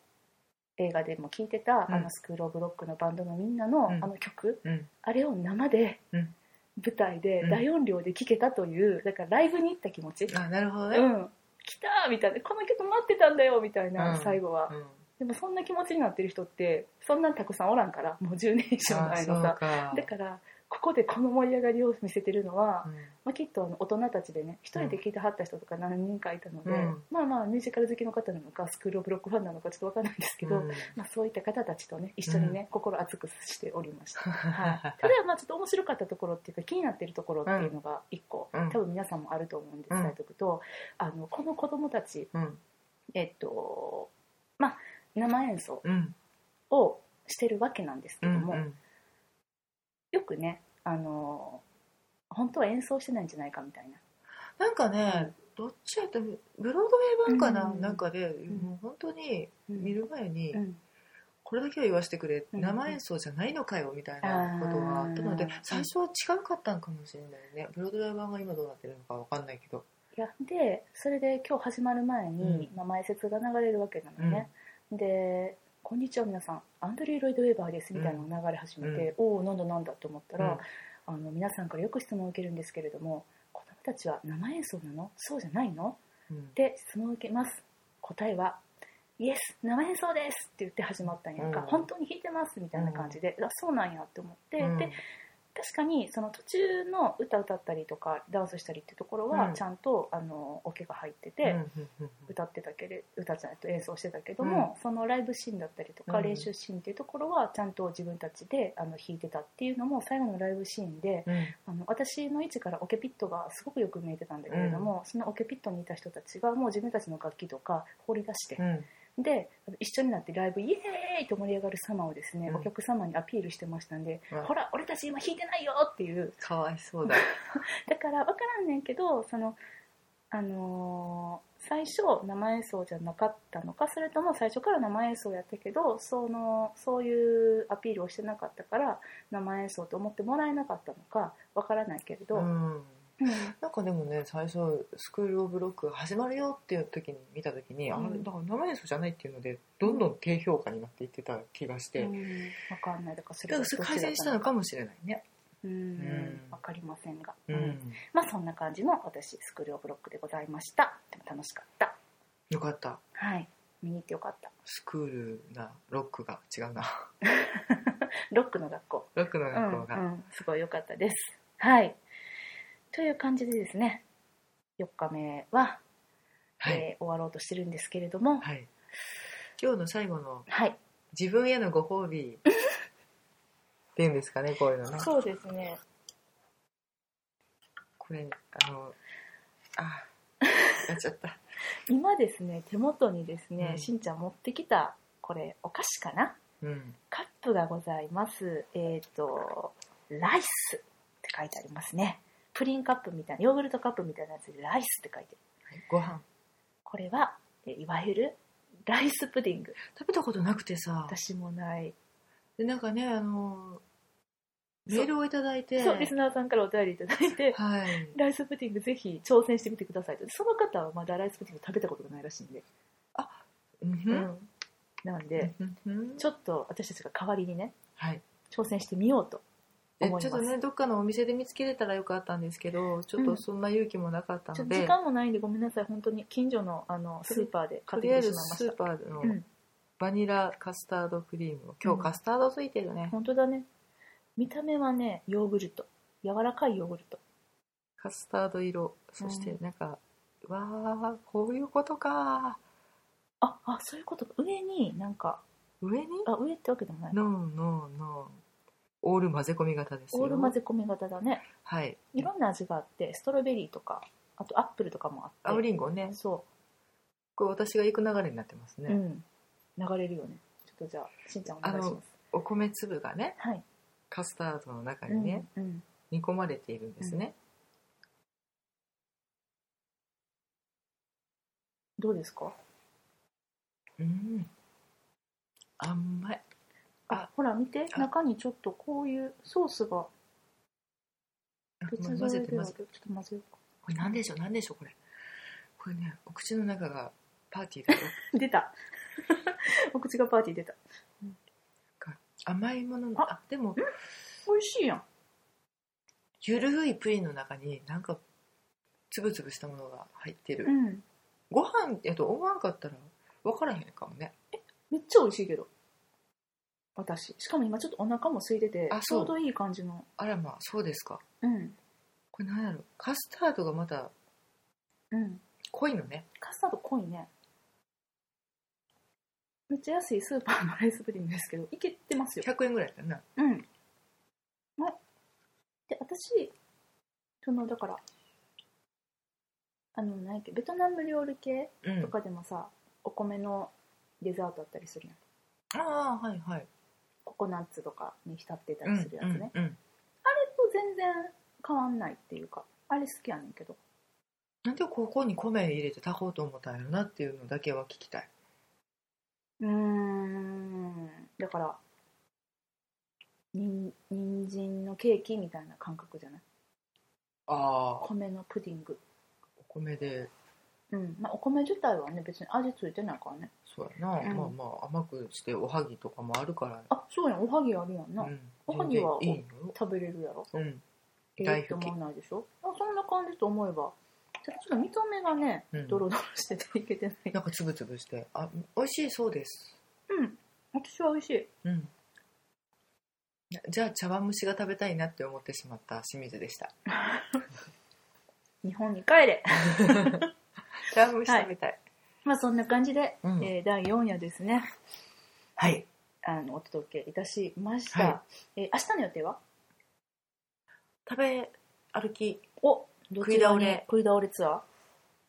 [SPEAKER 1] 映画でも聴いてた、
[SPEAKER 2] うん
[SPEAKER 1] あのスクール・オブ・ロックのバンドのみんなの、
[SPEAKER 2] うん
[SPEAKER 1] あの曲、
[SPEAKER 2] うん
[SPEAKER 1] あれを生で、
[SPEAKER 2] うん
[SPEAKER 1] 舞台で
[SPEAKER 2] うん
[SPEAKER 1] 大音量で聴けたという、だからライブに行った気持ち、
[SPEAKER 2] あなるほど
[SPEAKER 1] う
[SPEAKER 2] ね、
[SPEAKER 1] ん、来たみたいなこの曲待ってたんだよみたいな、
[SPEAKER 2] うん
[SPEAKER 1] 最後は
[SPEAKER 2] う。ん
[SPEAKER 1] でもそんな気持ちになってる人ってそんなんたくさんおらんからもう10年以上
[SPEAKER 2] あ
[SPEAKER 1] 前
[SPEAKER 2] そう
[SPEAKER 1] のさ
[SPEAKER 2] か
[SPEAKER 1] だからここでこの盛り上がりを見せてるのは、
[SPEAKER 2] うん
[SPEAKER 1] まあ、きっとあの大人たちでね一人で聴いてはった人とか何人かいたので、
[SPEAKER 2] うん
[SPEAKER 1] まあまあミュージカル好きの方なのかスクール・オブ・ロックファンなのかちょっと分かんないんですけど、
[SPEAKER 2] うん
[SPEAKER 1] まあ、そういった方たちとね一緒にね、心熱くしておりま
[SPEAKER 2] *laughs*
[SPEAKER 1] した、はい、ただまあちょっと面白かったところっていうか気になってるところっていうのが一個、
[SPEAKER 2] うん
[SPEAKER 1] 多分皆さんもあると思うんで
[SPEAKER 2] うん
[SPEAKER 1] 伝えておくと、あのこの子供たち
[SPEAKER 2] うん
[SPEAKER 1] えっとまあ生演奏
[SPEAKER 2] うん
[SPEAKER 1] をしてるわけなんですけ
[SPEAKER 2] う
[SPEAKER 1] ど
[SPEAKER 2] ん
[SPEAKER 1] も、
[SPEAKER 2] うん
[SPEAKER 1] よくねあの本当は演奏してないんじゃないかみたいな
[SPEAKER 2] なんかねどっちやったブロードウェイ版かな、
[SPEAKER 1] うん
[SPEAKER 2] なんかで、
[SPEAKER 1] ん
[SPEAKER 2] もう本当に見る前に、
[SPEAKER 1] うん
[SPEAKER 2] これだけは言わせてくれ、
[SPEAKER 1] うん
[SPEAKER 2] 生演奏じゃないのかよみたいなことがあったの
[SPEAKER 1] あ
[SPEAKER 2] で
[SPEAKER 1] ー
[SPEAKER 2] 最初は違かったんかもしれないねブロードウェイ版が今どうなってるのかわかんないけど
[SPEAKER 1] いやでそれで今日始まる前に、
[SPEAKER 2] う
[SPEAKER 1] まあ、前説が流れるわけなのね、で「こんにちは皆さんアンドリュー・ロイド・ウェーバーです」みたいなのが流れ始めて「おおなんだなんだ」と思ったら、あの皆さんからよく質問を受けるんですけれども「子供たちは生演奏なのそうじゃないの?」
[SPEAKER 2] うんうん
[SPEAKER 1] で質問を受けます答えは「イエス生演奏です」って言って始まったんやんか、
[SPEAKER 2] うん
[SPEAKER 1] 本当に弾いてますみたいな感じで、あそうなんやって思って、
[SPEAKER 2] うん
[SPEAKER 1] で確かにその途中の歌歌ったりとかダンスしたりってところ
[SPEAKER 2] う
[SPEAKER 1] は
[SPEAKER 2] ん
[SPEAKER 1] ちゃんと、あのオケが入って
[SPEAKER 2] う
[SPEAKER 1] て
[SPEAKER 2] んうんうんうん
[SPEAKER 1] 歌ってたけれ歌じゃないと演奏してたけども、そのライブシーンだったりとか
[SPEAKER 2] うん
[SPEAKER 1] 練習シーンっていうところはちゃんと自分たちであの弾いてたっていうのも最後のライブシーンで
[SPEAKER 2] うん
[SPEAKER 1] あの私の位置からオケピットがすごくよく見えてたんだけれども、そのオケピットにいた人たちがもう自分たちの楽器とか放り出して
[SPEAKER 2] う、ん
[SPEAKER 1] で一緒になってライブイエーイと盛り上がる様をですね、
[SPEAKER 2] うん
[SPEAKER 1] お客様にアピールしてましたんで、
[SPEAKER 2] うん
[SPEAKER 1] ほら俺たち今弾いてないよっていう
[SPEAKER 2] かわいそうだ
[SPEAKER 1] だから分からんねんけどその、あのー最初生演奏じゃなかったのかそれとも最初から生演奏やったけどそのそういうアピールをしてなかったから生演奏と思ってもらえなかったのか分からないけれど、
[SPEAKER 2] うん
[SPEAKER 1] うん
[SPEAKER 2] なんかでもね最初「スクール・オブ・ロック」が始まるよっていう時に見た時に、
[SPEAKER 1] うん
[SPEAKER 2] あれだから生演奏じゃないっていうのでどんどん低評価になっていってた気がして、
[SPEAKER 1] うん、わかんないだからそ
[SPEAKER 2] だ
[SPEAKER 1] れ
[SPEAKER 2] から
[SPEAKER 1] が
[SPEAKER 2] それ
[SPEAKER 1] どっ
[SPEAKER 2] 改
[SPEAKER 1] ちだっ
[SPEAKER 2] 善したのかもしれないね。
[SPEAKER 1] うん
[SPEAKER 2] ん
[SPEAKER 1] わかりませんが、
[SPEAKER 2] う
[SPEAKER 1] うん
[SPEAKER 2] ん、
[SPEAKER 1] まあそんな感じの私スクールオブロックでございましたでも楽しかった
[SPEAKER 2] よかった
[SPEAKER 1] はい見に行ってよかった
[SPEAKER 2] スクールなロックが違うな *laughs*
[SPEAKER 1] ロックの学校
[SPEAKER 2] ロックの
[SPEAKER 1] うん
[SPEAKER 2] 学校が、
[SPEAKER 1] うん、すごい良かったです。はい。という感じでですね、4日目は、
[SPEAKER 2] はい、
[SPEAKER 1] えー終わろうとしてるんですけれども、はい。
[SPEAKER 2] はい、今日の最後の自分へのご褒美っていうんですかねこういうのね
[SPEAKER 1] そうですね。
[SPEAKER 2] これあのあやっちゃった
[SPEAKER 1] 今ですね、手元にですね、
[SPEAKER 2] うん
[SPEAKER 1] しんちゃん持ってきた、これ、お菓子かな
[SPEAKER 2] うん
[SPEAKER 1] カップがございます。えっ、と、ライスって書いてありますね。プリンカップみたいな、ヨーグルトカップみたいなやつでライスって書いてある。
[SPEAKER 2] ご飯
[SPEAKER 1] これは、えいわゆるライスプディング。
[SPEAKER 2] 食べたことなくてさ
[SPEAKER 1] 私もない。
[SPEAKER 2] でなんかねあの
[SPEAKER 1] そう
[SPEAKER 2] メールをいただいて
[SPEAKER 1] そう、リスナーさんからお便りいただいて、
[SPEAKER 2] はい
[SPEAKER 1] ライスプディングぜひ挑戦してみてくださいとその方はまだライスプディング食べたことがないらしいんで、
[SPEAKER 2] うんふん
[SPEAKER 1] なんで、
[SPEAKER 2] うんふん
[SPEAKER 1] ちょっと私たちが代わりにね
[SPEAKER 2] はい
[SPEAKER 1] 挑戦してみようと
[SPEAKER 2] え
[SPEAKER 1] 思い
[SPEAKER 2] ちょ
[SPEAKER 1] ま
[SPEAKER 2] っ
[SPEAKER 1] す
[SPEAKER 2] とねどっかのお店で見つけれたらよかったんですけどちょ
[SPEAKER 1] う
[SPEAKER 2] っ
[SPEAKER 1] ん
[SPEAKER 2] とそんな勇気もなかった
[SPEAKER 1] ちょ
[SPEAKER 2] の
[SPEAKER 1] っと時
[SPEAKER 2] で、
[SPEAKER 1] 間もないんでごめんなさい本当に近所のあのスーパーで買
[SPEAKER 2] と
[SPEAKER 1] って
[SPEAKER 2] り
[SPEAKER 1] き
[SPEAKER 2] あえ
[SPEAKER 1] てし
[SPEAKER 2] ず
[SPEAKER 1] まいま
[SPEAKER 2] ス
[SPEAKER 1] し
[SPEAKER 2] ー
[SPEAKER 1] た
[SPEAKER 2] パーの
[SPEAKER 1] うん
[SPEAKER 2] バニラカスタードクリームを今
[SPEAKER 1] うん
[SPEAKER 2] 日カスタードついてるね、
[SPEAKER 1] 本当だね見た目はねヨーグルト柔らかいヨーグルト
[SPEAKER 2] カスタード色そしてなんか、わあこういうことか
[SPEAKER 1] ああそういうことか上になんか
[SPEAKER 2] 上に
[SPEAKER 1] あ上ってわけでもない
[SPEAKER 2] ノーノーノーオール混ぜ込み型ですよ
[SPEAKER 1] オール混ぜ込み型だね
[SPEAKER 2] はい
[SPEAKER 1] いろんな味があってストロベリーとかあとアップルとかもあって
[SPEAKER 2] 青りんごね
[SPEAKER 1] そう
[SPEAKER 2] これ私が行く流れになってますね、
[SPEAKER 1] うん、流れるよねちょっとじゃあしんちゃんお願いします
[SPEAKER 2] お米粒がね
[SPEAKER 1] はい、
[SPEAKER 2] カスタードの中にね、
[SPEAKER 1] うんうん、
[SPEAKER 2] 煮込まれているんですね、
[SPEAKER 1] どうですか
[SPEAKER 2] うん甘い
[SPEAKER 1] あほら見て
[SPEAKER 2] あ
[SPEAKER 1] 中にちょっとこういうソースが
[SPEAKER 2] あ
[SPEAKER 1] 別
[SPEAKER 2] ま
[SPEAKER 1] 添
[SPEAKER 2] 混ぜ
[SPEAKER 1] え
[SPEAKER 2] て
[SPEAKER 1] であ
[SPEAKER 2] ま
[SPEAKER 1] る
[SPEAKER 2] す
[SPEAKER 1] ちょっと混ぜようか
[SPEAKER 2] これ何でしょう何でしょうこれこれねお口の中がパーティーだよ
[SPEAKER 1] 出た *laughs* お口がパーティー出た
[SPEAKER 2] 甘いもの
[SPEAKER 1] あ
[SPEAKER 2] あでも
[SPEAKER 1] 美味しいやん
[SPEAKER 2] ゆるいプリンの中になんかつぶつぶしたものが入ってる、
[SPEAKER 1] うん
[SPEAKER 2] ご飯やと思わんかったら分からへんかもね
[SPEAKER 1] めっちゃ美味しいけど私しかも今ちょっとお腹も空いてて
[SPEAKER 2] あ
[SPEAKER 1] ち
[SPEAKER 2] そう
[SPEAKER 1] ょうどいい感じの
[SPEAKER 2] あらまあそうですか
[SPEAKER 1] うん
[SPEAKER 2] これ何やろカスタードがまた
[SPEAKER 1] うん
[SPEAKER 2] 濃いのね
[SPEAKER 1] カスタード濃いねめっちゃ安いスーパーのライスプリングですけどいけてますよ
[SPEAKER 2] 100円ぐらいだな
[SPEAKER 1] うん。ま、で、私、その、だから、あの、何やっけ、ベトナム料理系
[SPEAKER 2] うん
[SPEAKER 1] とかでもさ、お米のデザートあったりするやん。
[SPEAKER 2] ああはいはい
[SPEAKER 1] ココナッツとかに浸ってたりするやつね。
[SPEAKER 2] うんうんうん
[SPEAKER 1] と全然変わんないっていうか、あれ好きやねんけど。
[SPEAKER 2] なんでここに米入れて炊こうと思ったんやろなっていうのだけは聞きたいう
[SPEAKER 1] ーん。だから、にん、人参のケーキみたいな感覚じゃない
[SPEAKER 2] ああ
[SPEAKER 1] 米のプディング。
[SPEAKER 2] お米で
[SPEAKER 1] うん。まあ、お米自体はね、別に味ついてないからね。
[SPEAKER 2] そうやな、
[SPEAKER 1] うん
[SPEAKER 2] まあまあ甘くしておはぎとかもあるから
[SPEAKER 1] あ、そうやん、おはぎあるやんな。
[SPEAKER 2] うん、
[SPEAKER 1] おはぎは
[SPEAKER 2] 全然いいよ
[SPEAKER 1] 食べれるやろ
[SPEAKER 2] うん
[SPEAKER 1] え
[SPEAKER 2] 大
[SPEAKER 1] え
[SPEAKER 2] 福
[SPEAKER 1] と思わないでしょあそんな感じと思えばただちょっと見た目がね
[SPEAKER 2] うん
[SPEAKER 1] ドロドロしてていけてない
[SPEAKER 2] なんかつぶつぶしてあ美味しいそうです
[SPEAKER 1] うん私は美味しい
[SPEAKER 2] うんじゃあ茶碗蒸しが食べたいなって思ってしまった清水でした
[SPEAKER 1] 日本に帰れ
[SPEAKER 2] 茶碗蒸し食べたい
[SPEAKER 1] まあそんな感じで、
[SPEAKER 2] うん
[SPEAKER 1] えー第4夜ですね
[SPEAKER 2] はい
[SPEAKER 1] あのお届けいたしました、
[SPEAKER 2] は
[SPEAKER 1] えー明日の予定は
[SPEAKER 2] 食べ歩き
[SPEAKER 1] おどちらに
[SPEAKER 2] 食い倒れ
[SPEAKER 1] 食い倒れツア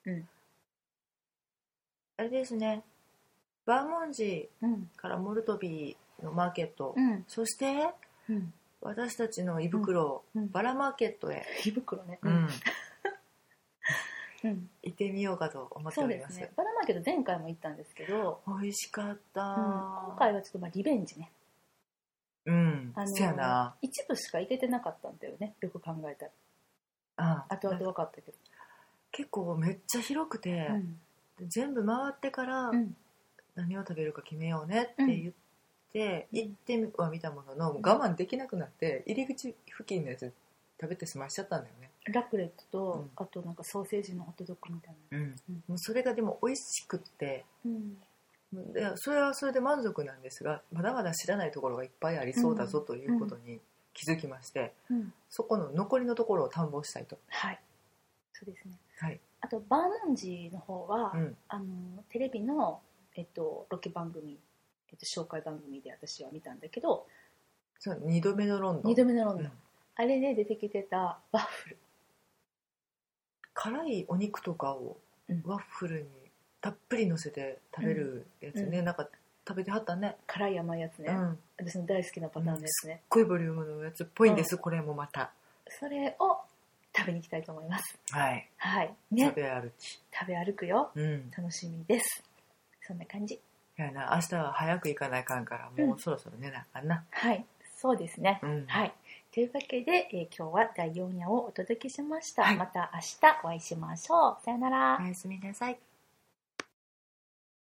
[SPEAKER 1] ー
[SPEAKER 2] あれですねバーモンジ
[SPEAKER 1] うん
[SPEAKER 2] ーからモルトビーのマーケット、
[SPEAKER 1] うん
[SPEAKER 2] そして
[SPEAKER 1] うん
[SPEAKER 2] 私たちの胃袋、
[SPEAKER 1] うん
[SPEAKER 2] バラマーケットへ、
[SPEAKER 1] 胃袋ね
[SPEAKER 2] うん
[SPEAKER 1] うん
[SPEAKER 2] 行ってみようかと思って
[SPEAKER 1] そ
[SPEAKER 2] お
[SPEAKER 1] う
[SPEAKER 2] り
[SPEAKER 1] で
[SPEAKER 2] ますす
[SPEAKER 1] ねバラマーケット前回も行ったんですけど、
[SPEAKER 2] 美味しかった、
[SPEAKER 1] うん、今回はちょっとまあリベンジね
[SPEAKER 2] うん
[SPEAKER 1] あの
[SPEAKER 2] せやな
[SPEAKER 1] 一部しか行けてなかったんだよねよく考えたら
[SPEAKER 2] あ
[SPEAKER 1] 後々分かったけど、
[SPEAKER 2] 結構めっちゃ広くて、
[SPEAKER 1] うん
[SPEAKER 2] 全部回ってから
[SPEAKER 1] うん
[SPEAKER 2] 何を食べるか決めようねって言って、行っては見たもののもう我慢できなくなって入り口付近のやつ食べて済ましちゃったんだよね、
[SPEAKER 1] ラクレットと、
[SPEAKER 2] うん
[SPEAKER 1] あとなんかソーセージのホットドッグみたいな、うん
[SPEAKER 2] もうそれがでも美味しくって
[SPEAKER 1] うん
[SPEAKER 2] でそれはそれで満足なんですがまだまだ知らないところがいっぱいありそうだぞということに気づきまして、
[SPEAKER 1] うん、
[SPEAKER 2] そこの残りのところを探訪したいと。
[SPEAKER 1] はいそうですね
[SPEAKER 2] はい
[SPEAKER 1] あとバーモンジーの方は、
[SPEAKER 2] うん
[SPEAKER 1] あのテレビの、えっと、ロケ番組、えっと、紹介番組で私は見たんだけど
[SPEAKER 2] そう2度目のロンドン
[SPEAKER 1] 2度目のロンドン、
[SPEAKER 2] うん
[SPEAKER 1] あれで出てきてたワッフル
[SPEAKER 2] 辛いお肉とかを
[SPEAKER 1] うん
[SPEAKER 2] ワッフルにたっぷり乗せて食べるやつね、
[SPEAKER 1] う
[SPEAKER 2] なんか食べてはったね
[SPEAKER 1] 辛い甘いやつね、
[SPEAKER 2] うん
[SPEAKER 1] 私の大好きなパターンのやつね、
[SPEAKER 2] すっごいボリュームのやつっぽいんです、これもまた
[SPEAKER 1] それを食べに行きたいと思います
[SPEAKER 2] はい
[SPEAKER 1] はいね
[SPEAKER 2] 食べ歩き、
[SPEAKER 1] 食べ歩くよ
[SPEAKER 2] うん
[SPEAKER 1] 楽しみですそんな感じ
[SPEAKER 2] やな明日は早く行かないかんからもうそろそろねなんかな、
[SPEAKER 1] はいそうですね、
[SPEAKER 2] うん
[SPEAKER 1] はいというわけで、えー今日は第4夜をお届けしました、
[SPEAKER 2] はい
[SPEAKER 1] また明日お会いしましょうさよなら、
[SPEAKER 2] おやすみなさい